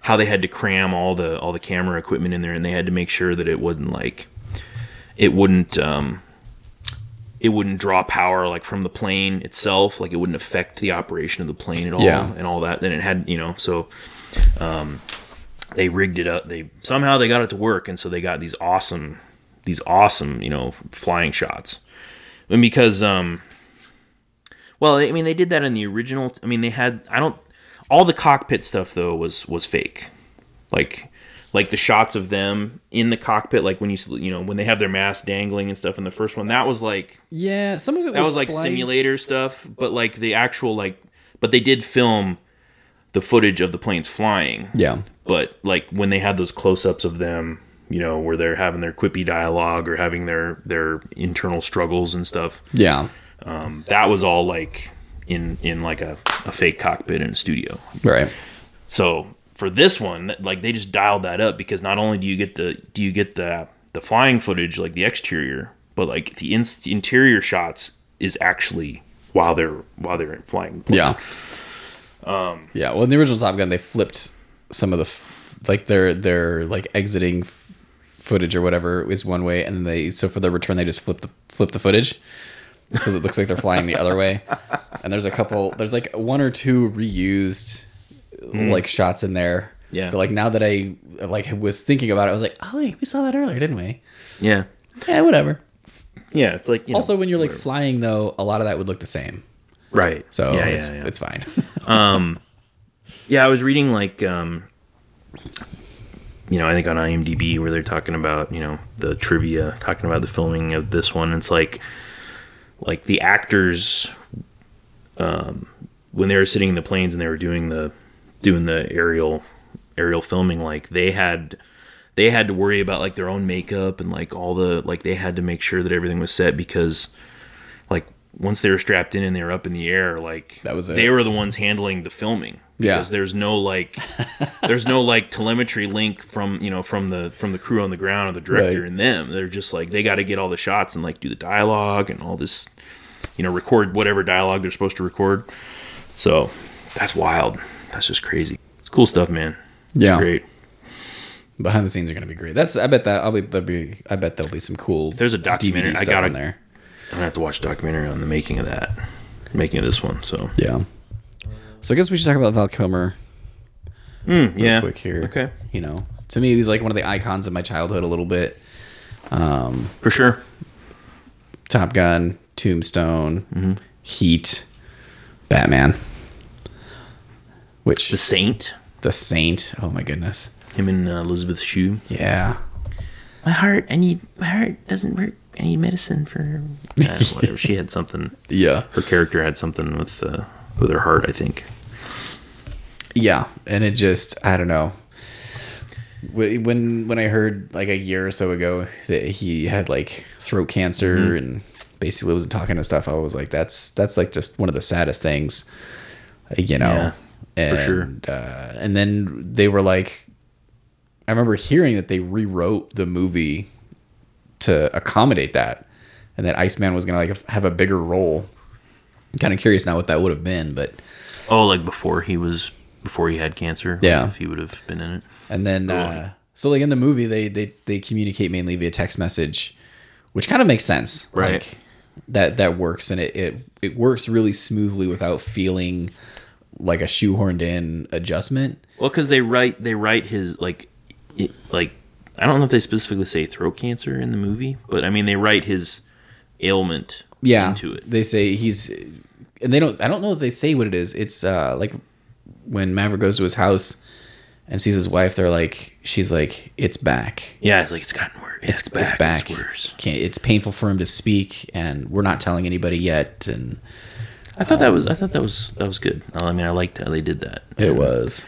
how they had to cram all the all the camera equipment in there, and they had to make sure that it wasn't like it wouldn't um, it wouldn't draw power like from the plane itself, like it wouldn't affect the operation of the plane at all,
Yeah.
and all that. Then it had you know so. Um, they rigged it up. They somehow they got it to work, and so they got these awesome, these awesome, you know, flying shots. And because, um, well, I mean, they did that in the original. I mean, they had I don't all the cockpit stuff though was was fake, like like the shots of them in the cockpit, like when you you know when they have their mask dangling and stuff in the first one. That was like
Yeah. Some of it
that was like
spliced.
simulator stuff, but like the actual like, but they did film the footage of the planes flying
Yeah.
but like when they had those close-ups of them you know where they're having their quippy dialogue or having their their internal struggles and stuff
Yeah.
um, that was all like in in like a, a fake cockpit in a studio
Right.
so for this one that- like they just dialed that up because not only do you get the do you get the the flying footage like the exterior but like the in- interior shots is actually while they're while they're flying
Yeah. Um, yeah. Well, in the original Top Gun, they flipped some of the f- like their their like exiting f- footage or whatever is one way, and they so for the return they just flipped the flip the footage. so it looks like they're flying the other way. And there's a couple, there's like one or two reused like shots in there.
Mm. Yeah.
But like now that I like was thinking about it, I was like, oh wait, we saw that earlier, didn't we?
Yeah.
Yeah, whatever.
Yeah. It's like you know,
Also, when you're like flying though, a lot of that would look the same.
right.
So
yeah,
it's,
yeah, yeah.
it's fine.
Yeah, I was reading like um you know, I think on IMDb where they're talking about, you know, the trivia, talking about the filming of this one. It's like like the actors um when they were sitting in the planes and they were doing the doing the aerial aerial filming like they had they had to worry about like their own makeup and like all the like they had to make sure that everything was set because like once they were strapped in and they were up in the air like
That was it.
they were the ones handling the filming
Yeah.
because there's
<laughs>
no like there's no like telemetry link from you know from the from the crew on the ground or the director
Right.
and them they're just like they got to get all the shots and like do the dialogue and all this you know record whatever dialogue they're supposed to record so that's wild that's just crazy it's cool stuff man It's
yeah.
great
Behind the scenes are going to be great. That's I bet that I'll be there'll be I bet there'll be some cool.
there's a documentary,
DVD
I
stuff
gotta-
in there.
i'm gonna have to watch a documentary on the making of that making of this one so
Yeah. So I guess we should talk about Val Kilmer
Mm, yeah
quick here.
okay
You know, to me, he was like one of the icons of my childhood a little bit.
for sure
Top Gun, Tombstone,
Mm-hmm.
Heat, Batman, which
the saint
The Saint. Oh my goodness.
him and uh, elizabeth shue
Yeah.
my heart i need my heart doesn't work i need medicine for uh, whatever she had something
Yeah.
her character had something with uh, with her heart i think
Yeah, and it just I don't know. Wh- When when I heard like a year or so ago that he had like throat cancer
Mm-hmm.
and basically wasn't talking and stuff, I was like, that's that's like just one of the saddest things, you know.
Yeah,
and,
for sure.
Uh, and then they were like, I remember hearing that they rewrote the movie to accommodate that, and that Iceman was gonna like have a bigger role. I'm kind of curious now what that would have been, but
oh like before he was before he had cancer like,
Yeah.
if he would have been in it
And then uh, so like in the movie they they they communicate mainly via text message, which kind of makes sense.
Right.
Like, that that works and it, it it works really smoothly without feeling like a shoehorned in adjustment.
well because they write they write his like it, like i don't know if they specifically say throat cancer in the movie but i mean they write his ailment
Yeah.
into it
They say he's and they don't I don't know if they say what it is. It's uh like when Maverick goes to his house and sees his wife, they're like she's like, It's back.
yeah it's like it's gotten worse Yeah, it's, back
it's back.
it's worse
Can't, it's painful for him to speak, and we're not telling anybody yet. And
i thought that was i thought that was that was good i mean i liked how they did that
it was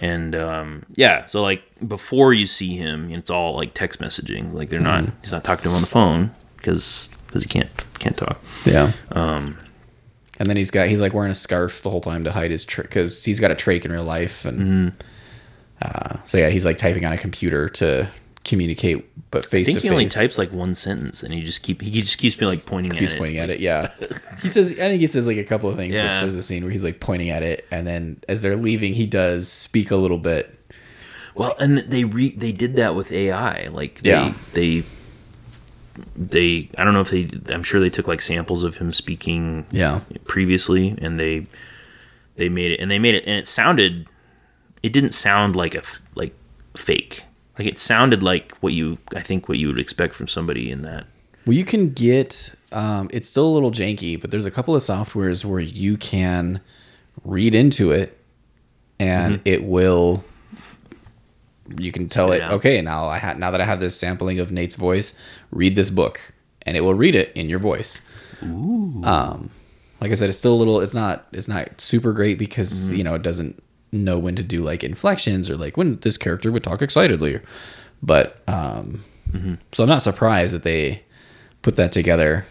and um, yeah so like before you see him it's all like text messaging like they're not
Mm-hmm.
he's not talking to him on the phone because he can't can't talk
Yeah. Um, and then he's got he's like wearing a scarf the whole time to hide his because he's got a trach in real life,
Mm-hmm.
and uh, so yeah, he's like typing on a computer to communicate, but face
i think
to
he only
face.
types like one sentence and he just keep he just keeps me like pointing
He's
at
pointing
it
at it. Yeah. <laughs> he says I think he says like a couple of things.
Yeah.
But there's a scene where he's like pointing at it, and then as they're leaving, he does speak a little bit.
well and they re they did that with ai like they
Yeah.
they they i don't know if they i'm sure they took like samples of him speaking
Yeah.
previously and they they made it and they made it and it sounded it didn't sound like a f- like fake like it sounded like what you i think what you would expect from somebody in that
Well, you can get. Um, it's still a little janky, but there's a couple of softwares where you can read into it, and it will. You can tell it,
Yeah.
okay, now I ha- now that I have this sampling of Nate's voice, read this book, and it will read it in your voice. Um, like I said, it's still a little. It's not. It's not super great because you know it doesn't know when to do like inflections or like when this character would talk excitedly, but um, so I'm not surprised that they put that together.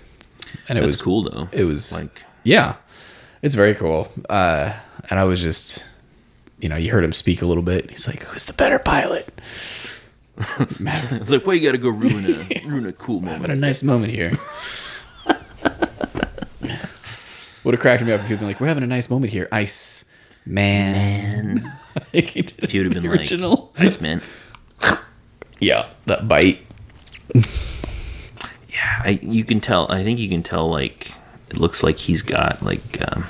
And it
that's
was
cool though
It was <laughs>
like
Yeah, it's very cool. Uh, and I was just, you know, you heard him speak a little bit. He's like, "Who's the better pilot?" Having
it's like why you gotta go ruin a
<laughs>
ruin a cool moment
a nice moment here. <laughs> Would have cracked me up if he'd been like, "We're having a nice moment here, Ice Man."
and
<laughs> Like he did
if you would have
in
been
the original.
like iceman
<laughs> yeah, that bite.
yeah I, you can tell i think you can tell like it looks like he's got like um,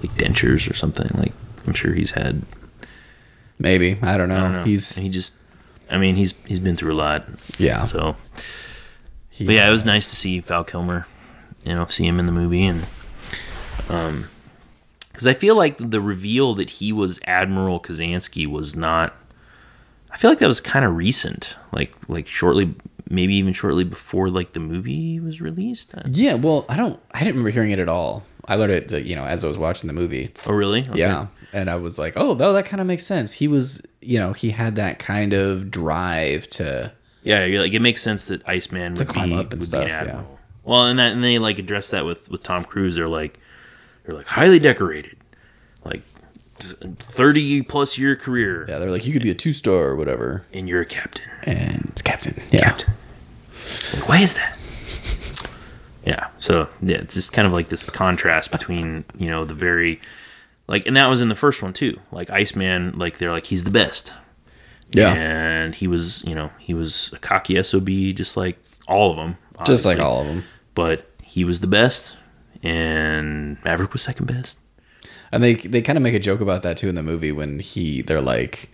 like dentures or something. Like I'm sure he's had.
Maybe I don't know.
I don't know.
He's
he just. I mean, he's he's been through a lot.
yeah.
So,
He-
but yeah, it was nice to see Val Kilmer. You know, see him in the movie and um. Because I feel like the reveal that he was Admiral Kazansky was not. I feel like that was kind of recent, like like shortly, maybe even shortly before like the movie was released. I-
Yeah. Well, I don't. I didn't remember hearing it at all. I learned it, uh, you know, as I was watching the movie.
Oh, really? Okay.
Yeah. And I was like, oh, no, that kind of makes sense. He was, you know, he had that kind of drive to.
Yeah, you're like it makes sense that Iceman would
climb
be,
up and
would
stuff,
be an
yeah.
admiral. Well, and that and they like address that with with Tom Cruise. They're like they're like highly decorated, like thirty plus year career,
Yeah, they're like, you could be a two star or whatever.
and you're a captain.
And it's Captain. Yeah.
Captain. Like, why is that? Yeah. So yeah, it's just kind of like this contrast between you know the very like, and that was in the first one too. Like Iceman, like they're like he's the best.
Yeah.
And he was, you know, he was a cocky sob, just like all of them.
Just like
obviously.
all of them.
but he was the best, and Maverick was second best.
And they they kind of make a joke about that too in the movie when he they're like,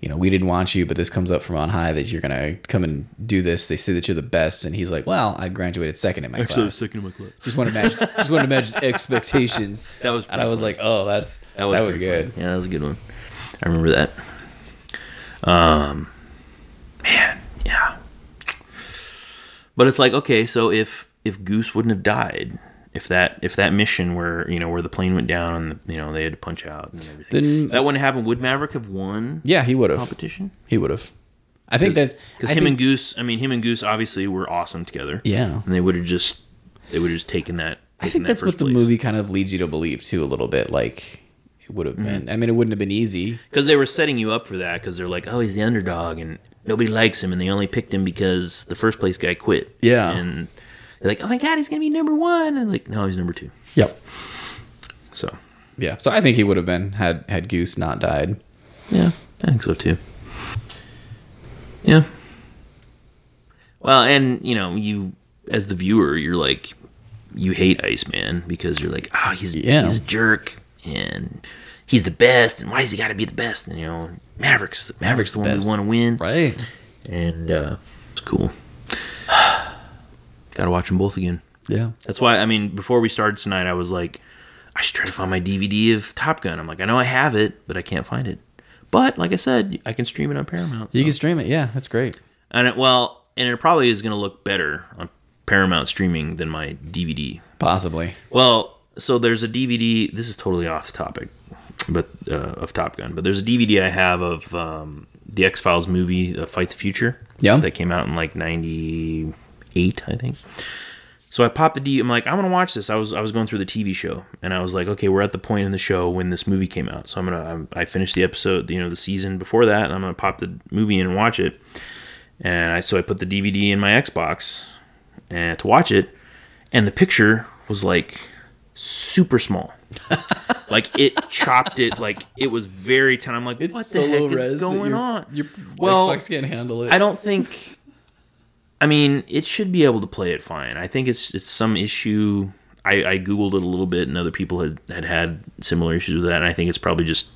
you know, we didn't want you, but this comes up from on high that you're gonna come and do this. They say that you're the best, and he's like, well, I graduated second in my class.
second in my class.
Just want to match. just want to <laughs> match expectations.
That was
And I was like, oh, that's that was,
pretty
good.
funny. Yeah, that was a good one. I remember that. Um, man, yeah. But it's like okay, so if if Goose wouldn't have died, if that if that mission where you know where the plane went down and you know they had to punch out and everything,
Then-
if that wouldn't happen. Would Maverick have won
Yeah, he would have.
competition?
He would have. I think that's
Because
I
him
think-
and Goose, I mean, him and Goose obviously were awesome together.
yeah,
and they would have just they would have just taken that.
I think
taken that
that's
first
what the
place.
movie kind of leads you to believe too a little bit. Like it would have been. I mean, it wouldn't have been easy.
because they were setting you up for that because they're like, oh, he's the underdog and nobody likes him, and they only picked him because the first place guy quit.
Yeah.
and they're like, oh my god, he's gonna be number one, and like, no, he's number two.
Yep.
So
Yeah. So I think he would have been had had Goose not died.
yeah, I think so too. Yeah. Well, and you know, you as the viewer, you're like, you hate Iceman because you're like, oh, he's
Yeah.
he's a jerk and he's the best, and why has he got to be the best? And you know, Mavericks,
Maverick's
Mavericks, the
the
one
best.
we want to win,
Right.
and uh, it's cool. <sighs> Gotta watch them both again.
Yeah.
That's why I mean, before we started tonight, I was like, I should try to find my DVD of Top Gun. I'm like, I know I have it, but I can't find it. But like I said, I can stream it on Paramount.
You can stream it. Yeah, that's great.
And it, well, and it probably is going to look better on Paramount streaming than my DVD.
Possibly.
Well, so there's a DVD. This is totally off topic, but uh, of Top Gun. But there's a DVD I have of um, the X Files movie, uh, Fight the Future.
Yeah.
That came out in like '98, I think. So I popped the D. I'm like, I want to watch this. I was I was going through the TV show, and I was like, okay, we're at the point in the show when this movie came out. So I'm gonna I'm, I finished the episode, you know, the season before that, and I'm gonna pop the movie in and watch it. And I so I put the DVD in my Xbox, and to watch it, and the picture was like super small. like it chopped it, like it was very tiny. I'm like, what the heck is going on?
<laughs> Your
Well,
Xbox can't handle it.
I don't think. I mean, it should be able to play it fine. I think it's it's some issue. I, I googled it a little bit, and other people had, had had similar issues with that. And I think it's probably just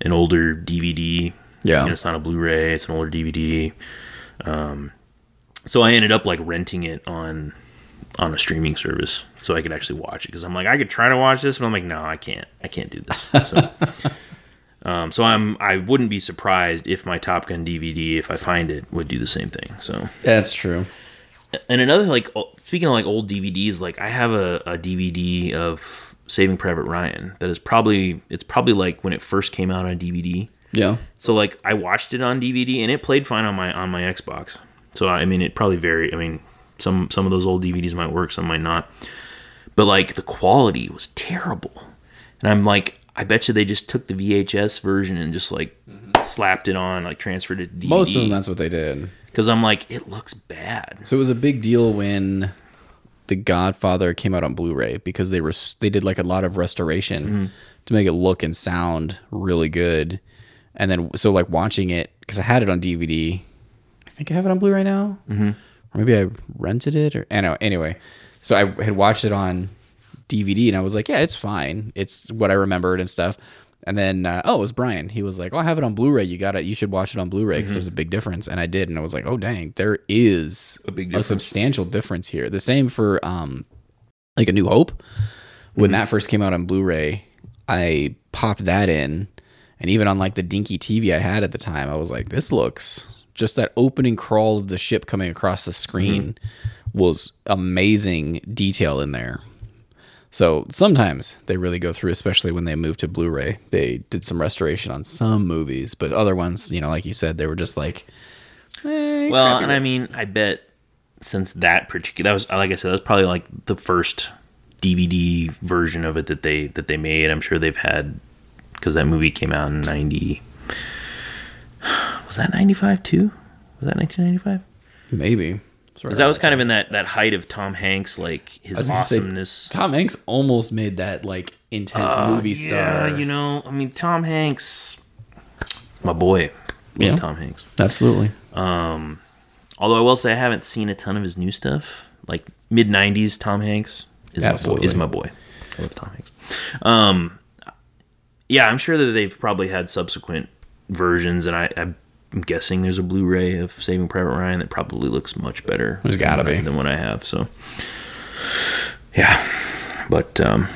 an older DVD.
Yeah.
You know, it's not a Blu-ray; it's an older DVD. Um, so I ended up like renting it on on a streaming service so I could actually watch it because I'm like I could try to watch this, but I'm like, no, I can't. I can't do this. <laughs> So. Um, so I'm I wouldn't be surprised if my Top Gun DVD, if I find it, would do the same thing. So
That's true.
and another like o- speaking of like old DVDs, like I have a, a DVD of Saving Private Ryan that is probably it's probably like when it first came out on DVD.
Yeah.
So like I watched it on DVD and it played fine on my on my Xbox. So I mean it probably varied. I mean some some of those old DVDs might work, some might not. But like the quality was terrible. And I'm like I bet you they just took the VHS version and just like slapped it on, like transferred it to
Mm-hmm.
DVD.
Most of them, that's what they did.
Cuz I'm like it looks bad.
So it was a big deal when The Godfather came out on Blu-ray because they were they did like a lot of restoration to make it look and sound really good. And then so like watching it because I had it on DVD. I think I have it on Blu-ray now, mm-hmm. or maybe I rented it or I know. Anyway, so I had watched it on DVD and I was like, yeah, it's fine. It's what I remembered and stuff. And then, uh, oh, it was Brian. He was like, oh, I have it on Blu ray. You got it. You should watch it on Blu ray because there's a big difference. And I did. And I was like, oh, dang, there is
Mm-hmm. A big
a
difference.
substantial difference here. The same for um, like A New Hope. When
Mm-hmm.
that first came out on Blu ray, I popped that in. And even on like the dinky TV I had at the time, I was like, this looks just that opening crawl of the ship coming across the screen
Mm-hmm.
was amazing detail in there. So sometimes they really go through, especially when they moved to Blu-ray. They did some restoration on some movies, but other ones, you know, like you said, they were just like, eh,
Well,
crappy.
and I mean, I bet since that particular that was uh, like I said, that was probably like the first DVD version of it that they that they made. I'm sure they've had because that movie came out in ninety. Was that ninety five too? Was that nineteen ninty five?
maybe.
Because that was kind of in that that height of Tom Hanks, like his
gonna say,
awesomeness.
Tom Hanks almost made that like intense movie star.
Oh, Yeah, you know, I mean, Tom Hanks, my boy,
Yeah.
yeah, Tom Hanks.
Absolutely.
Although I will say I haven't seen a ton of his new stuff. Like mid '90s, Tom Hanks is my boy.
Absolutely.
Is my boy. I love Tom Hanks. Um, yeah, I'm sure that they've probably had subsequent versions, and I, I'm guessing there's a Blu-ray of Saving Private Ryan that probably looks much better.
There's gotta
than-
be.
than what I have. So, yeah, but um,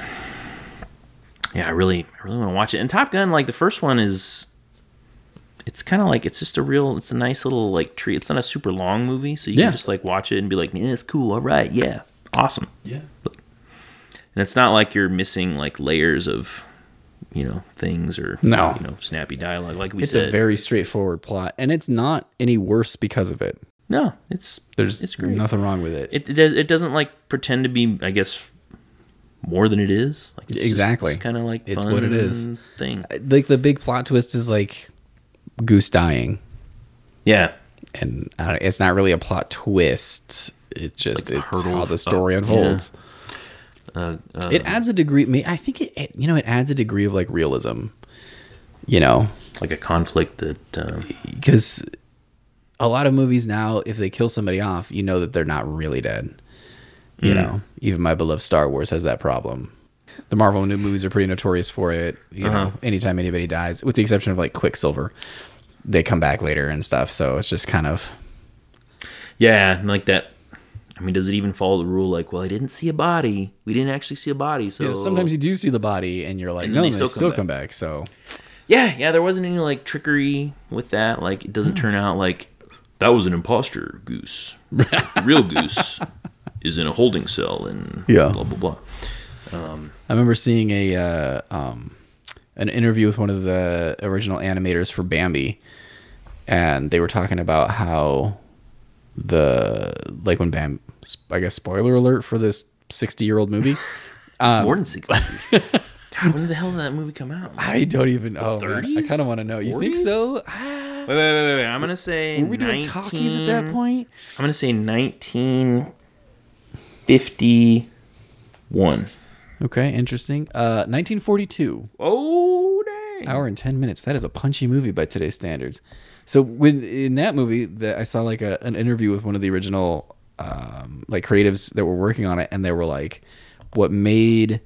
yeah, I really, I really want to watch it. And Top Gun, like the first one is. It's kind of like it's just a real, it's a nice little like treat. It's not a super long movie, so you
Yeah.
can just like watch it and be like, "Yeah, it's cool. All right, yeah, awesome."
Yeah.
and it's not like you're missing like layers of you know things or
No.
you know snappy dialogue like we
It's a
said
very straightforward plot, and it's not any worse because of it.
no it's
There's
it's great
nothing wrong with it.
it it, does, it doesn't like pretend to be i guess more than it is like it's
Exactly.
kind of like
It's what it is.
fun thing
Like the big plot twist is like Goose dying.
yeah
and uh, it's not really a plot twist. It just
like a
it's
hurdle
how the
f-
story
uh,
unfolds.
uh, uh,
It adds a degree. may- I think it, it you know it adds a degree of like realism. You know,
like a conflict that um,
because a lot of movies now, if they kill somebody off, you know that they're not really dead. You know, even my beloved Star Wars has that problem. The Marvel new movies are pretty notorious for it. You know, anytime anybody dies, with the exception of like Quicksilver, they come back later and stuff. So it's just kind of
yeah and like that i mean does it even follow the rule like well i didn't see a body we didn't actually see a body so
Yeah, sometimes you do see the body and you're like,
And
no,
then
they,
they
still,
still come
come back. So
Yeah, yeah, there wasn't any like trickery with that. Like it
Hmm.
doesn't turn out like that was an imposter
<laughs>
goose. the real goose is in a holding cell and
Yeah.
blah blah blah.
I remember seeing a uh, um, an interview with one of the original animators for Bambi, and they were talking about how the like when Bam, I guess spoiler alert for this sixty year old movie. Um,
More than six. God, when the hell did that movie come out? Wait,
<laughs> I don't even know. I
30s?
kind of want to know. You think
40s?
so? Ah,
wait, wait, wait, wait. I'm gonna say
Were we doing talkies at
19
that point?
I'm gonna say 1951.
Okay, interesting. Uh, 1942.
Oh dang!
hour and 10 minutes that is a punchy movie by today's standards so when in that movie that i saw like a, an interview with one of the original um, like creatives that were working on it and they were like what made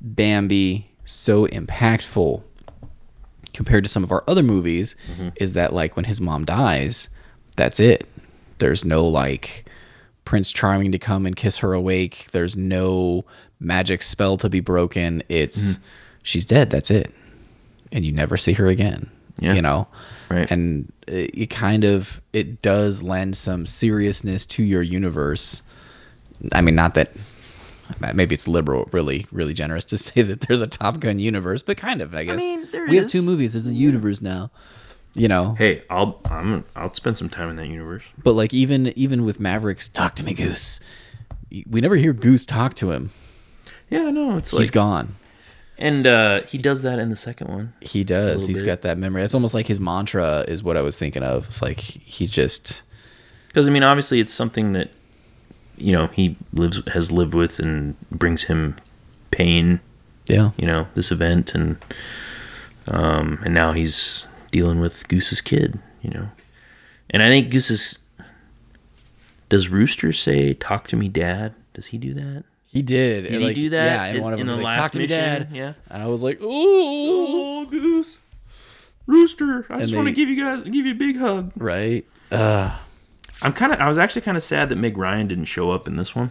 bambi so impactful compared to some of our other movies
Mm-hmm.
is that like when his mom dies that's it there's no like prince charming to come and kiss her awake there's no magic spell to be broken it's
Mm-hmm.
she's dead that's it and you never see her again.
Yeah.
You know,
Right.
and it, it kind of it does lend some seriousness to your universe. I mean, not that maybe it's liberal, really, really generous to <laughs> say that there's a Top Gun universe, but kind of, I guess.
mean, there
we have
is.
two movies. There's a universe now. You know,
Hey, I'll I'm I'll spend some time in that universe.
but like even even with Mavericks, talk to me, Goose. We never hear Goose talk to him.
Yeah, no, it's
He's
like
gone.
and uh, he does that in the second one.
He does.
little
He's
bit.
got that memory. It's almost like his mantra is what I was thinking of. It's like he just
Because I mean, obviously, it's something that you know he lives has lived with and brings him pain.
yeah.
You know this event, and um, and now he's dealing with Goose's kid. You know, and I think Goose's does Rooster say "Talk to me, Dad" Does he do that?
He did.
Did
and,
he
like,
do that
Yeah, and
in-
one of
in
them
the
was like,
last
"Talk to me,
mission?"
Dad."
Yeah.
and I was like, "Ooh,
Oh, goose, rooster! I just want to
they-
give you guys give you a big hug.
right." Uh,
I'm kind of I was actually kind of sad that Meg Ryan didn't show up in this one,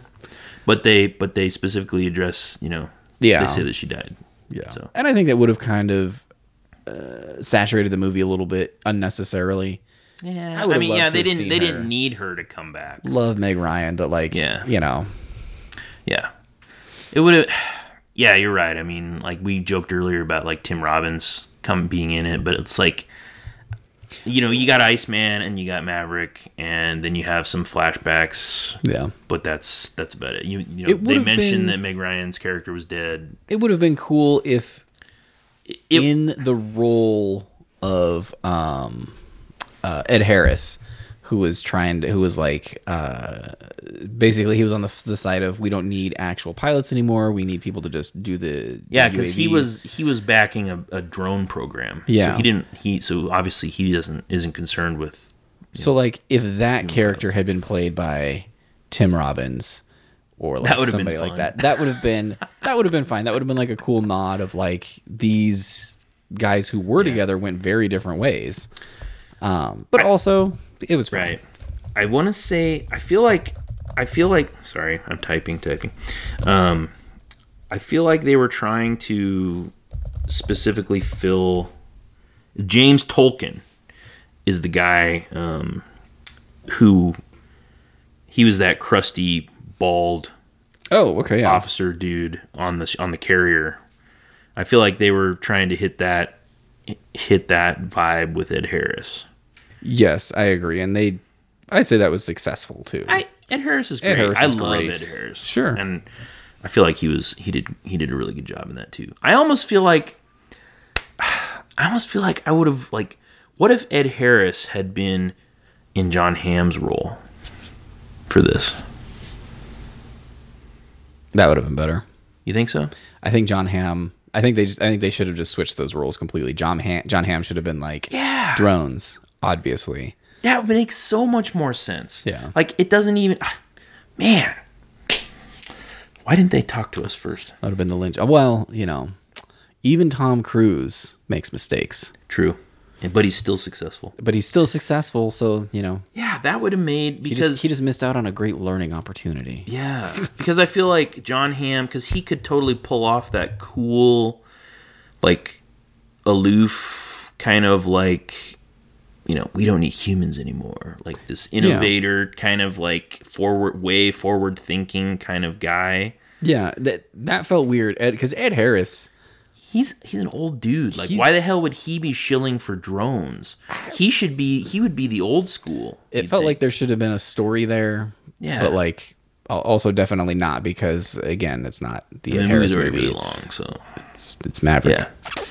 but they but they specifically address you know
Yeah.
they say that she died.
yeah.
So.
And I think that would have kind of uh, saturated the movie a little bit unnecessarily.
Yeah,
I
I,
would've
mean,
loved
yeah,
to
they
have
didn't
seen
they
her.
didn't need her to come back.
Love Meg Ryan, but like,
Yeah.
you know,
Yeah, it would have. <sighs> Yeah, you're right. I mean, like we joked earlier about like Tim Robbins come being in it, but it's like, you know, you got Iceman and you got Maverick, and then you have some flashbacks,
yeah.
but that's that's about it. You you know,
It
they
would've
mentioned
been-
that Meg Ryan's character was dead.
It would have been cool if
It- it-
in the role of um, uh, Ed Harris, who was trying to, who was like, uh, basically, he was on the, the side of we don't need actual pilots anymore. We need people to just do the
yeah,
the
because he
UAVs."
was he was backing a, a drone program. so
Yeah.
he didn't he so obviously he doesn't isn't concerned with
So like, if that character had been played by Tim Robbins or like
That would've been
somebody like
fun.
that, that would have been that would have been fine. That would have been like a cool nod of like these guys who were together went very different ways. Um, but also, it was fine.
Right. I want to say I feel like I feel like sorry, I'm typing typing. Um I feel like they were trying to specifically fill James Tolkien is the guy um who he was that crusty bald
Oh, okay. Yeah.
officer dude on the on the carrier. I feel like they were trying to hit that hit that vibe with Ed Harris.
Yes, I agree. And they, I'd say that was successful too.
I Ed Harris is great.
Ed Harris
I
is
love
great.
Ed Harris.
Sure.
And I feel like he was he did he did a really good job in that too. I almost feel like <sighs> I almost feel like I would have like what if Ed Harris had been in John Hamm's role for this?
that would have been better.
You think so?
I think John Ham. I think they just. I think they should have just switched those roles completely. John Ham. John Ham should have been like
Yeah.
drones, obviously.
That makes so much more sense.
Yeah.
Like it doesn't even ah, man. Why didn't they talk to us first?
That would have been the Lynch. Well, you know, even Tom Cruise makes mistakes,
True. And but he's still successful.
but he's still successful. So you know,
Yeah, that would have made
he
because
just, he just missed out on a great learning opportunity.
Yeah, <laughs> because I feel like John Hamm, because he could totally pull off that cool, like, aloof kind of like, you know, we don't need humans anymore. Like this innovator kind of like forward, way forward thinking kind of guy.
Yeah, that that felt weird. Because Ed Harris.
He's he's an old dude. Like,
He's-
why the hell would he be shilling for drones? He should be. He would be the old school.
it
you'd
felt
think.
like there should have been a story there.
Yeah.
But like al- also definitely not because again, it's not the,
the
Harris
movies already
movie.
really long.
It's,
So
it's it's Maverick.
Yeah.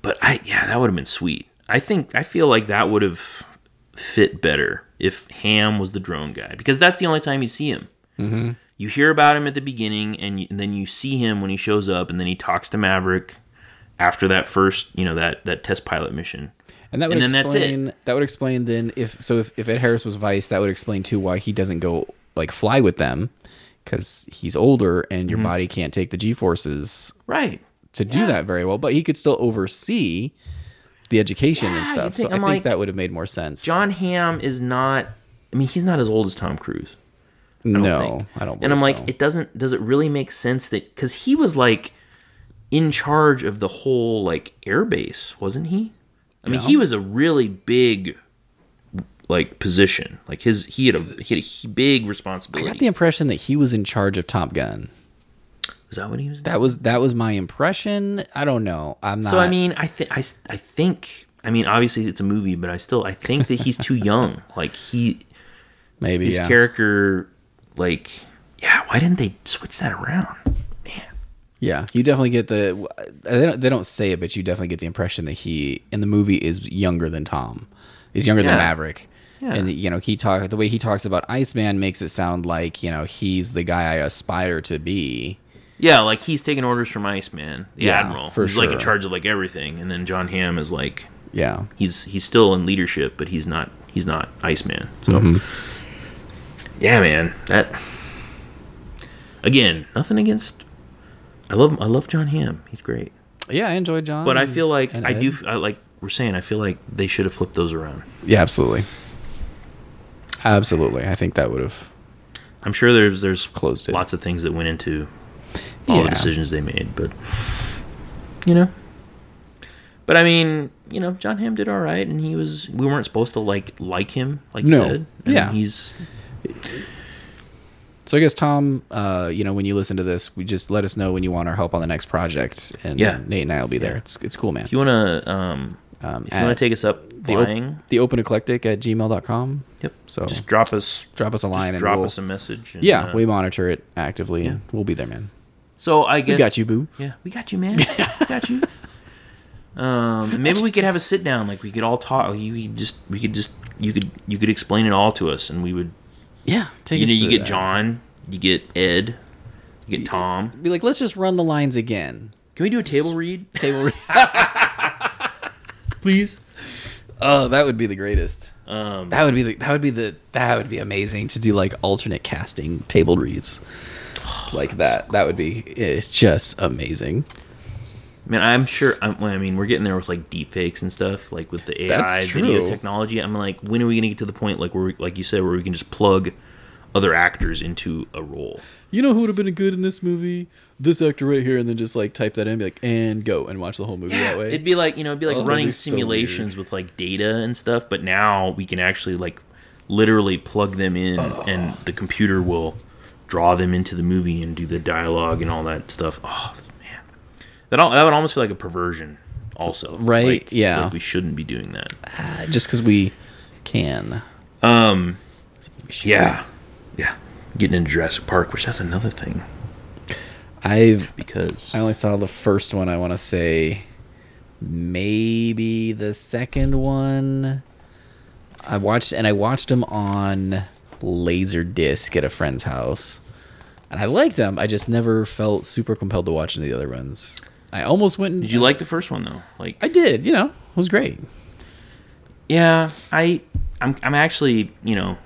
But I yeah, that would have been sweet. I think I feel like that would have fit better if Ham was the drone guy because that's the only time you see him. Mm-hmm. You hear about him at the beginning, and, you, and then you see him when he shows up, and then he talks to Maverick after that first you know that that test pilot mission.
And that would
And then that's it.
explain that would explain then if so if, if Ed Harris was Vice, that would explain too why he doesn't go like fly with them because he's older and
Mm-hmm.
your body can't take the G forces
Right.
to do that very well. But he could still oversee the education
Yeah,
and
you
stuff.
think-
so i
I'm
think
like-
that would have made more sense.
John Ham is not. I mean, he's not as old as Tom Cruise. I don't
no,
think.
I don't.
And I'm
believe
like,
so.
it doesn't. Does it really make sense that because he was like in charge of the whole like airbase, wasn't he? I mean, he was a really big like position. Like his, he had a he had a hu- big
I
responsibility.
got the impression that he was in charge of Top Gun.
Is that what he was?
That was that was my impression. I don't know. I'm not.
so I mean, I think I s- I think I mean, obviously it's a movie, but I still I think that he's too young. Like he
maybe
his
yeah.
character like yeah. Why didn't they switch that around? Man.
yeah, you definitely get the. They don't, they don't say it, but you definitely get the impression that he in the movie is younger than Tom, is younger
Yeah.
than Maverick. And you know he talk the way he talks about Iceman makes it sound like you know he's the guy I aspire to be.
Yeah, like he's taking orders from Iceman, the
Yeah,
admiral,
for
who's like in
sure.
charge of like everything, and then John Hamm is like
Yeah,
he's he's still in leadership, but he's not he's
Mm-hmm.
not Iceman. So yeah, man, that Again, nothing against. I love I love John Hamm. He's great.
Yeah, I enjoyed John.
But I
and-
feel like
Mm-hmm. and
I
Ed.
do. I like we're saying. I feel like they should have flipped those around.
Yeah, absolutely. Absolutely. I think that would have
I'm sure there's there's
Closed it.
lots of things that went into all
Yeah.
the decisions they made, but you know. But I mean, you know, John Hamm did all right, and he was. We weren't supposed to like like him, like
No.
you said. And
Yeah.
he's
So I guess Tom, uh, you know, when you listen to this, we just let us know when you want our help on the next project, and
Yeah.
Nate and I will be there. It's it's cool, man.
If you wanna, um,
Um,
if you wanna
at
take us up
the, op-
flying,
the open eclectic at gmail.com.
yep.
So
just drop us,
drop us a
just
line and
drop
we'll,
us a message. and,
yeah,
uh,
we monitor it actively, and we'll be there, man.
so I guess
We got you, boo.
Yeah, we got you, man. we got you. <laughs> Um, maybe we could have a sit down. Like we could all talk. You we just we could just you could you could explain it all to us, and we would.
Yeah, take
You
us
know, you
through
get
that.
John, you get Ed, you get Tom.
Be like, let's just run the lines again.
Can we do a
<laughs>
table read,
Table.
<laughs>
re-
please?
oh, that would be the greatest.
Um,
That would be the that would be the that would be amazing to do like alternate casting table
<sighs>
reads like that. That would be it's just amazing.
man, I'm sure. I'm, well, I mean, we're getting there with like deep fakes and stuff, like with the
That's
AI video
true.
technology. I'm like, when are we gonna get to the point, like where, we- like you said, where we can just plug other actors into a role?
You know who would have been good in this movie? This actor right here, and then just like type that in, be like, and go and watch the whole movie that way.
It'd be like you know, it'd be like
Oh, that'd
running
be so
simulations with like data and stuff, but now we can actually like literally plug them in and the computer will draw them into the movie and do the dialogue and all that stuff. Oh man. That all that would almost feel like a perversion also.
Right,
Like-
yeah.
Like we shouldn't be doing that.
Ah, just because we can.
Um Yeah. Yeah. Getting into Jurassic Park, which that's another thing.
I've
Because
I only saw the first one. I want to say maybe the second one. I watched and I watched them on laser disc at a friend's house, and I liked them. I just never felt super compelled to watch any of the other ones. I almost went. And,
did you like the first one though? Like
I did. You know, it was great.
Yeah, I I'm I'm actually, you know,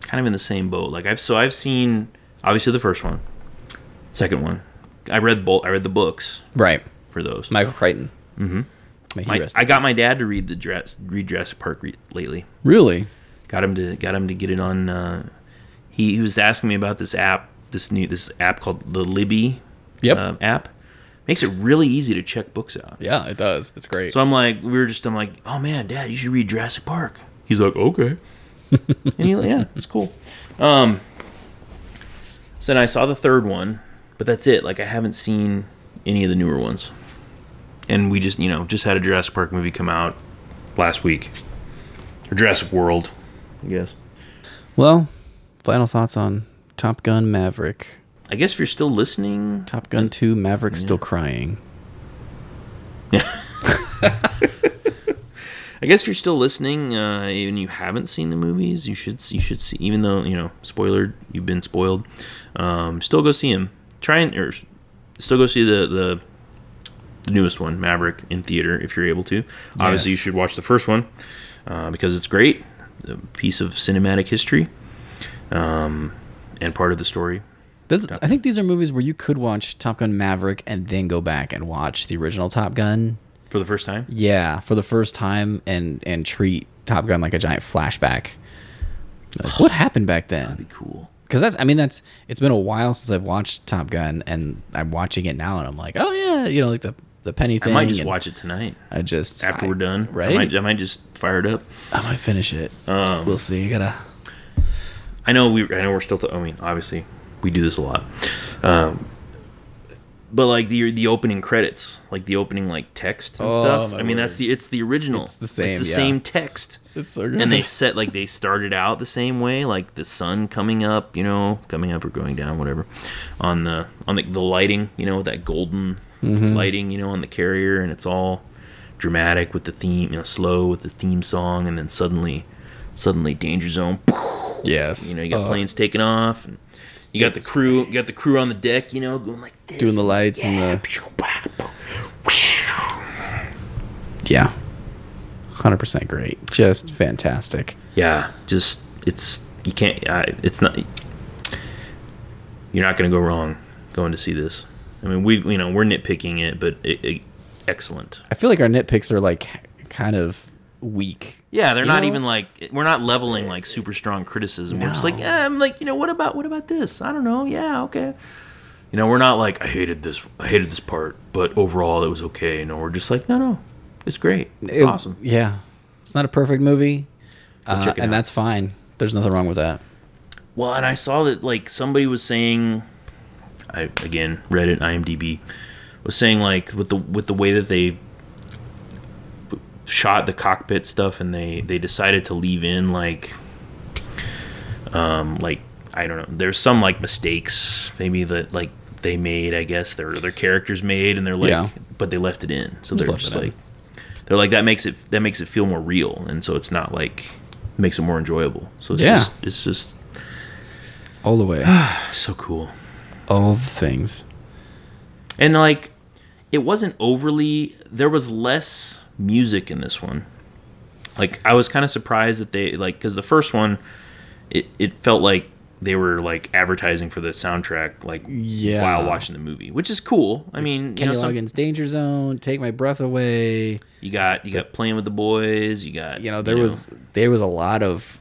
kind of in the same boat. Like I've so I've seen obviously the first one, second one. I read both I read the books
Right,
for those.
Michael Crichton. Mm-hmm.
My- I got my dad to read the dress read Jurassic Park re- lately.
really.
Got him to got him to get it on uh he, he was asking me about this app, this new this app called the Libby
Yep.
um, app. Makes it really easy to check books out.
yeah, it does. It's great.
So I'm like, we were just, I'm like, oh man, Dad, you should read Jurassic Park. He's like, okay. <laughs> and he, yeah, it's cool. Um, so then I saw the third one, but that's it. Like I haven't seen any of the newer ones. And we just, you know, just had a Jurassic Park movie come out last week, or Jurassic World, I guess.
well, final thoughts on Top Gun Maverick.
I guess if you're still listening,
Top Gun 2, Maverick still crying.
<laughs> I guess if you're still listening uh, and you haven't seen the movies, you should you should see. Even though you know, spoiler, you've been spoiled. Um, still go see him. Try and or s- still go see the the, the newest one, Maverick, in theater if you're able to. Obviously, you
Yes.
should watch the first one uh, because it's great, a piece of cinematic history, um, and part of the story.
This, I think these are movies where you could watch Top Gun Maverick and then go back and watch the original Top Gun.
For the first time,
Yeah, for the first time and and treat Top Gun like a giant flashback. Like,
<sighs>
what happened back then?
that'd be cool.
Because that's I mean that's it's been a while since I've watched Top Gun and I'm watching it now and I'm like oh yeah you know like the the penny
I
thing.
might just
and
watch it tonight
I just
after
I-
we're done.
right?
I might, I might just Um, fire it up.
I might finish it. we'll see. You gotta
I know we. I know we're still. I mean, obviously, we do this a lot. Um, but like the the opening credits, like the opening like text and
Oh,
stuff.
my
I mean, that's the it's the original.
It's the
It's
same,
the
yeah.
same text.
It's so good.
And they set like they started out the same way, like the sun coming up, you know, coming up or going down, whatever, on the on the, the lighting, you know, that golden
Mm-hmm.
lighting, you know, on the carrier, and it's all dramatic with the theme, you know, slow with the theme song, and then suddenly, suddenly, danger zone.
yes
You know, you
Oh,
got planes taking off, and you got the crew. You got the crew on the deck. You know, going like this,
doing the lights and the Yeah. 100% great. Just fantastic.
Yeah, just it's you can't. I it's not. you're not going to go wrong going to see this. I mean, we you know we're nitpicking it, but it, it, excellent.
I feel like our nitpicks are like kind of weak.
Yeah, they're
You
not
know?
even like we're not leveling like super strong criticism. We're just like,
No.
yeah, I'm like, you know, what about what about this? I don't know. Yeah, okay. You know, we're not like I hated this. I hated this part, but overall it was okay. No, we're just like, no, no, it's great. It's
It-
awesome.
Yeah, it's not a perfect movie, uh,
check it
and
out.
that's fine. There's nothing wrong with that.
Well, and I saw that like somebody was saying, I again read it. IMDb was saying like with the with the way that they shot the cockpit stuff, and they they decided to leave in like um like I don't know. There's some like mistakes maybe that like they made. I guess their their characters made, and they're like,
Yeah.
but they left it in. So
Just
they're
left
just
it in.
like they're like that makes it that makes it feel more real, and so it's not like makes it more enjoyable. So it's
Yeah.
just it's just
All the
<sighs>
way,
so cool.
all the things.
And like it wasn't overly there was less music in this one. Like I was kind of surprised that they like cuz the first one it it felt like they were like advertising for the soundtrack like
Yeah.
while watching the movie, which is cool. I mean, you know
Kenny
some,
Loggins, Danger Zone, Take My Breath Away.
you got you got playing with the boys, you got
You know, there was there was a lot of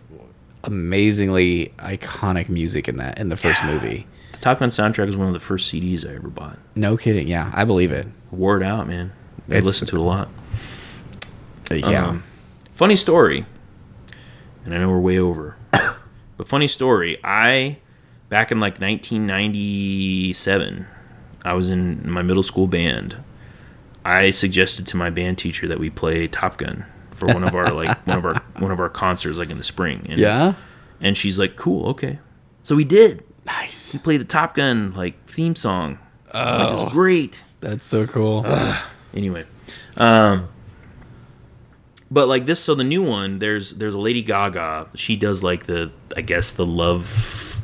amazingly iconic music in that in the first
Yeah.
movie.
the Top Gun soundtrack was one of the first CDs I ever bought.
No kidding. Yeah, I believe it.
Wore it out, man. I
It's-
listened to it a lot.
Uh, yeah.
Um, funny story, and I know we're way over, <coughs> but funny story. I back in like 1997, I was in my middle school band. I suggested to my band teacher that we play Top Gun for one of our
<laughs>
like one of our one of our concerts like in the spring. And,
yeah.
and she's like, "Cool, okay." So we did.
Nice.
We played the Top Gun like theme song. Like, it
Oh,
was great.
that's so
<sighs>
cool.
Anyway, um, but like this, so the new one, there's there's a Lady Gaga. She does like the I guess the love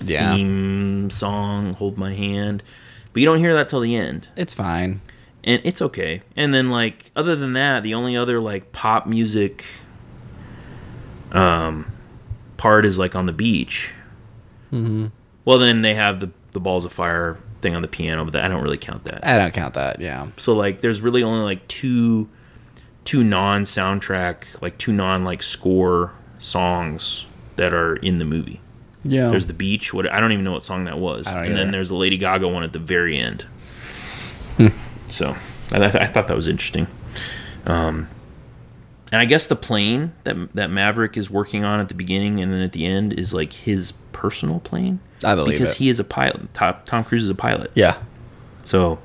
yeah.
theme song, "Hold My Hand," but you don't hear that till the end,
It's fine.
and it's okay. And then like other than that, the only other like pop music, um, part is like on the beach. Well, then they have the the Balls of Fire thing on the piano, but I don't really count that.
I don't count that. Yeah.
So like there's really only like two two non soundtrack, like two non like score songs that are in the movie.
Yeah.
There's the beach, what I don't even know what song that was.
I
And
don't
then
either. Hmm.
there's the Lady Gaga one at the very end. so I, I I thought that was interesting. Um and I guess the plane that that Maverick is working on at the beginning and then at the end is like his personal plane
I believe
because
it.
he is a pilot. Tom, Tom Cruise is a pilot.
yeah.
So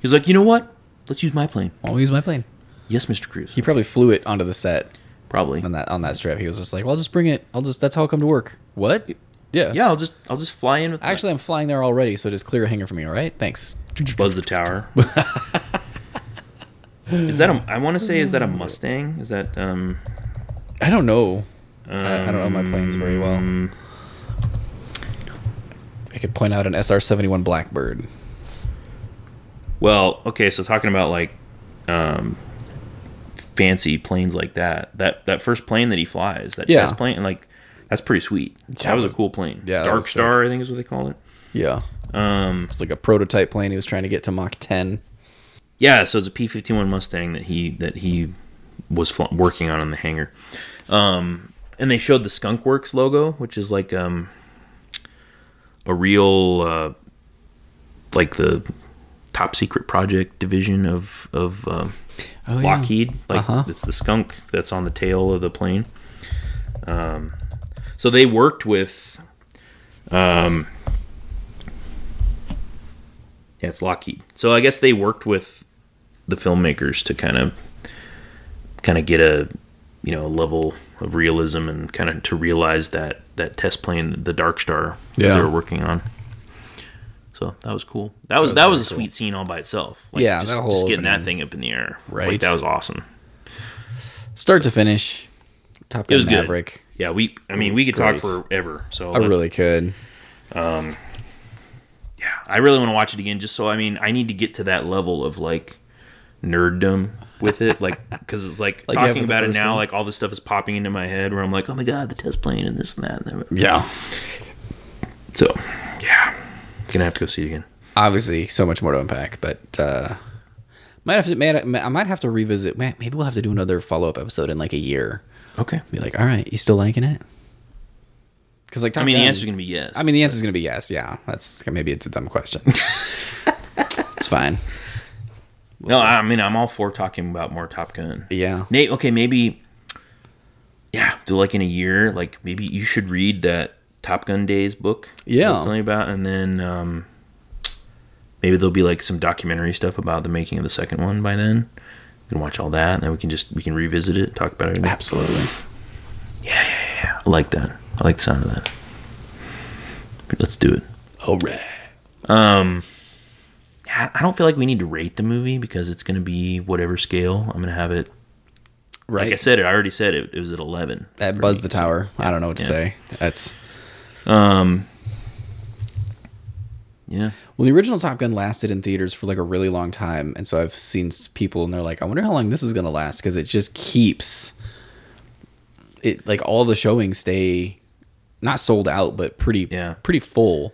he's like, you know what? Let's use my plane.
I'll use my plane.
Yes, Mr. Cruz.
He probably flew it onto the set
Probably.
on that on that strip. He was just like, "Well, I'll just bring it. I'll just that's how I'll come to work." What? Yeah.
Yeah, I'll just I'll just fly in with my-
Actually, I'm flying there already, so just clear a hangar for me. All right. Thanks. <laughs>
buzz the tower. is that a? I want to say is that a Mustang? Is that um?
I don't know. I, I don't know my planes very well.
Um.
I could point out an SR-71 Blackbird.
Well, okay. So talking about like, um, fancy planes like that. That that first plane that he flies, that
Yeah.
test plane, like that's pretty sweet. that was,
was-
a cool plane.
yeah, that
Dark
was sick.
Star, I think is what they call it.
Yeah. Um, it's like a prototype plane he was trying to get to Mach 10.
Yeah, so it's a P fifty one Mustang that he that he was fl- working on in the hangar, um, and they showed the Skunk Works logo, which is like um, a real uh, like the top secret project division of of um
Oh, yeah.
Lockheed. Like
Uh-huh.
it's the skunk that's on the tail of the plane. Um, so they worked with. Um, yeah, it's Lockheed. So I guess they worked with the filmmakers to kind of kind of get a you know a level of realism and kind of to realize that that test plane, the Dark Star, that
Yeah.
they were working on. So that was cool. That was
was
that was,
very
a
cool.
sweet scene all by itself. Like,
Yeah,
just,
that
just
whole
getting that
opening.
thing up in the air.
Right.
Like, that was awesome.
Start to finish. Top Gun
It was good.
Maverick.
Yeah, we. I mean, we could talk
Great.
forever. So
I really could.
yeah, I really want to watch it again. Just so I mean, I need to get to that level of like nerddom with it, like because it's <laughs> like,
Like you have
talking
with the
about it
first
now,
one?
like all this stuff is popping into my head where I'm like, oh my god, the test plane and this and that. And that.
Yeah.
So yeah, Gonna have to go see it again.
Obviously, so much more to unpack, but uh, might have to. May, I might have to revisit. may- Maybe we'll have to do another follow up episode in like a year.
Okay.
Be like, all right, you still liking it? Because like,
I mean, the answer's
answer.
gonna be yes.
I mean, the answer's gonna be yes. Yeah, that's maybe it's a dumb
<laughs>
question. it's fine.
no, I mean, I'm all for talking about more Top Gun.
Yeah.
Nate, okay, maybe. Yeah, do like in a year, like maybe you should read that Top Gun Days book. that I
Yeah.
was telling you about, and then um, maybe there'll be like some documentary stuff about the making of the second one by then. You can watch all that, and then we can just we can revisit it, talk about it. Again.
Absolutely.
I like that. I like the sound of that. Let's do it.
All right.
I I don't feel like we need to rate the movie because it's going to be whatever scale. I'm going to have it.
Right.
Like I said, it. I already said it. It was at 11.
that Buzz the Tower. I don't know what to say. That's
Yeah.
well, the original Top Gun lasted in theaters for like a really long time, and so I've seen s- people and they're like, I wonder how long this is gonna last because it just keeps it like all the showings stay not sold out, but pretty
Yeah.
pretty full.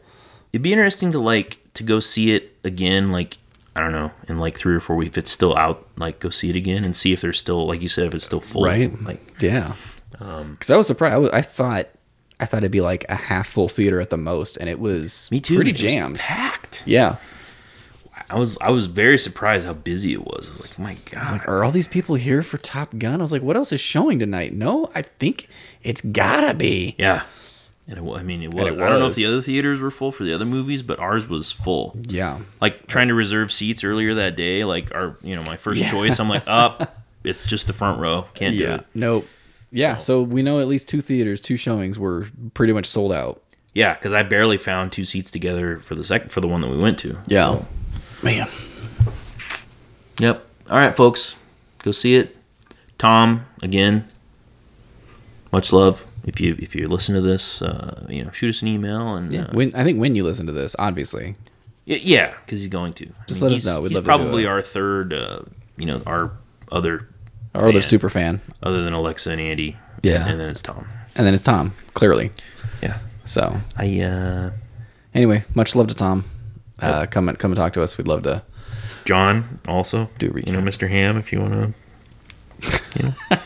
It'd be interesting to like to go see it again. Like I don't know, in like three or four weeks, if it's still out, like go see it again and see if there's still, like you said, if it's still full.
Right.
Like
Yeah.
Um,
Because I was surprised. I, was, I thought I thought it'd be like a half full theater at the most, and it was
me too.
pretty
it was
jammed.
packed.
Yeah.
I was I was very surprised how busy it was. I was like, my god.
Like, are all these people here for Top Gun? I was like, what else is showing tonight? No, I think it's gotta be.
yeah. And it, wa- I mean, it was.
it
I don't know if
was.
the other theaters were full for the other movies, but ours was full.
Yeah.
like trying to reserve seats earlier that day like our you know my first
Yeah.
choice i'm like
<laughs>
up it's just the front row can't do
Yeah.
it
Nope. Yeah. So. we know at least two theaters, two showings were pretty much sold out.
yeah because i barely found two seats together for the second for the one that we went to
Yeah. Man.
yep all right folks go see it tom again much love if you if you listen to this uh, you know shoot us an email and
Yeah.
uh,
When I think when you listen to this, obviously.
Y- Yeah, because he's going to.
Just
I
let us
he's-
know. We'd
he's
love to do
probably
it.
our third, uh, you know, our other,
Our other
Fan.
super fan.
other than Alexa and Andy.
Yeah.
and then it's Tom.
And then it's Tom, clearly.
Yeah,
So
I. uh
anyway, much love to Tom. Uh, come and come and talk to us. We'd love to
John also.
Do
you know
recap.
Mr. Ham if you want to you
<laughs>
know,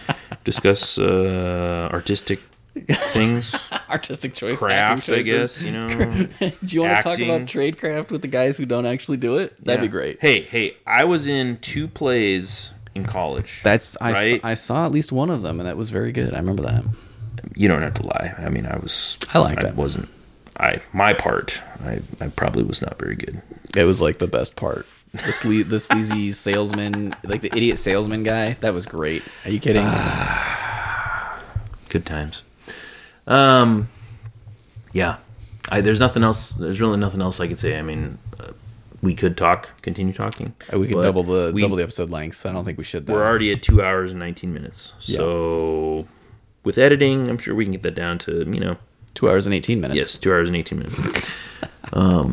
discuss uh, artistic
<laughs>
things,
<laughs> artistic choice.
craft, I guess.
<laughs>
You know,
Do you want to talk
Acting.
about trade craft with the guys who don't actually do it? That'd be
Yeah.
great.
Hey, hey, I was in two plays in college.
That's I, s-
Right?
I saw at least one of them, and that was very good. I remember that.
you don't have to lie. I mean, I was.
I liked
I
it.
wasn't. I my part. I, I probably was not very good.
It was like the best part. The, sle- the sleazy <laughs> salesman, like the idiot salesman guy. That was great. Are you kidding?
Ah, Good times. Um, yeah. I, there's nothing else. There's really nothing else I could say. I mean, uh, we could talk, continue talking.
Uh, we could
but
double the
we-
double the episode length. I don't think we should. Though.
We're already at two hours and 19 minutes. So with editing, I'm sure we can get that down to, you know,
Two hours and eighteen minutes.
yes, two hours and 18 minutes. um,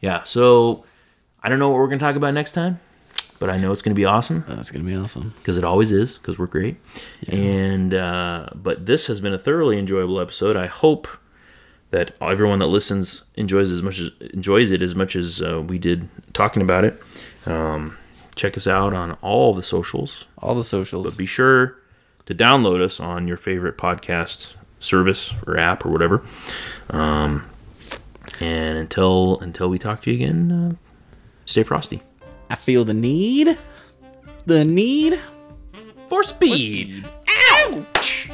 yeah. So I don't know what we're going to talk about next time, but I know it's going to be awesome
that's gonna be awesome.
because it always is because we're great. And, uh, but this has been a thoroughly enjoyable episode. I hope that everyone that listens enjoys as much as enjoys it as much as uh, we did talking about it. Um, check us out on all the socials
All the socials.
be sure to download us on your favorite podcast service or app or whatever. Um, and until until we talk to you again, uh, stay frosty.
I feel the need. The need.
For speed.
Ouch.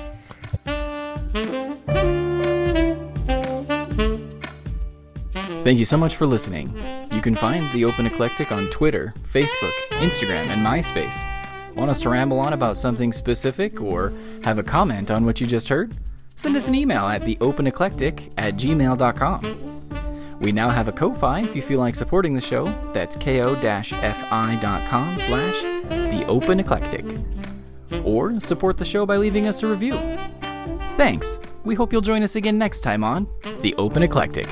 Thank you so much for listening. You can find The Open Eclectic on Twitter, Facebook, Instagram, and MySpace. Want us to ramble on about something specific or have a comment on what you just heard? Send us an email at theopeneclectic at gmail.com. We now have a Ko-Fi if you feel like supporting the show. That's ko-fi.com slash the open eclectic. Or support the show by leaving us a review. Thanks. We hope you'll join us again next time on The Open Eclectic.